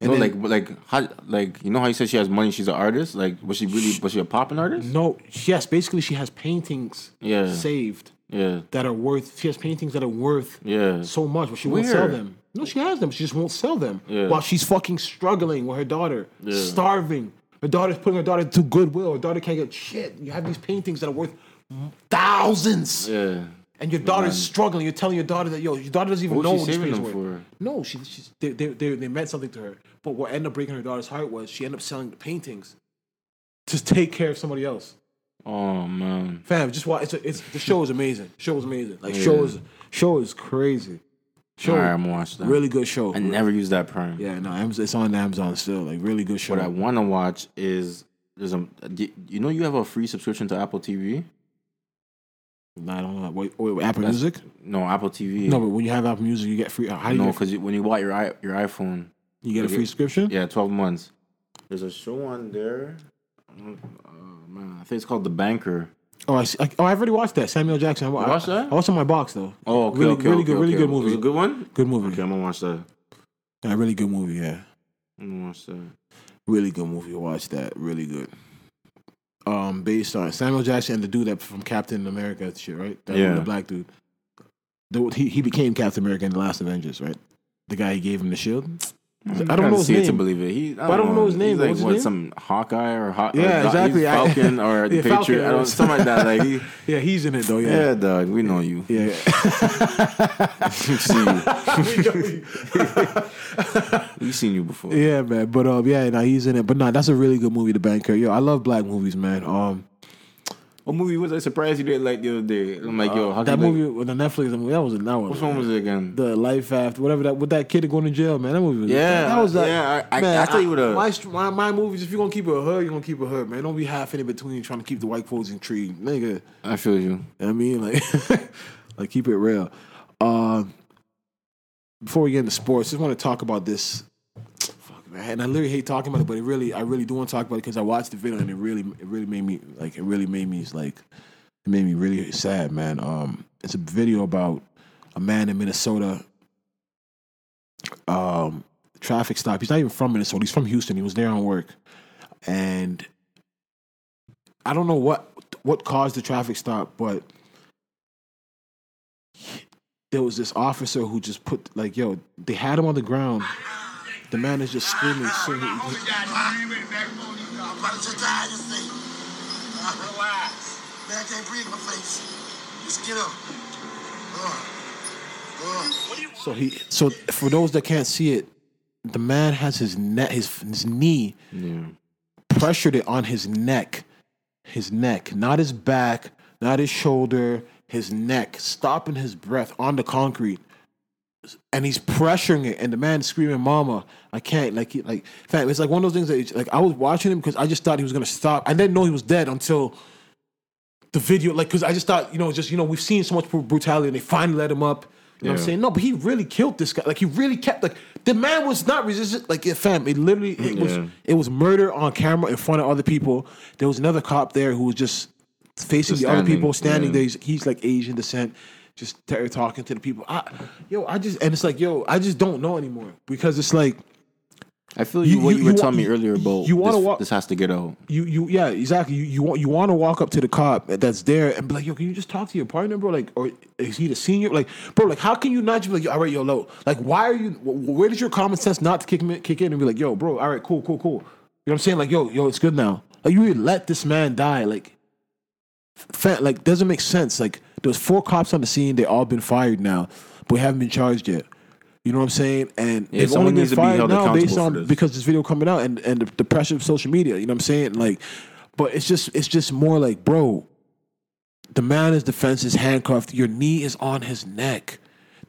[SPEAKER 2] And
[SPEAKER 3] no,
[SPEAKER 2] then-
[SPEAKER 3] like, but, like, how, like, you know how you said she has money? She's an artist. Like, was she really? Was she a popping artist?
[SPEAKER 2] no, yes. Basically, she has paintings
[SPEAKER 3] Yeah.
[SPEAKER 2] saved
[SPEAKER 3] Yeah,
[SPEAKER 2] that are worth. She has paintings that are worth
[SPEAKER 3] yeah.
[SPEAKER 2] Mm-hmm. so much, but she won't sell
[SPEAKER 3] Weird.
[SPEAKER 2] them. No, she has them. She just won't sell them.
[SPEAKER 3] Yeah.
[SPEAKER 2] While she's fucking struggling with her daughter,
[SPEAKER 3] Yeah.
[SPEAKER 2] starving. Her daughter's putting her daughter to goodwill. Her daughter can't get shit. You have these paintings that are worth thousands.
[SPEAKER 3] yeah.
[SPEAKER 2] and your daughter's struggling. You're telling your daughter that yo, your daughter doesn't even
[SPEAKER 3] What was
[SPEAKER 2] know
[SPEAKER 3] she
[SPEAKER 2] what this
[SPEAKER 3] saving
[SPEAKER 2] pain's
[SPEAKER 3] them
[SPEAKER 2] worth.
[SPEAKER 3] for?
[SPEAKER 2] No, she, she's they, they, they, they meant something to her. But what ended up breaking her daughter's heart was she ended up selling the paintings to take care of somebody else.
[SPEAKER 3] Oh man.
[SPEAKER 2] Fam, just watch. It's, a, it's the show is amazing. Show is amazing. Like show is show is crazy. Show
[SPEAKER 3] All right, I'm gonna watch that.
[SPEAKER 2] really good show.
[SPEAKER 3] I never used that prime.
[SPEAKER 2] Yeah, no, Amaz- it's on Amazon still. Like really good show.
[SPEAKER 3] What I want to watch is there's a do- you know you have a free subscription to Apple TV.
[SPEAKER 2] No, I don't know. Wait, wait, wait, Apple
[SPEAKER 3] That's-
[SPEAKER 2] Music?
[SPEAKER 3] No, Apple TV.
[SPEAKER 2] No, but when you have Apple Music, you get free. How do you
[SPEAKER 3] no,
[SPEAKER 2] get,
[SPEAKER 3] because when you bought your i your iPhone,
[SPEAKER 2] you get a free subscription?
[SPEAKER 3] yeah, twelve months. There's a show on there. Oh man, I think it's called The Banker.
[SPEAKER 2] Oh, I see. I, oh, I've already watched that. Samuel Jackson. I, wa-
[SPEAKER 3] You watched that?
[SPEAKER 2] I watched it on my box though.
[SPEAKER 3] Oh, okay,
[SPEAKER 2] really,
[SPEAKER 3] okay,
[SPEAKER 2] really
[SPEAKER 3] okay,
[SPEAKER 2] good, really
[SPEAKER 3] okay.
[SPEAKER 2] good movie.
[SPEAKER 3] It's a good one.
[SPEAKER 2] Good movie.
[SPEAKER 3] Okay, I'm gonna watch that.
[SPEAKER 2] Yeah, really good movie. Yeah,
[SPEAKER 3] I'm gonna watch that.
[SPEAKER 2] really good movie. Watch that. Really good. Um, based on Samuel Jackson and the dude that from Captain America and shit, right? That
[SPEAKER 3] Yeah.
[SPEAKER 2] the black dude. The, he he became Captain America in the Last Avengers, right? The guy who gave him the shield. I don't
[SPEAKER 3] Gotta
[SPEAKER 2] know his
[SPEAKER 3] see it to
[SPEAKER 2] name.
[SPEAKER 3] believe it. He, I,
[SPEAKER 2] But I don't know his name.
[SPEAKER 3] He's like
[SPEAKER 2] What's his
[SPEAKER 3] what,
[SPEAKER 2] name?
[SPEAKER 3] some Hawkeye or Hawk?
[SPEAKER 2] Yeah, exactly. I-
[SPEAKER 3] Falcon or the
[SPEAKER 2] Yeah,
[SPEAKER 3] Patriot.
[SPEAKER 2] Falcon,
[SPEAKER 3] I don't,
[SPEAKER 2] right.
[SPEAKER 3] something like that. Like, he,
[SPEAKER 2] yeah, he's in it though.
[SPEAKER 3] yeah,
[SPEAKER 2] Yeah,
[SPEAKER 3] dog. We know you.
[SPEAKER 2] yeah.
[SPEAKER 3] We've seen you. We've seen you before.
[SPEAKER 2] Yeah, man. But um, yeah, no, he's in it. But nah, that's a really good movie, The Banker. Yo, I love black movies, man. Um,
[SPEAKER 3] What movie was I surprised you didn't like the other day? I'm like, yo, how
[SPEAKER 2] Uh, that
[SPEAKER 3] can you like-
[SPEAKER 2] movie with the Netflix, that movie, that was an hour.
[SPEAKER 3] Which one was it again?
[SPEAKER 2] The life after whatever that with that kid going to jail, man. That movie was
[SPEAKER 3] Yeah,
[SPEAKER 2] That was a-
[SPEAKER 3] yeah, I- I- I thought you would've-
[SPEAKER 2] My, st- my my movies. If you're gonna keep it a hood, you're gonna keep it a hood, man. Don't be half in between trying to keep the white folks intrigued, nigga.
[SPEAKER 3] I feel you.
[SPEAKER 2] I mean, like, like keep it real. Um, before we get into sports, just want to talk about this. Fuck, man. And I literally hate talking about it, but it really, I really do want to talk about it because I watched the video and it really, it really made me like, it really made me like, it made me really sad, man. Um, it's a video about a man in Minnesota. Um, traffic stop. He's not even from Minnesota. He's from Houston. He was there on work, and I don't know what what caused the traffic stop, but there was this officer who just put like, yo, they had him on the ground. The man is just screaming. so he-
[SPEAKER 9] I'm about to die, you see. Relax. Man, I can't breathe in my face. Just get up.
[SPEAKER 2] So he, so for those that can't see it, the man has his neck, his his knee
[SPEAKER 3] Yeah.
[SPEAKER 2] pressured it on his neck, his neck, not his back, not his shoulder, his neck, stopping his breath on the concrete. And he's pressuring it, and the man screaming, "Mama, I can't!" Like, he, like, fam, it's like one of those things that, it's- like, I was watching him because I just thought he was gonna stop. I didn't know he was dead until the video, like, because I just thought, you know, just you know, we've seen so much br- brutality, and they finally let him up. You know what I'm
[SPEAKER 3] Yeah.
[SPEAKER 2] saying? No, but he really killed this guy. Like, he really kept, like, the man was not resistant. Like, yeah, fam, it literally, it was,
[SPEAKER 3] Yeah.
[SPEAKER 2] it was murder on camera in front of other people. There was another cop there who was just facing
[SPEAKER 3] Just
[SPEAKER 2] the other
[SPEAKER 3] standing,
[SPEAKER 2] people, standing
[SPEAKER 3] yeah.
[SPEAKER 2] there. He's, he's, like Asian descent, just ter- talking to the people. I, yo, I just and it's like, yo, I just don't know anymore because it's like
[SPEAKER 3] I feel you,
[SPEAKER 2] You-
[SPEAKER 3] what you,
[SPEAKER 2] you-
[SPEAKER 3] were
[SPEAKER 2] you
[SPEAKER 3] telling
[SPEAKER 2] wa-
[SPEAKER 3] me earlier about
[SPEAKER 2] you wanna
[SPEAKER 3] this,
[SPEAKER 2] walk-
[SPEAKER 3] this has to get out.
[SPEAKER 2] you, you, yeah, exactly. You, you want you want to walk up to the cop that's there and be like, yo, can you just talk to your partner, bro? Like, or is he the senior? Like, bro, like, how can you not just be like, yo, all right, yo, low? Like, why are you? wh- Where does your common sense not kick in- kick in and be like, yo, bro, all right, cool, cool, cool. You know what I'm saying? Like, yo, yo, it's good now. Like, you really let this man die. Like, fa- like doesn't make sense. Like there's four cops on the scene, they all been fired now, but haven't been charged yet. You know what I'm saying? And
[SPEAKER 3] Yeah,
[SPEAKER 2] they've
[SPEAKER 3] someone
[SPEAKER 2] only been
[SPEAKER 3] needs to be
[SPEAKER 2] fired
[SPEAKER 3] held
[SPEAKER 2] now based
[SPEAKER 3] accountable for
[SPEAKER 2] on
[SPEAKER 3] this.
[SPEAKER 2] because this video coming out and, and the, the pressure of social media. You know what I'm saying? Like, but it's just it's just more like, bro, the man is defense is handcuffed. Your knee is on his neck.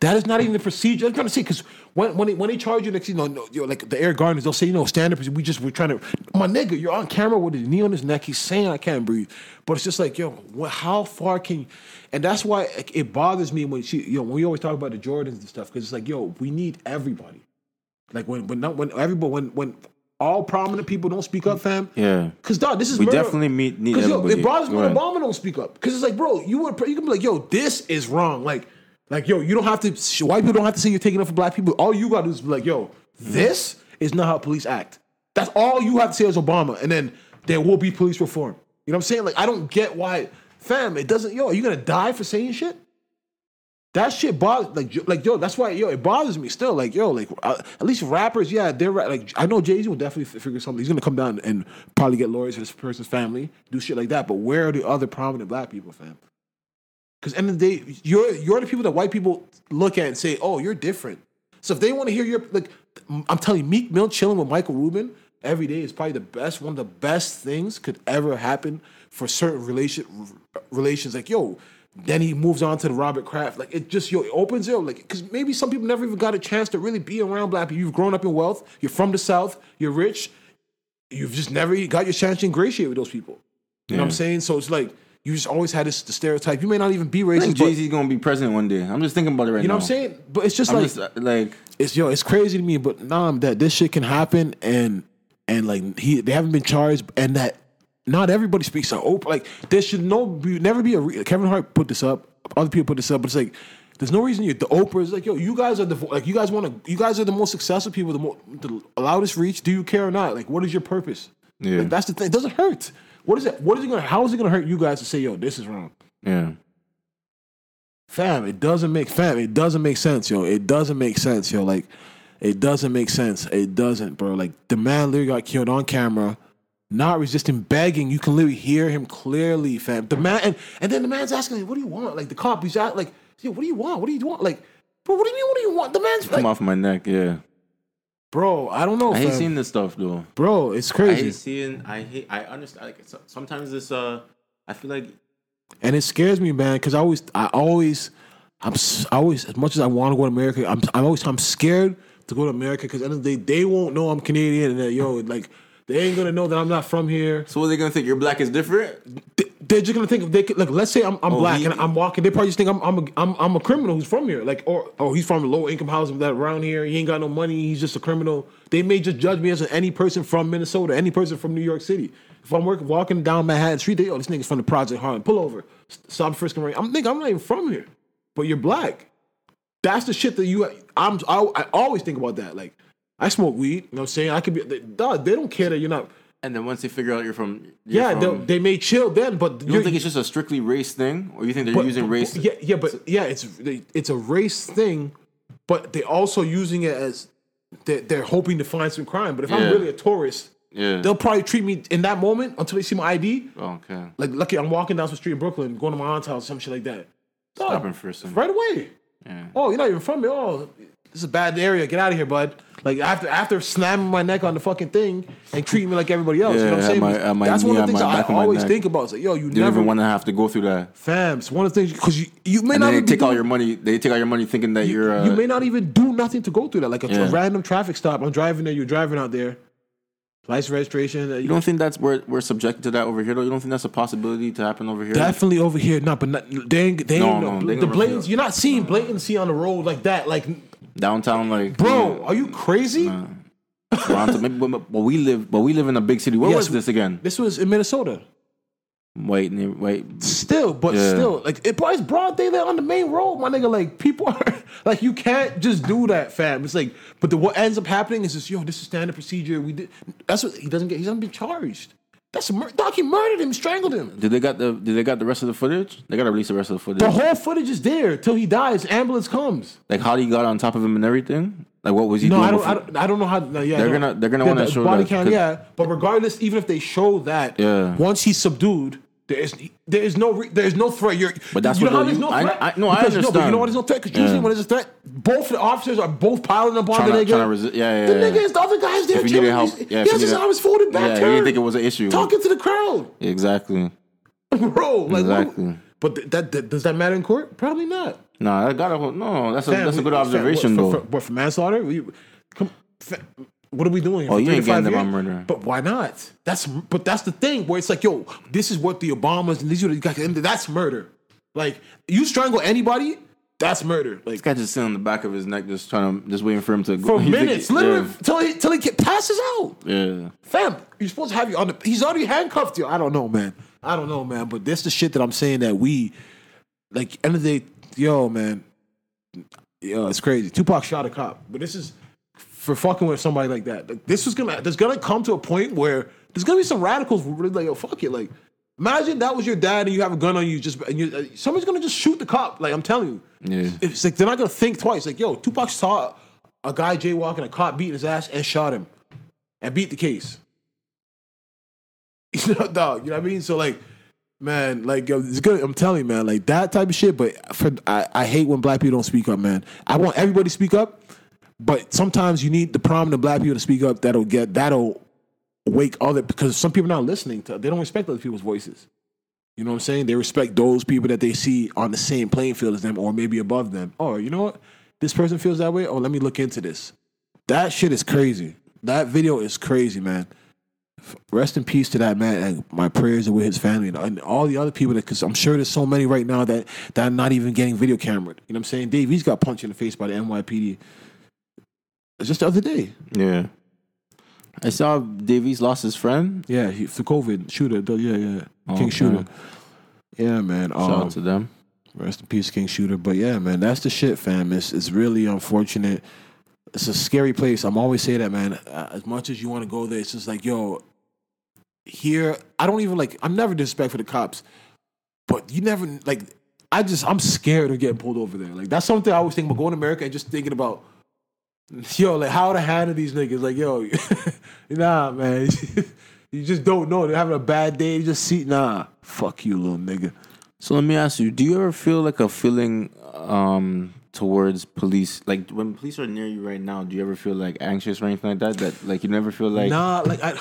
[SPEAKER 2] That is not even the procedure. I'm trying to say because when when they, when they charge you next, you know, no, you know, like the air gardeners, they'll say, you know, standard. procedure. We just we're trying to, my nigga, you're on camera with his knee on his neck. He's saying I can't breathe, but it's just like, yo, what, how far can? you And that's why like, it bothers me when she, you know, when we always talk about the Jordans and stuff because it's like, yo, we need everybody. Like when when not, when everybody when when all prominent people don't speak up, fam.
[SPEAKER 3] Yeah.
[SPEAKER 2] Because dog, this is
[SPEAKER 3] We
[SPEAKER 2] murder.
[SPEAKER 3] definitely meet- need
[SPEAKER 2] 'Cause, Yo,
[SPEAKER 3] everybody.
[SPEAKER 2] it bothers me when
[SPEAKER 3] Right.
[SPEAKER 2] Obama don't speak up. Because it's like, bro, you would you can be like, yo, this is wrong. Like, like yo, you don't have to. White people don't have to say you're taking up for black people. All you gotta do is be like, yo, this is not how police act. That's all you have to say as Obama, and then there will be police reform. You know what I'm saying? Like, I don't get why, fam. It doesn't. Yo, are you gonna die for saying shit? That shit bothers like yo- like yo. That's why yo it bothers me still. Like yo, like uh, at least rappers, yeah, they're ra- like I know Jay Z will definitely fi- figure something. He's gonna come down and probably get lawyers for this person's family, do shit like that. But where are the other prominent black people, fam? Because end of the day, you're you're the people that white people look at and say, oh, you're different. So if they want to hear your like, I'm telling you, Meek Mill chilling with Michael Rubin every day is probably the best one of the best things could ever happen for certain relation r- relations. Like yo, then he moves on to the Robert Kraft. Like it just yo it opens it up. Like because maybe some people never even got a chance to really be around black people. You've grown up in wealth. You're from the South. You're rich. You've just never e, got your chance to ingratiate with those people. You know what I'm saying? So it's like you just always had this the stereotype. You may not even be
[SPEAKER 3] I
[SPEAKER 2] racist,
[SPEAKER 3] think
[SPEAKER 2] but
[SPEAKER 3] Jay Z's gonna be president one day. I'm just thinking about it right now.
[SPEAKER 2] you know what I'm saying? But it's just
[SPEAKER 3] I'm
[SPEAKER 2] like
[SPEAKER 3] just, uh, like
[SPEAKER 2] it's yo, it's crazy to me, but nah, that this shit can happen and and like he they haven't been charged and that not everybody speaks out open. Like there should no be, never be a re- Kevin Hart put this up, other people put this up, but it's like there's no reason you the Oprah is like yo, you guys are the vo- like you guys want to you guys are the most successful people, the, mo- the loudest reach. Do you care or not? Like what is your purpose?
[SPEAKER 3] Yeah.
[SPEAKER 2] Like, that's the thing. It doesn't hurt. What is it? What is it gonna? How is it gonna hurt you guys to say yo, this is wrong?
[SPEAKER 3] yeah.
[SPEAKER 2] Fam, it doesn't make fam, it doesn't make sense, yo. It doesn't make sense, yo. Like, it doesn't make sense. It doesn't, bro. Like, the man literally got killed on camera, not resisting, begging. You can literally hear him clearly, fam. The man, and, and then the man's asking, like, what do you want? Like, the cop, he's at, like, yo, what do you want? What do you want? Like, bro, what do you mean? What do you want? The man's
[SPEAKER 3] Come
[SPEAKER 2] like,
[SPEAKER 3] off my neck. Yeah.
[SPEAKER 2] bro, I don't know,
[SPEAKER 3] I hate
[SPEAKER 2] fam.
[SPEAKER 3] seeing this stuff though.
[SPEAKER 2] bro, it's
[SPEAKER 3] I hate
[SPEAKER 2] crazy,
[SPEAKER 3] seeing. I hate. I understand. Like so- sometimes it's. Uh, I feel like
[SPEAKER 2] and it scares me, man, because I always, I always. I'm s- I always as much as I want to go to America. I'm I'm always I'm scared to go to America because end of the day they won't know I'm Canadian and that yo like they ain't gonna know that I'm not from here.
[SPEAKER 3] So what are they gonna think? Your black is different?
[SPEAKER 2] They, they're just gonna think if they could, like let's say I'm, I'm
[SPEAKER 3] Oh,
[SPEAKER 2] black
[SPEAKER 3] he-
[SPEAKER 2] and I'm walking. They probably just think I'm I'm a, I'm I'm a criminal who's from here. Like or oh he's from a low income housing that around here. He ain't got no money. He's just a criminal. They may just judge me as any person from Minnesota, any person from New York City. If I'm working walking down Manhattan Street, they oh this nigga's from the Project Harlem. Pull over, S- stop frisking. me. I'm thinking I'm not even from here, but you're black. That's the shit that you. I'm. I, I always think about that. Like, I smoke weed. You know what I'm saying? I could be. They, dog, they don't care that you're not.
[SPEAKER 3] And then once they figure out you're from, you're
[SPEAKER 2] Yeah,
[SPEAKER 3] from-
[SPEAKER 2] they'll- they may chill then, but
[SPEAKER 3] you don't think it's just a strictly race thing, or you think they're
[SPEAKER 2] but-
[SPEAKER 3] using
[SPEAKER 2] but-
[SPEAKER 3] race?
[SPEAKER 2] Yeah, yeah, but yeah, it's they- it's a race thing, but they also using it as they're, they're hoping to find some crime. But if
[SPEAKER 3] Yeah.
[SPEAKER 2] I'm really a tourist,
[SPEAKER 3] Yeah.
[SPEAKER 2] they'll probably treat me in that moment until they see my ID.
[SPEAKER 3] okay.
[SPEAKER 2] Like, lucky I'm walking down some street in Brooklyn, going to my aunt's house, some shit like that. Dog,
[SPEAKER 3] Stopping for some.
[SPEAKER 2] right away.
[SPEAKER 3] Yeah.
[SPEAKER 2] Oh, you're not even from me. Oh, this is a bad area. Get out of here, bud. Like after after slamming my neck on the fucking thing and treating me like everybody else. you know
[SPEAKER 3] Yeah,
[SPEAKER 2] what
[SPEAKER 3] at
[SPEAKER 2] I'm saying?
[SPEAKER 3] my- at my
[SPEAKER 2] That's one
[SPEAKER 3] knee,
[SPEAKER 2] of the
[SPEAKER 3] at
[SPEAKER 2] things
[SPEAKER 3] my
[SPEAKER 2] I
[SPEAKER 3] back of my
[SPEAKER 2] always
[SPEAKER 3] neck.
[SPEAKER 2] think about. It's like, yo, you
[SPEAKER 3] You don't
[SPEAKER 2] never
[SPEAKER 3] even
[SPEAKER 2] want
[SPEAKER 3] want to have to go through that.
[SPEAKER 2] fam. It's one of the things because you you may
[SPEAKER 3] And
[SPEAKER 2] not
[SPEAKER 3] then they
[SPEAKER 2] even
[SPEAKER 3] take
[SPEAKER 2] be
[SPEAKER 3] all
[SPEAKER 2] doing-
[SPEAKER 3] your money. They take all your money, thinking that
[SPEAKER 2] you,
[SPEAKER 3] you, are Uh,
[SPEAKER 2] you may not even do nothing to go through that. Like a, a
[SPEAKER 3] Yeah.
[SPEAKER 2] random traffic stop. I'm driving there. You're driving out there. License registration. uh,
[SPEAKER 3] you don't think that's we're we're subjected to that over here though. You don't think that's a possibility to happen over here.
[SPEAKER 2] Definitely over here, not but not, they ain't, they
[SPEAKER 3] No,
[SPEAKER 2] ain't
[SPEAKER 3] no, they
[SPEAKER 2] the
[SPEAKER 3] gonna
[SPEAKER 2] blatants.
[SPEAKER 3] feel-
[SPEAKER 2] You're not seeing blatancy on the road like that. Like,
[SPEAKER 3] downtown, like
[SPEAKER 2] bro,
[SPEAKER 3] yeah,
[SPEAKER 2] are you crazy?
[SPEAKER 3] Toronto, maybe, but, but we live, but we live in a big city. Where
[SPEAKER 2] Yes,
[SPEAKER 3] was this again?
[SPEAKER 2] This was in Minnesota.
[SPEAKER 3] White, neigh- white.
[SPEAKER 2] Still, but
[SPEAKER 3] Yeah.
[SPEAKER 2] still, like it, bro, it's broad day there on the main road, my nigga. Like people are like, you can't just do that, fam. It's like, but the what ends up happening is this, yo, this is standard procedure. We did. That's what he doesn't get. He doesn't be charged. That's a mur- doc. He murdered him, strangled him.
[SPEAKER 3] Did they got the? Did they got the rest of the footage? They gotta release the rest of the footage.
[SPEAKER 2] The whole footage is there till he dies. Ambulance comes.
[SPEAKER 3] like how he got on top of him and everything. Like what was he
[SPEAKER 2] No,
[SPEAKER 3] doing?
[SPEAKER 2] I don't,
[SPEAKER 3] before?
[SPEAKER 2] I don't. I don't know how. no, yeah, I
[SPEAKER 3] They're
[SPEAKER 2] don't-
[SPEAKER 3] gonna- they're gonna
[SPEAKER 2] yeah,
[SPEAKER 3] wanna
[SPEAKER 2] the
[SPEAKER 3] show
[SPEAKER 2] body
[SPEAKER 3] that,
[SPEAKER 2] cam.
[SPEAKER 3] 'cause-
[SPEAKER 2] Yeah, but regardless, even if they show that,
[SPEAKER 3] Yeah.
[SPEAKER 2] once he's subdued. There is there is no re- there is no threat. You're,
[SPEAKER 3] But that's
[SPEAKER 2] you know
[SPEAKER 3] what
[SPEAKER 2] how
[SPEAKER 3] they-
[SPEAKER 2] there's no
[SPEAKER 3] I-
[SPEAKER 2] threat.
[SPEAKER 3] I- no, I
[SPEAKER 2] Because, No, but you
[SPEAKER 3] understand.
[SPEAKER 2] know why there's no threat because usually
[SPEAKER 3] Yeah.
[SPEAKER 2] when there's a threat, both the officers are both piling up on
[SPEAKER 3] Trying
[SPEAKER 2] the
[SPEAKER 3] to-
[SPEAKER 2] nigga.
[SPEAKER 3] trying to resi- yeah, yeah,
[SPEAKER 2] The
[SPEAKER 3] yeah.
[SPEAKER 2] nigga is the other guy's there.
[SPEAKER 3] If you
[SPEAKER 2] chilling.
[SPEAKER 3] needed help,
[SPEAKER 2] He's-
[SPEAKER 3] yeah,
[SPEAKER 2] he
[SPEAKER 3] if
[SPEAKER 2] has
[SPEAKER 3] you
[SPEAKER 2] his
[SPEAKER 3] needed-
[SPEAKER 2] arms folded back.
[SPEAKER 3] Yeah, you didn't
[SPEAKER 2] turned,
[SPEAKER 3] think it was an issue.
[SPEAKER 2] Talking to the crowd,
[SPEAKER 3] Exactly.
[SPEAKER 2] bro. Like, what-
[SPEAKER 3] Exactly.
[SPEAKER 2] but th- that, that does that matter in court? Probably not.
[SPEAKER 3] Nah, that got a no. That's a
[SPEAKER 2] Fam,
[SPEAKER 3] that's a
[SPEAKER 2] we-
[SPEAKER 3] good
[SPEAKER 2] fam,
[SPEAKER 3] observation
[SPEAKER 2] what,
[SPEAKER 3] though.
[SPEAKER 2] for, For, what, for manslaughter? We, come, fam, what are we doing? here?
[SPEAKER 3] Oh,
[SPEAKER 2] For
[SPEAKER 3] you
[SPEAKER 2] three
[SPEAKER 3] ain't
[SPEAKER 2] to five
[SPEAKER 3] getting them
[SPEAKER 2] years?
[SPEAKER 3] on murder.
[SPEAKER 2] But why not? That's but that's the thing where it's like, yo, this is what the Obamas and these are the guys. And that's murder. Like you strangle anybody, that's murder. Like
[SPEAKER 3] this guy just sitting on the back of his neck, just trying to just waiting for him to
[SPEAKER 2] for
[SPEAKER 3] He's like-
[SPEAKER 2] minutes, literally till he till he get, passes out.
[SPEAKER 3] Yeah.
[SPEAKER 2] Fam, you're supposed to have you on the. He's already handcuffed you. I don't know, man. I don't know, man. But this the shit that I'm saying that we, like, end of the day, yo, man, yo, it's crazy. Tupac shot a cop, but this is for fucking with somebody like that. Like, this is gonna, there's gonna come to a point where there's gonna be some radicals who really like, yo, fuck it. Like, imagine that was your dad and you have a gun on you, just and you, uh, somebody's gonna just shoot the cop. Like, I'm telling you,
[SPEAKER 3] Yeah.
[SPEAKER 2] it's like they're not gonna think twice. Like, yo, Tupac saw a guy jaywalking, a cop beating his ass, and shot him, and beat the case. You know, dog. You know what I mean? So like, man, like yo, it's good. I'm telling you, man, like that type of shit. But for I, I hate when black people don't speak up, man. I want everybody to speak up, but sometimes you need the prominent black people to speak up. That'll get that'll wake other because some people are not listening to. They don't respect other people's voices. You know what I'm saying? They respect those people that they see on the same playing field as them or maybe above them. Oh, you know what? This person feels that way. Oh, let me look into this. That shit is crazy. That video is crazy, man. F- Rest in peace to that man. And my prayers are with his family and, and all the other people that, because I'm sure there's so many right now that, that are not even getting video cameraed. You know what I'm saying? Dave, he's got punched in the face by the NYPD just the other day.
[SPEAKER 3] Yeah. I saw Davies lost his friend.
[SPEAKER 2] Yeah, he, for COVID. Shooter. the- Yeah, yeah.
[SPEAKER 3] Oh,
[SPEAKER 2] King Shooter.
[SPEAKER 3] man.
[SPEAKER 2] Yeah, man.
[SPEAKER 3] Shout
[SPEAKER 2] Um,
[SPEAKER 3] out to them.
[SPEAKER 2] Rest in peace, King Shooter. But yeah, man, that's the shit, fam. It's it's really unfortunate. It's a scary place. I'm always say that, man. Uh, As much as you want to go there, it's just like, yo, here. I don't even like. I'm never disrespectful to cops, but you never like. I just I'm scared of getting pulled over there. Like that's something I always think about going to America and just thinking about, yo, like how to handle these niggas. Like yo, nah, man. you just don't know. They're having a bad day. You just see, nah, fuck you, little nigga.
[SPEAKER 3] So let me ask you: Do you ever feel like a feeling um, towards police? Like when police are near you right now, do you ever feel like anxious or anything like that? That like you never feel like
[SPEAKER 2] nah, like I.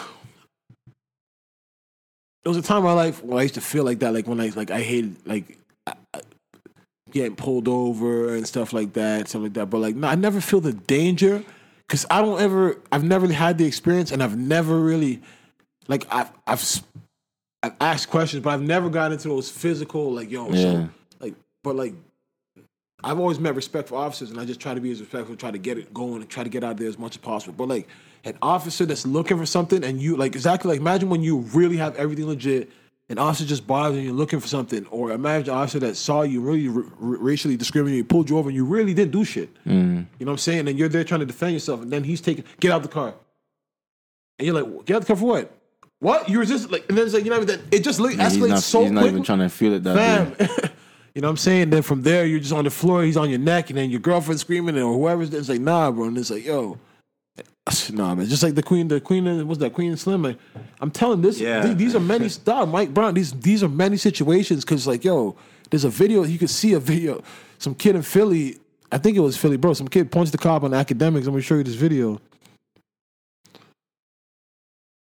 [SPEAKER 2] There was a time in my life where I used to feel like that, like when I like I hated like I- I- getting pulled over and stuff like that, stuff like that. But like, no, I never feel the danger because I don't ever. I've never really had the experience, and I've never really like I've I've s- I've asked questions, but I've never gotten into those physical like yo, so-
[SPEAKER 3] Yeah.
[SPEAKER 2] like but like I've always met respect for officers, and I just try to be as respectful, try to get it going, and try to get out there as much as possible. But like an officer that's looking for something, and you like exactly like imagine when you really have everything legit, an officer just bothers you and you're looking for something, or imagine an officer that saw you really r- r- racially discriminated, pulled you over, and you really didn't do shit. You know what I'm saying? And you're there trying to defend yourself, and then he's taking get out the car, and you're like, get out the car for what? What you resist? Like, and then it's like you know what I mean? That- it just like,
[SPEAKER 3] Yeah, he's
[SPEAKER 2] escalates
[SPEAKER 3] not,
[SPEAKER 2] so
[SPEAKER 3] he's not
[SPEAKER 2] quick.
[SPEAKER 3] even trying to feel it that
[SPEAKER 2] Fam.
[SPEAKER 3] day.
[SPEAKER 2] you know what I'm saying? Then from there, you're just on the floor, he's on your neck, and then your girlfriend's screaming, or whoever's there, it's like, nah, bro. And it's like, yo. Nah, man. Just like the queen, the queen, what's that? Queen Slim. Like, I'm telling this.
[SPEAKER 3] Yeah.
[SPEAKER 2] th- these are many. Dog, Mike Brown. These these are many situations because like, yo, there's a video. You could see a video. Some kid in Philly. I think it was Philly, bro. Some kid punched the cop on academics. I'm gonna show you this video.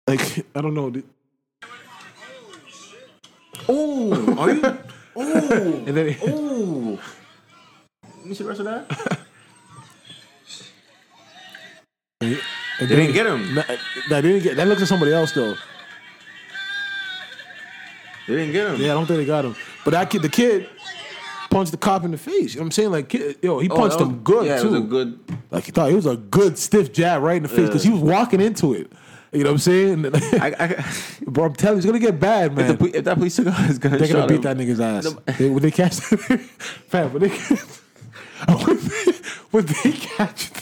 [SPEAKER 2] Like, I don't know. dude.
[SPEAKER 3] Oh, are you? Oh,
[SPEAKER 2] And then
[SPEAKER 3] oh. Let me see the rest of that.
[SPEAKER 2] And they
[SPEAKER 3] didn't get him.
[SPEAKER 2] Nah, nah, they didn't get. That looked at somebody else though.
[SPEAKER 3] They didn't get him.
[SPEAKER 2] Yeah, I don't think they got him. But that kid, the kid, punched the cop in the face. You know what I'm saying? Like, kid, yo, he
[SPEAKER 3] Oh,
[SPEAKER 2] punched
[SPEAKER 3] that was-
[SPEAKER 2] him good
[SPEAKER 3] yeah,
[SPEAKER 2] too.
[SPEAKER 3] It was a good.
[SPEAKER 2] like he thought it was a good stiff jab right in the face because he was walking into it. You know what I'm saying?
[SPEAKER 3] I, I,
[SPEAKER 2] Bro, I'm telling you, it's gonna get bad, man.
[SPEAKER 3] if, the, pol- if that police took out his gun,
[SPEAKER 2] They're gonna
[SPEAKER 3] shot
[SPEAKER 2] beat
[SPEAKER 3] him.
[SPEAKER 2] that nigga's ass.
[SPEAKER 3] The-
[SPEAKER 2] they, when they catch, fam, when they when they catch,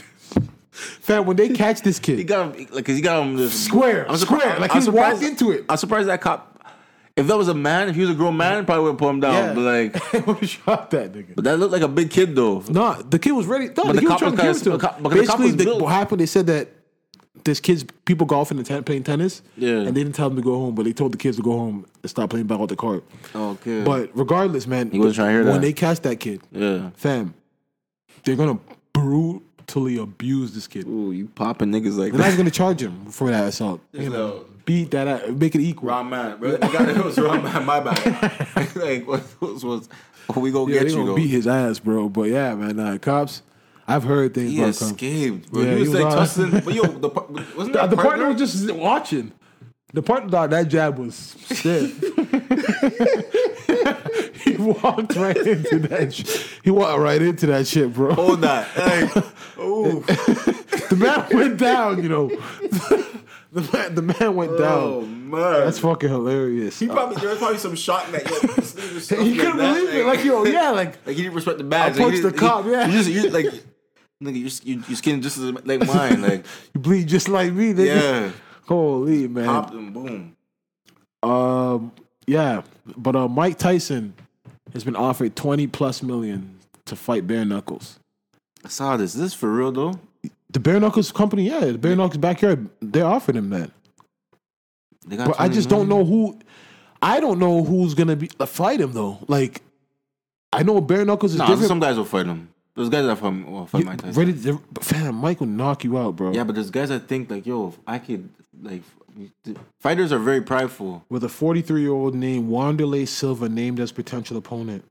[SPEAKER 2] fam, when they catch this
[SPEAKER 3] He
[SPEAKER 2] kid,
[SPEAKER 3] got him like 'cause he got him this
[SPEAKER 2] Square,
[SPEAKER 3] surprised-
[SPEAKER 2] square, like he
[SPEAKER 3] surprised-
[SPEAKER 2] walked into it.
[SPEAKER 3] I'm surprised that cop. If that was a man, if he was a grown man, probably would have pulled him down.
[SPEAKER 2] Yeah.
[SPEAKER 3] But like,
[SPEAKER 2] we shot that nigga.
[SPEAKER 3] but that looked like a big kid though.
[SPEAKER 2] No, the kid was ready. No,
[SPEAKER 3] But
[SPEAKER 2] the,
[SPEAKER 3] the
[SPEAKER 2] kid was
[SPEAKER 3] cop
[SPEAKER 2] trying
[SPEAKER 3] was
[SPEAKER 2] to give it
[SPEAKER 3] kinda-
[SPEAKER 2] to him.
[SPEAKER 3] the cop- but the cop
[SPEAKER 2] Basically,
[SPEAKER 3] was
[SPEAKER 2] the-
[SPEAKER 3] built.
[SPEAKER 2] what happened? They said that there's kids, people golfing and ten, playing tennis,
[SPEAKER 3] Yeah.
[SPEAKER 2] and they didn't tell them to go home, but they told the kids to go home and stop playing ball at the court.
[SPEAKER 3] Okay,
[SPEAKER 2] But regardless, man,
[SPEAKER 3] He wasn't trying to hear
[SPEAKER 2] when
[SPEAKER 3] that.
[SPEAKER 2] they catch that kid,
[SPEAKER 3] yeah,
[SPEAKER 2] fam, they're gonna brutally abused this kid.
[SPEAKER 3] Ooh, you popping niggas like
[SPEAKER 2] Then I was
[SPEAKER 3] that.
[SPEAKER 2] gonna charge him for that assault. You know, beat that, out, make it equal.
[SPEAKER 3] Wrong man, bro. You got it was wrong man. My bad. like what was was oh, we gonna
[SPEAKER 2] Yeah,
[SPEAKER 3] get
[SPEAKER 2] they
[SPEAKER 3] you
[SPEAKER 2] gonna
[SPEAKER 3] though.
[SPEAKER 2] beat his ass, bro. But yeah, man, nah, cops. I've heard things
[SPEAKER 3] He
[SPEAKER 2] about cops.
[SPEAKER 3] escaped, bro.
[SPEAKER 2] Yeah,
[SPEAKER 3] he
[SPEAKER 2] he
[SPEAKER 3] was,
[SPEAKER 2] was
[SPEAKER 3] like
[SPEAKER 2] on-
[SPEAKER 3] tussling, but yo, the par- wasn't
[SPEAKER 2] The,
[SPEAKER 3] that
[SPEAKER 2] the partner was just watching. The partner thought that jab was stiff. he walked right into that. Sh- he walked right into that shit, bro.
[SPEAKER 3] Hold that. Hey, Oh, ooh.
[SPEAKER 2] The man went down, you know. the, man, the man went
[SPEAKER 3] Oh
[SPEAKER 2] down.
[SPEAKER 3] man,
[SPEAKER 2] That's fucking hilarious.
[SPEAKER 3] He probably there was probably some shot that yo, this nigga was
[SPEAKER 2] He Oh. couldn't believe it. Like yo, yeah, like
[SPEAKER 3] like he didn't respect the badge.
[SPEAKER 2] I
[SPEAKER 3] Like, he
[SPEAKER 2] punched the
[SPEAKER 3] didn't- he-
[SPEAKER 2] cop, yeah.
[SPEAKER 3] you just you like nigga, your s- you, your skin just as like mine. Like
[SPEAKER 2] you bleed just like me, nigga.
[SPEAKER 3] yeah,
[SPEAKER 2] Holy man.
[SPEAKER 3] popped and boom.
[SPEAKER 2] Um, yeah, but uh, Mike Tyson has been offered twenty plus million to fight Bare Knuckles.
[SPEAKER 3] I saw this. Is this for real though?
[SPEAKER 2] The Bare Knuckles company, yeah, the Bare Knuckles backyard, they offered him that.
[SPEAKER 3] They got
[SPEAKER 2] But I
[SPEAKER 3] 20
[SPEAKER 2] just don't
[SPEAKER 3] million?
[SPEAKER 2] know who. I don't know who's gonna be uh, fight him though. Like, I know Bare Knuckles is
[SPEAKER 3] Nah,
[SPEAKER 2] different.
[SPEAKER 3] some guys will fight him. There's guys that fight, will fight
[SPEAKER 2] You-
[SPEAKER 3] Mike Tyson.
[SPEAKER 2] ready to- but fam, Mike will knock you out, bro.
[SPEAKER 3] Yeah, but there's guys that think like, yo, if I could like, th- fighters are very prideful.
[SPEAKER 2] With a 43 year old named Wanderlei Silva named as potential opponent.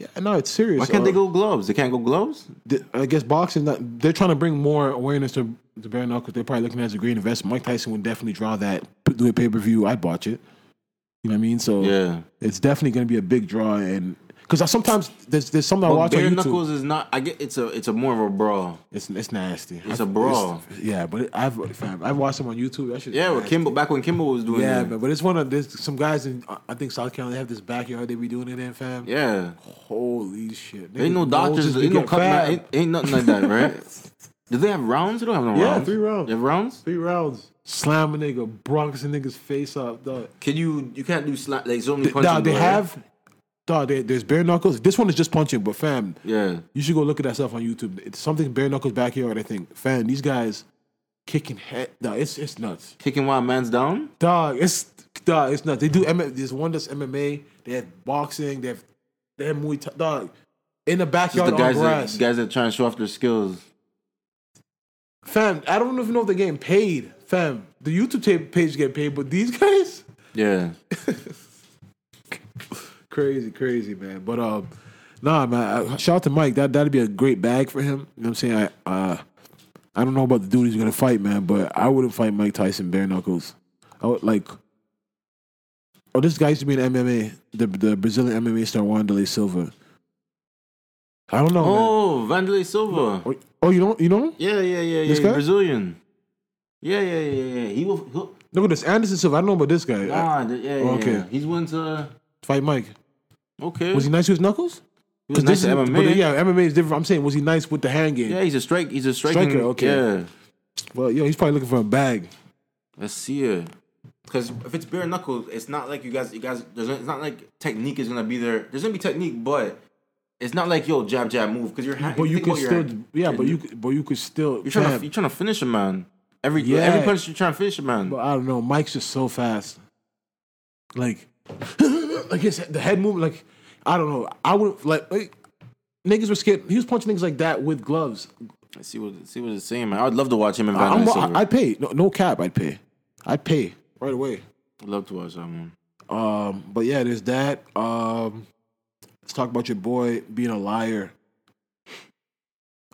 [SPEAKER 2] Yeah, no, it's serious.
[SPEAKER 3] Why can't they
[SPEAKER 2] Uh,
[SPEAKER 3] go gloves? They can't go gloves.
[SPEAKER 2] the- I guess boxing, that- they're trying to bring more awareness to the bare knuckles. They're probably looking at it as a great investment. Mike Tyson would definitely draw that, put- do a pay per view. I'd watch it. You know what I mean? So
[SPEAKER 3] Yeah.
[SPEAKER 2] it's definitely going to be a big draw. And because sometimes there's there's something I
[SPEAKER 3] But
[SPEAKER 2] watch on
[SPEAKER 3] bare
[SPEAKER 2] YouTube.
[SPEAKER 3] knuckles is not. I get it's a it's a more of a brawl.
[SPEAKER 2] it's it's nasty.
[SPEAKER 3] It's
[SPEAKER 2] a
[SPEAKER 3] a brawl.
[SPEAKER 2] yeah, but it, I've fam, I've watched them on YouTube. That shit. is
[SPEAKER 3] Yeah, well,
[SPEAKER 2] nasty.
[SPEAKER 3] Kimbo back when Kimbo was doing.
[SPEAKER 2] Yeah,
[SPEAKER 3] it.
[SPEAKER 2] man, but it's one of there's some guys in I- I think South Carolina they have this backyard they be doing it in, fam.
[SPEAKER 3] yeah.
[SPEAKER 2] Holy shit.
[SPEAKER 3] Ain't no
[SPEAKER 2] Niggas'
[SPEAKER 3] doctors.
[SPEAKER 2] noses be
[SPEAKER 3] Ain't no
[SPEAKER 2] getting
[SPEAKER 3] cut.
[SPEAKER 2] fat.
[SPEAKER 3] Ain't, ain't nothing like that, right? Do they have rounds? They don't have no
[SPEAKER 2] Yeah,
[SPEAKER 3] rounds.
[SPEAKER 2] three rounds.
[SPEAKER 3] They have rounds.
[SPEAKER 2] Three rounds. Slam a nigga, Bronx a nigga's face up, dog.
[SPEAKER 3] Can you? You can't do slap like so many
[SPEAKER 2] Th-
[SPEAKER 3] punches.
[SPEAKER 2] Dog, they
[SPEAKER 3] though, right?
[SPEAKER 2] have dog, they, there's bare knuckles. This one is just punching, but fam,
[SPEAKER 3] Yeah.
[SPEAKER 2] you should go look at that stuff on YouTube. It's something bare knuckles backyard, I think. Fam, these guys kicking head dog, it's it's nuts.
[SPEAKER 3] Kicking while a man's down.
[SPEAKER 2] Dog, it's dog, it's nuts. They do M- there's one that's MMA, they have boxing, they have they have Muay Thai dog. In the
[SPEAKER 3] Just
[SPEAKER 2] backyard
[SPEAKER 3] the guys
[SPEAKER 2] on
[SPEAKER 3] that,
[SPEAKER 2] grass.
[SPEAKER 3] guys that trying to show off their skills.
[SPEAKER 2] Fam, I don't even know if they're getting paid. Fam, the YouTube ta- page get paid, but these guys,
[SPEAKER 3] Yeah.
[SPEAKER 2] crazy, crazy, man. But um, nah, man. I, shout out to Mike. That that'd be a great bag for him. You know what I'm saying? I uh, I don't know about the dude he's gonna fight, man, but I wouldn't fight Mike Tyson bare knuckles. I would like. Oh, this guy used to be in MMA, the the Brazilian MMA star Wanderlei Silva. I don't know,
[SPEAKER 3] Oh, Vanderlei Silva.
[SPEAKER 2] man. Oh, you don't, you know?
[SPEAKER 3] Yeah, yeah, yeah,
[SPEAKER 2] This
[SPEAKER 3] yeah.
[SPEAKER 2] guy?
[SPEAKER 3] Brazilian. Yeah, yeah, yeah, yeah. He will. He'll,
[SPEAKER 2] Look at this, Anderson Silva. I don't know about this guy.
[SPEAKER 3] nah, th- yeah, yeah.
[SPEAKER 2] Okay.
[SPEAKER 3] yeah. He's went to.
[SPEAKER 2] Fight Mike.
[SPEAKER 3] Okay.
[SPEAKER 2] Was he nice with his knuckles?
[SPEAKER 3] He was nice
[SPEAKER 2] this
[SPEAKER 3] to
[SPEAKER 2] is-
[SPEAKER 3] MMA.
[SPEAKER 2] But yeah, MMA is different. I'm saying, was he nice with the hand game?
[SPEAKER 3] Yeah, he's a strike. He's a striking.
[SPEAKER 2] Striker, okay.
[SPEAKER 3] Yeah.
[SPEAKER 2] Well, yo, he's probably looking for a bag.
[SPEAKER 3] Let's see it. Because if it's bare knuckles, it's not like you guys. You guys. There's. It's not like technique is gonna be there. There's gonna be technique, but it's not like yo jab jab move because your hand.
[SPEAKER 2] But you
[SPEAKER 3] think
[SPEAKER 2] could
[SPEAKER 3] about your
[SPEAKER 2] still,
[SPEAKER 3] hand.
[SPEAKER 2] yeah, but you, could- but you could still.
[SPEAKER 3] You're trying
[SPEAKER 2] Fam,
[SPEAKER 3] to. You're trying to finish a man. Every
[SPEAKER 2] Yeah.
[SPEAKER 3] every punch you're trying to finish a man.
[SPEAKER 2] but I don't know. Mike's just so fast. Like, like his, the head movement. Like, I don't know. I would like, like niggas were scared. He was punching niggas like that with gloves.
[SPEAKER 3] Let's see what see what it's saying, man. I'd love to watch him and
[SPEAKER 2] I,
[SPEAKER 3] Van
[SPEAKER 2] am
[SPEAKER 3] Silver.
[SPEAKER 2] I, I'd pay. No, no cap. I'd pay. I'd pay right away.
[SPEAKER 3] I'd love to watch that one.
[SPEAKER 2] Um, but yeah, there's that. Um, let's talk about your boy being a liar,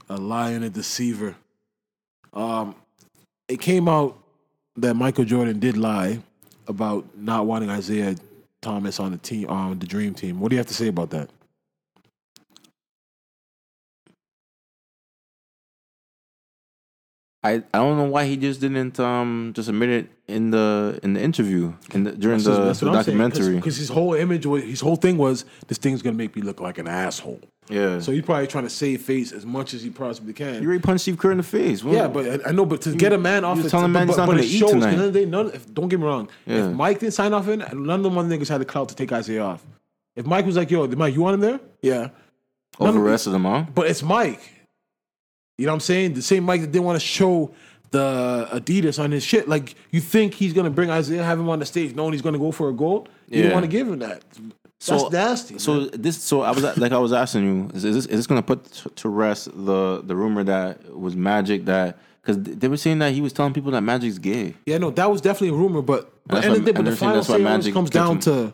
[SPEAKER 2] a liar and a deceiver. Um, it came out that Michael Jordan did lie about not wanting Isaiah Thomas on the team, on the Dream Team. What do you have to say about that?
[SPEAKER 3] I, I don't know why he just didn't um just admit it in the in the interview in the, during the, the documentary.
[SPEAKER 2] because his whole image, was, his whole thing was, this thing's gonna make me look like an asshole.
[SPEAKER 3] yeah.
[SPEAKER 2] So he's probably trying to save face as much as he possibly can.
[SPEAKER 3] You already punched Steve Kerr in the face. What-
[SPEAKER 2] Yeah, but I- I know, but to get a man off,
[SPEAKER 3] you
[SPEAKER 2] it-
[SPEAKER 3] tell a man
[SPEAKER 2] but,
[SPEAKER 3] he's not
[SPEAKER 2] but
[SPEAKER 3] gonna
[SPEAKER 2] it
[SPEAKER 3] eat
[SPEAKER 2] shows, 'cause
[SPEAKER 3] tonight.
[SPEAKER 2] at the end of the day, none- if- don't get me wrong.
[SPEAKER 3] Yeah.
[SPEAKER 2] If Mike didn't sign off in, none of the one niggas had the clout to take Isaiah off. If Mike was like, "Yo, Mike, you want him there?" Yeah,
[SPEAKER 3] over the
[SPEAKER 2] none of
[SPEAKER 3] rest of them, huh?
[SPEAKER 2] but it's Mike. You know what I'm saying? The same Mike that didn't want to show the Adidas on his shit. Like you think he's gonna bring Isaiah, have him on the stage, knowing he's gonna go for a gold? You
[SPEAKER 3] Yeah.
[SPEAKER 2] don't want to give him that. That's
[SPEAKER 3] So
[SPEAKER 2] nasty.
[SPEAKER 3] So
[SPEAKER 2] man.
[SPEAKER 3] this, so I was like, I was asking you, is, is this is this gonna put t- to rest the the rumor that it was Magic that because they were saying that he was telling people that Magic's gay.
[SPEAKER 2] yeah, no, that was definitely a rumor, but but,
[SPEAKER 3] That's
[SPEAKER 2] end
[SPEAKER 3] why-
[SPEAKER 2] of the day, but
[SPEAKER 3] and
[SPEAKER 2] the
[SPEAKER 3] they're saying
[SPEAKER 2] final
[SPEAKER 3] that's why
[SPEAKER 2] say always
[SPEAKER 3] Magic
[SPEAKER 2] comes
[SPEAKER 3] took
[SPEAKER 2] down
[SPEAKER 3] him.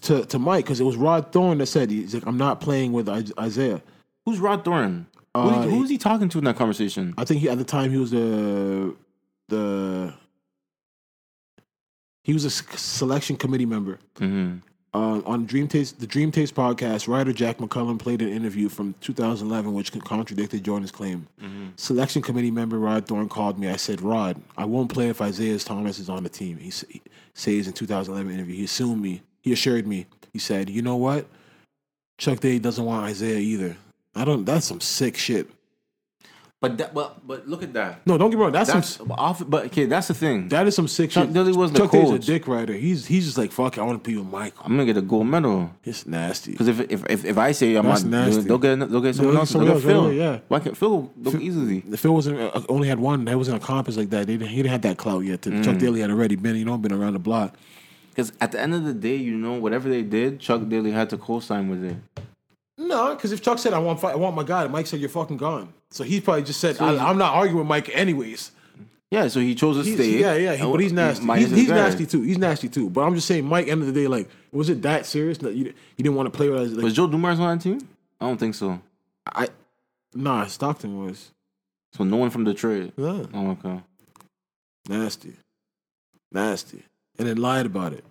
[SPEAKER 2] to to to Mike because it was Rod Thorne that said he's like, I'm not playing with I- Isaiah.
[SPEAKER 3] Who's Rod Thorne?
[SPEAKER 2] Uh,
[SPEAKER 3] who, who's he talking to in that conversation?
[SPEAKER 2] I think he, at the time he was the the he was a s- selection committee member.
[SPEAKER 3] Mm-hmm.
[SPEAKER 2] Uh, on Dream Taste, the Dream Taste podcast, writer Jack McCullum played an interview from 2011 which contradicted Jordan's claim. Selection committee member Rod Thorne called me. I said, Rod, I won't play if Isaiah Thomas is on the team. He, s- he says in 2011 interview, he assumed me. He assured me. He said, you know what? Chuck Day doesn't want Isaiah either. I don't. That's some sick shit.
[SPEAKER 3] But that, but but look at that.
[SPEAKER 2] No, don't get me wrong. That's,
[SPEAKER 3] That's
[SPEAKER 2] some.
[SPEAKER 3] off, but okay, that's the thing.
[SPEAKER 2] That is some sick
[SPEAKER 3] Chuck
[SPEAKER 2] shit.
[SPEAKER 3] Daly wasn't
[SPEAKER 2] Chuck
[SPEAKER 3] a
[SPEAKER 2] Day's a
[SPEAKER 3] coach.
[SPEAKER 2] dick rider. He's he's just like fuck. it, I want to be with Michael.
[SPEAKER 3] I'm gonna get a gold medal
[SPEAKER 2] It's nasty.
[SPEAKER 3] because if, if if if I say I'm
[SPEAKER 2] That's
[SPEAKER 3] not,
[SPEAKER 2] nasty.
[SPEAKER 3] they'll get they'll get someone
[SPEAKER 2] get
[SPEAKER 3] else. They'll
[SPEAKER 2] somebody
[SPEAKER 3] get
[SPEAKER 2] else right
[SPEAKER 3] Phil.
[SPEAKER 2] away, yeah.
[SPEAKER 3] Why can't Phil go easil
[SPEAKER 2] If it wasn't uh, only had one, that wasn't a compass like that. They didn't, he didn't have that clout yet. Chuck
[SPEAKER 3] Mm.
[SPEAKER 2] Daly had already been, you know, been around the block.
[SPEAKER 3] Because at the end of the day, you know, whatever they did, Chuck Daly had to co-sign with it.
[SPEAKER 2] No, because if Chuck said I want, fi- I want my guy, Mike said you're fucking gone. So he probably just said I, I'm not arguing with Mike anyways.
[SPEAKER 3] Yeah, so he chose to
[SPEAKER 2] He's-
[SPEAKER 3] stay.
[SPEAKER 2] yeah, yeah, he-
[SPEAKER 3] And
[SPEAKER 2] but he's nasty.
[SPEAKER 3] Mike
[SPEAKER 2] He's,
[SPEAKER 3] is his
[SPEAKER 2] he's
[SPEAKER 3] guy.
[SPEAKER 2] nasty too. He's nasty too. But I'm just saying, Mike. End of the day, like, was it that serious? That you, you didn't want to play with? us? Like,
[SPEAKER 3] Was Joe Dumars on that team? I don't think so.
[SPEAKER 2] I, nah, Stockton was
[SPEAKER 3] So no one from Detroit.
[SPEAKER 2] Yeah.
[SPEAKER 3] Oh, okay.
[SPEAKER 2] nasty, nasty, and then lied about it.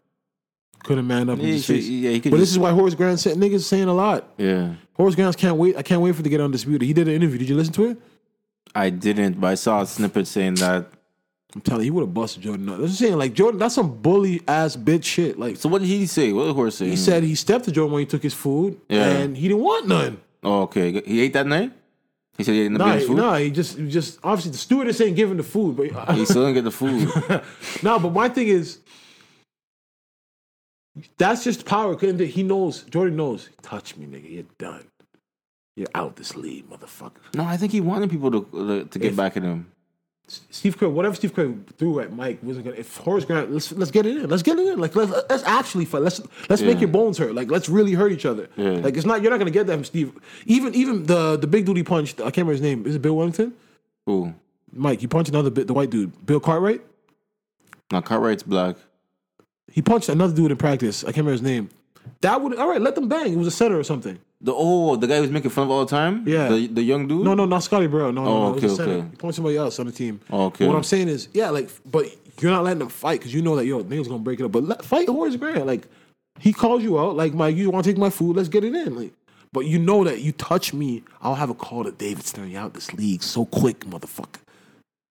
[SPEAKER 2] Couldn't man up.
[SPEAKER 3] Yeah,
[SPEAKER 2] and just
[SPEAKER 3] he
[SPEAKER 2] say,
[SPEAKER 3] could- yeah, he could
[SPEAKER 2] but this
[SPEAKER 3] just-
[SPEAKER 2] is why Horace Grant said niggas saying a lot.
[SPEAKER 3] Yeah.
[SPEAKER 2] Horace Grounds can't wait. I can't wait for it to get undisputed. He did an interview. Did you listen to it?
[SPEAKER 3] I didn't, but I saw a snippet saying that.
[SPEAKER 2] I'm telling you, he would have busted Jordan. Up. That's what I'm saying. Like Jordan, that's some bully ass bitch shit. Like
[SPEAKER 3] So what did he say? What did Horace say?
[SPEAKER 2] he said, he stepped to Jordan when he took his food,
[SPEAKER 3] Yeah.
[SPEAKER 2] and he didn't want none.
[SPEAKER 3] Oh, okay. He ate that night. He said he didn't
[SPEAKER 2] Nah,
[SPEAKER 3] get his food.
[SPEAKER 2] nah. He just, he just obviously the stewardess ain't giving the food. But
[SPEAKER 3] He still didn't get the food.
[SPEAKER 2] no, but my thing is, that's just power. 'Cause He knows. Jordan knows. Touch me, nigga. You're done. You're out this league, motherfucker.
[SPEAKER 3] no, I think he wanted people to to get
[SPEAKER 2] If-
[SPEAKER 3] back at him.
[SPEAKER 2] Steve Kerr, whatever Steve Kerr threw at Mike wasn't gonna. If Horace Grant, let's let's get it in. Let's get it in. Like let's let's actually fight. Let's let's make
[SPEAKER 3] Yeah.
[SPEAKER 2] your bones hurt. Like let's really hurt each other.
[SPEAKER 3] Yeah.
[SPEAKER 2] Like it's not you're not gonna get that from Steve. Even even the the big dude he punched. I can't remember his name. Is it Bill Wellington?
[SPEAKER 3] Who?
[SPEAKER 2] Mike, he punched another bit the white dude, Bill Cartwright.
[SPEAKER 3] Now Cartwright's black.
[SPEAKER 2] He punched another dude in practice. I can't remember his name. That would all right. Let them bang. It was a center or something.
[SPEAKER 3] The oh, the guy who's making fun of all the time.
[SPEAKER 2] Yeah.
[SPEAKER 3] The the young dude.
[SPEAKER 2] No, no, not Scotty Burrow. No, no,
[SPEAKER 3] Oh,
[SPEAKER 2] no. It was a
[SPEAKER 3] okay,
[SPEAKER 2] center.
[SPEAKER 3] okay.
[SPEAKER 2] He punched somebody else on the team.
[SPEAKER 3] Oh, okay.
[SPEAKER 2] But what I'm saying is, yeah, like, but you're not letting them fight because you know that yo niggas gonna break it up. But let, fight Horace Grant. Like, he calls you out. Like, Mike, you want to take my food? Let's get it in. Like, but you know that you touch me, I'll have a call to Davidson. You out this league so quick, motherfucker.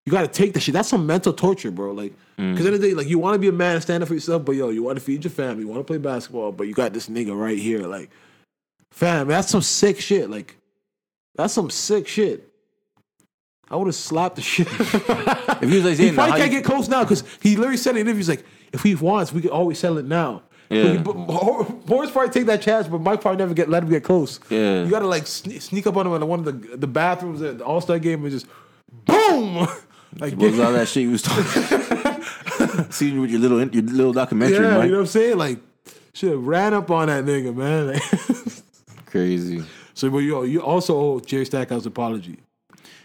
[SPEAKER 2] You gotta take the shit. That's some mental torture, bro. Like,
[SPEAKER 3] Mm.
[SPEAKER 2] because end of the day, like, you want to be a man and stand up for yourself, but yo, you want to feed your family, you want to play basketball, but you got this nigga right here, like, fam, that's some sick shit. Like, that's some sick shit. I would have slapped the shit.
[SPEAKER 3] If he was like
[SPEAKER 2] he
[SPEAKER 3] saying,
[SPEAKER 2] probably
[SPEAKER 3] that, how
[SPEAKER 2] can't
[SPEAKER 3] you-
[SPEAKER 2] get close now because he literally said in interviews like, if he wants, we can always settle it now.
[SPEAKER 3] Yeah.
[SPEAKER 2] But, he- but Hor- Horace probably take that chance, but Mike probably never get let him get close.
[SPEAKER 3] Yeah.
[SPEAKER 2] you gotta like sne- sneak up on him in one of the the bathrooms at the All Star game and just boom. like
[SPEAKER 3] What was all that shit you was talking? Seeing you with your little your little documentary,
[SPEAKER 2] yeah,
[SPEAKER 3] Mike.
[SPEAKER 2] you know what I'm saying? Like, should have ran up on that nigga, man. Like,
[SPEAKER 3] Crazy.
[SPEAKER 2] so, but yo, you also owe Jerry Stackhouse apology.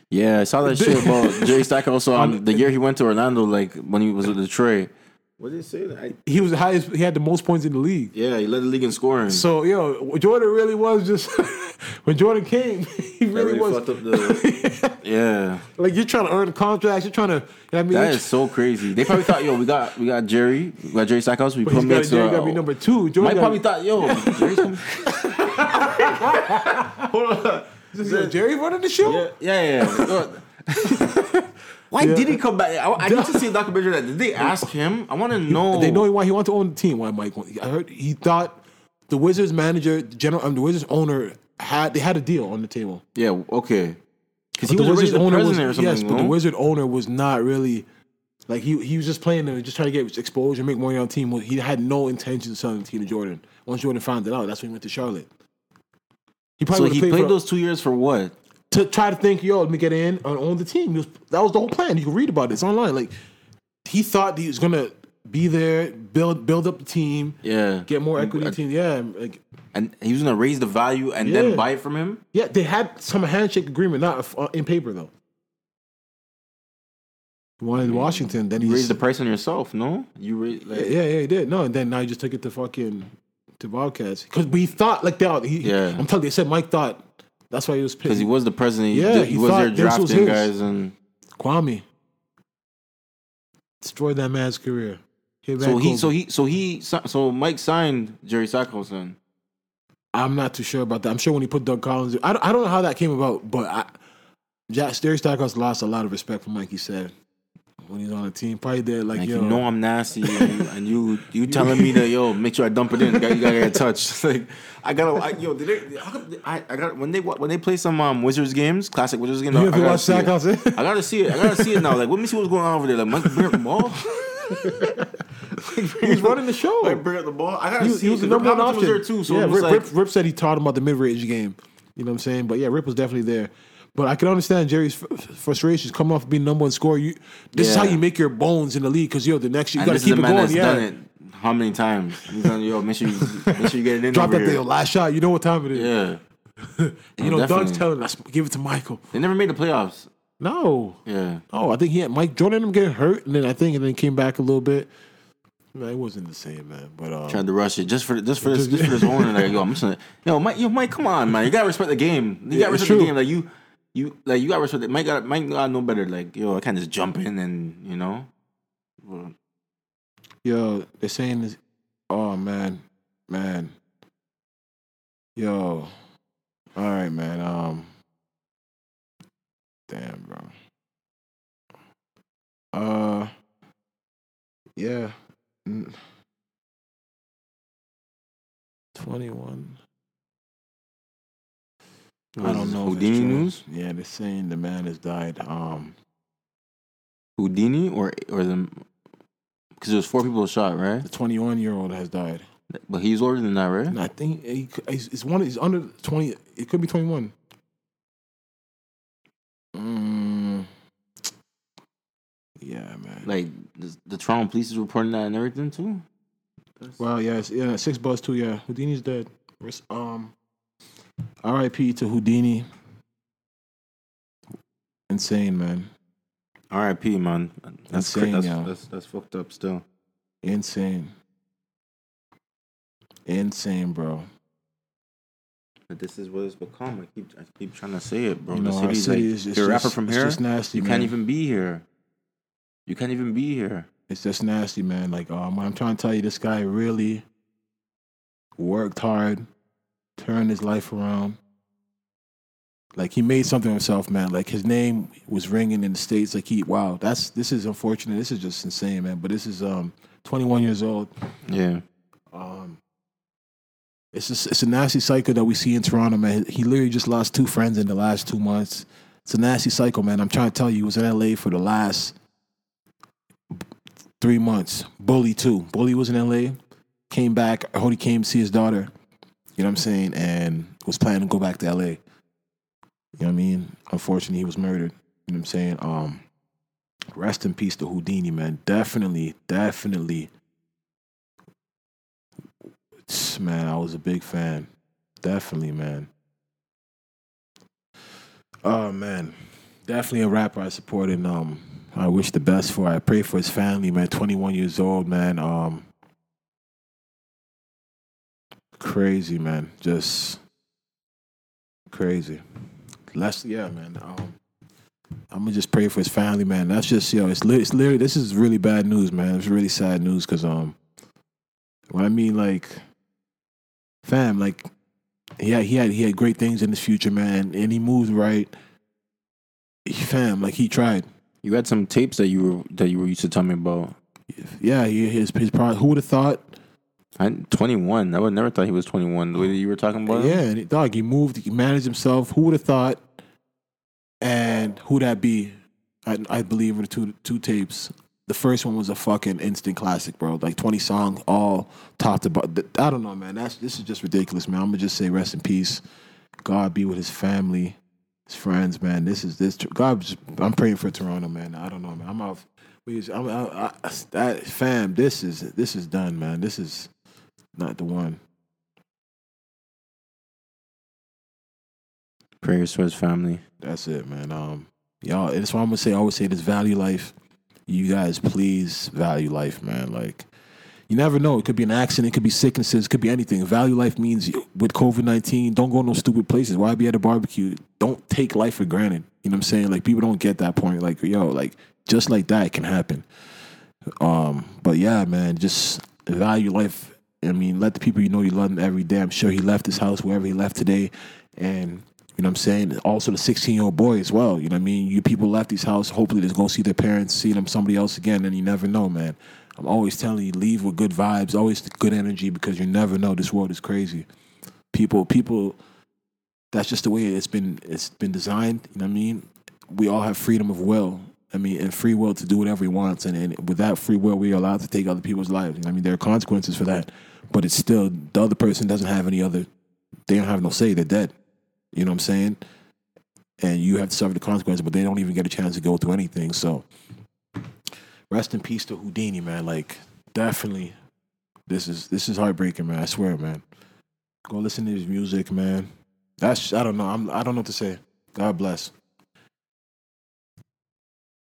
[SPEAKER 3] Yeah, I saw that shit about Jerry Stackhouse on the year he went to Orlando, like when he was with Detroit. What did he say? I,
[SPEAKER 2] He was the highest. He had the most points in the league.
[SPEAKER 3] yeah, he led the league in scoring.
[SPEAKER 2] So yo, Jordan really was just when Jordan came, he really,
[SPEAKER 3] really
[SPEAKER 2] was
[SPEAKER 3] fucked up the- yeah,
[SPEAKER 2] like you're trying to earn contracts, you're trying to. You know what I mean,
[SPEAKER 3] that is so crazy. They probably thought, yo, we got we got Jerry, we got Jerry Stackhouse. We
[SPEAKER 2] But he's
[SPEAKER 3] put him
[SPEAKER 2] gotta-
[SPEAKER 3] next to
[SPEAKER 2] Jerry gotta
[SPEAKER 3] uh,
[SPEAKER 2] be number two. Jordan
[SPEAKER 3] Mike
[SPEAKER 2] gotta-
[SPEAKER 3] probably thought, yo, Jerry's coming.
[SPEAKER 2] Is yo, Jerry running the show.
[SPEAKER 3] Yeah, yeah. yeah. Why did he come back? I, I need to see a documentary. That did they ask him? I want to know.
[SPEAKER 2] They know why he wanted to own the team. Why Mike? Want, I heard he thought the Wizards manager, the general, um, the Wizards owner had they had a deal on the table.
[SPEAKER 3] Yeah. Okay. Because he
[SPEAKER 2] But
[SPEAKER 3] was already the
[SPEAKER 2] owner
[SPEAKER 3] president or something.
[SPEAKER 2] Yes, but the
[SPEAKER 3] no?
[SPEAKER 2] Wizard owner was not really like he he was just playing and just trying to get exposure, make money on the team. He had no intention of selling the team to Jordan. Once Jordan found it out, that's when he went to Charlotte. He
[SPEAKER 3] So
[SPEAKER 2] probably
[SPEAKER 3] he
[SPEAKER 2] would've
[SPEAKER 3] played
[SPEAKER 2] for-
[SPEAKER 3] those two years for what?
[SPEAKER 2] to try to think, yo, let me get in and own the team. He was, that was the whole plan. You can read about it. It's online. Like he thought he was gonna be there, build build up the team,
[SPEAKER 3] Yeah.
[SPEAKER 2] get more equity
[SPEAKER 3] I-
[SPEAKER 2] team. Yeah, like
[SPEAKER 3] and he was gonna raise the value and
[SPEAKER 2] Yeah.
[SPEAKER 3] then buy it from him.
[SPEAKER 2] yeah, they had some handshake agreement, not uh, in paper though. The one in Washington, then he
[SPEAKER 3] You raise the price on yourself, no? You raise like,
[SPEAKER 2] Yeah, yeah, he did. No, and then now he just took it to fucking to Wildcats because we thought like that. He,
[SPEAKER 3] Yeah.
[SPEAKER 2] I'm telling you, they said Mike thought that's why he was
[SPEAKER 3] because
[SPEAKER 2] pissed.
[SPEAKER 3] he was the president. He,
[SPEAKER 2] Yeah,
[SPEAKER 3] did-
[SPEAKER 2] he
[SPEAKER 3] he was
[SPEAKER 2] thought
[SPEAKER 3] there
[SPEAKER 2] this was
[SPEAKER 3] drafting
[SPEAKER 2] his.
[SPEAKER 3] guys, and
[SPEAKER 2] Kwame destroyed that man's career. Him
[SPEAKER 3] so
[SPEAKER 2] and
[SPEAKER 3] he,
[SPEAKER 2] Kobe.
[SPEAKER 3] so he, so he, si- so Mike signed Jerry Sacco's son.
[SPEAKER 2] I'm not too sure about that. I'm sure when he put Doug Collins, I don't, I don't know how that came about, but I, Jack Jerry Stackhouse lost a lot of respect for Mike. He said when he's on the team, probably did like,
[SPEAKER 3] Like
[SPEAKER 2] yo,
[SPEAKER 3] you know, I'm nasty, and you, and you, you telling me that yo, make sure I dump it in. You gotta, you gotta get touched. It's like I gotta, I, yo, did they, how come they- I, I got when they wa- when they play some um Wizards games, classic Wizards games.
[SPEAKER 2] You
[SPEAKER 3] I-
[SPEAKER 2] ever
[SPEAKER 3] I gotta
[SPEAKER 2] watch
[SPEAKER 3] see it.
[SPEAKER 2] Stackhouse?
[SPEAKER 3] I gotta see it. I gotta see it now. Like, let me see what's going on over there. Like Mike Barrett Ball.
[SPEAKER 2] he's running the show.
[SPEAKER 3] Mike Barrett the ball. I gotta
[SPEAKER 2] he,
[SPEAKER 3] see
[SPEAKER 2] he was the
[SPEAKER 3] it, 'cause
[SPEAKER 2] number one
[SPEAKER 3] Hamilton
[SPEAKER 2] option.
[SPEAKER 3] was there too. So
[SPEAKER 2] yeah,
[SPEAKER 3] it was
[SPEAKER 2] Rip,
[SPEAKER 3] like,
[SPEAKER 2] Rip, Rip said he taught him about the mid-range game. You know what I'm saying? But yeah, Rip was definitely there. But I can understand Jerry's f- f- frustrations coming off being number one scorer. You, this is
[SPEAKER 3] Yeah.
[SPEAKER 2] how you make your bones in the league because yo, the next year you
[SPEAKER 3] and
[SPEAKER 2] got
[SPEAKER 3] this
[SPEAKER 2] to keep
[SPEAKER 3] is a
[SPEAKER 2] it
[SPEAKER 3] man
[SPEAKER 2] going.
[SPEAKER 3] that's
[SPEAKER 2] Yeah,
[SPEAKER 3] done it how many times? He's done, yo, make sure you make sure you get it in.
[SPEAKER 2] drop
[SPEAKER 3] over
[SPEAKER 2] that
[SPEAKER 3] here.
[SPEAKER 2] deal, last shot. You know what time it is.
[SPEAKER 3] Yeah,
[SPEAKER 2] you know, Doug's
[SPEAKER 3] definitely.
[SPEAKER 2] telling us, give it to Michael.
[SPEAKER 3] they never made the playoffs.
[SPEAKER 2] No,
[SPEAKER 3] Yeah.
[SPEAKER 2] Oh, I think he had Mike Jordan and him getting hurt, and then I think and then came back a little bit. Man, it wasn't the same, man. But um,
[SPEAKER 3] Tried to rush it just for just for this just for this owner. Like yo, I'm just gonna, yo Mike, yo Mike, come on, man, you gotta respect the game. You
[SPEAKER 2] Yeah,
[SPEAKER 3] gotta
[SPEAKER 2] it's
[SPEAKER 3] respect
[SPEAKER 2] true.
[SPEAKER 3] the game. Like you, you like you gotta respect. It. Mike got Mike got no better. Like yo, I can't just jump in and you know. Well,
[SPEAKER 2] yo, they're saying this. Oh man, man. Yo, all right, man. Um, damn, bro. Uh, yeah. Mm. Twenty-one. I
[SPEAKER 3] was
[SPEAKER 2] don't know. if it's
[SPEAKER 3] Houdini
[SPEAKER 2] true.
[SPEAKER 3] news.
[SPEAKER 2] Yeah, they're saying the man has died. Um,
[SPEAKER 3] Houdini or or the because there was four people shot, right?
[SPEAKER 2] the 21 year old has died.
[SPEAKER 3] But he's older than that, right?
[SPEAKER 2] And I think he, he's, he's one. He's under 20. It could be 21. Mm. Yeah, man.
[SPEAKER 3] Like the, the Toronto police is reporting that and everything too.
[SPEAKER 2] Wow. Yes. Yeah. Six buzz too. Yeah. Houdini's dead. Rest- Um. R.I.P. to Houdini. Insane, man.
[SPEAKER 3] R.I.P. Man, that's cra-
[SPEAKER 2] Insane,
[SPEAKER 3] that's,
[SPEAKER 2] yo.
[SPEAKER 3] that's that's fucked up still.
[SPEAKER 2] Insane. Insane, bro.
[SPEAKER 3] But this is what it's become. I keep I keep trying to say it, bro.
[SPEAKER 2] You
[SPEAKER 3] the
[SPEAKER 2] know, our
[SPEAKER 3] city's
[SPEAKER 2] city
[SPEAKER 3] like,
[SPEAKER 2] is- it's
[SPEAKER 3] you're a rapper
[SPEAKER 2] just-
[SPEAKER 3] from
[SPEAKER 2] it's
[SPEAKER 3] here.
[SPEAKER 2] just nasty,
[SPEAKER 3] you
[SPEAKER 2] man.
[SPEAKER 3] can't even be here. You can't even be here.
[SPEAKER 2] it's just nasty, man. Like um, I'm trying to tell you, this guy really worked hard, turned his life around. Like he made something of himself, man. Like his name was ringing in the states. Like he, wow, that's this is unfortunate. This is just insane, man. But this is um, 21 years old.
[SPEAKER 3] Yeah.
[SPEAKER 2] Um, it's just, it's a nasty cycle that we see in Toronto, man. He literally just lost two friends in the last two months. It's a nasty cycle, man. I'm trying to tell you, he was in LA for the last three months. Bully too. Bully was in LA, came back. I heard he came to see his daughter. You know what I'm saying? And was planning to go back to LA. You know what I mean? Unfortunately, he was murdered. You know what I'm saying? Um, rest in peace to Houdini, man. Definitely, definitely man, I was a big fan. Definitely, man. Oh man. Definitely a rapper I support and um I wish the best for. I pray for his family, man. Twenty one years old, man. Um crazy, man. Just crazy. Less yeah, man. Um I'm gonna just pray for his family, man. That's just yo. It's, li- it's literally this is really bad news, man. It's really sad news because um, when I mean like, fam, like, yeah, he had he had great things in his future, man, and he moved right. Fam, like he tried.
[SPEAKER 3] You had some tapes that you were that you were used to tell me about.
[SPEAKER 2] Yeah, he, his his pro Who would have thought?
[SPEAKER 3] I 21. I would never thought he was 21. The way that you were talking about. him.
[SPEAKER 2] Yeah, and he, dog, he moved. He managed himself. Who would have thought? And who that be? I, I believe were the two two tapes. The first one was a fucking instant classic, bro. Like twenty songs, all top to bottom. Th- I don't know, man. That's this is just ridiculous, man. I'm gonna just say rest in peace. God be with his family, his friends, man. This is this. God, just, I'm praying for Toronto, man. I don't know, man. I'm out. We just, I, I, I, that fam, this is this is done, man. This is not the one.
[SPEAKER 3] Prayers to his family.
[SPEAKER 2] That's it, man. Um, y'all, that's why I'm gonna say. I always say this: value life. You guys, please value life, man. Like, you never know. It could be an accident. It could be sicknesses. It could be anything. Value life means with COVID nineteen, don't go no stupid places. Why be at a barbecue? Don't take life for granted. You know what I'm saying? Like, people don't get that point. Like, yo, like just like that, it can happen. Um, but yeah, man, just value life. I mean, let the people you know you love them every day. I'm sure he left his house wherever he left today, and you know what I'm saying? Also, the 16 year old boy as well. You know what I mean? You people left these house. Hopefully, they're going to see their parents, see them somebody else again, and you never know, man. I'm always telling you, leave with good vibes, always good energy, because you never know. This world is crazy. People, people. That's just the way it's been. It's been designed. You know what I mean? We all have freedom of will. I mean, and free will to do whatever we want. And, and with that free will, we are allowed to take other people's lives. You know what I mean, there are consequences for that, but it's still the other person doesn't have any other. They don't have no say. They're dead. You know what I'm saying? And you have to suffer the consequences, but they don't even get a chance to go through anything. So rest in peace to Houdini, man. Like definitely this is this is heartbreaking, man. I swear, man. Go listen to his music, man. That's I don't know. I'm I don't know what to say. God bless.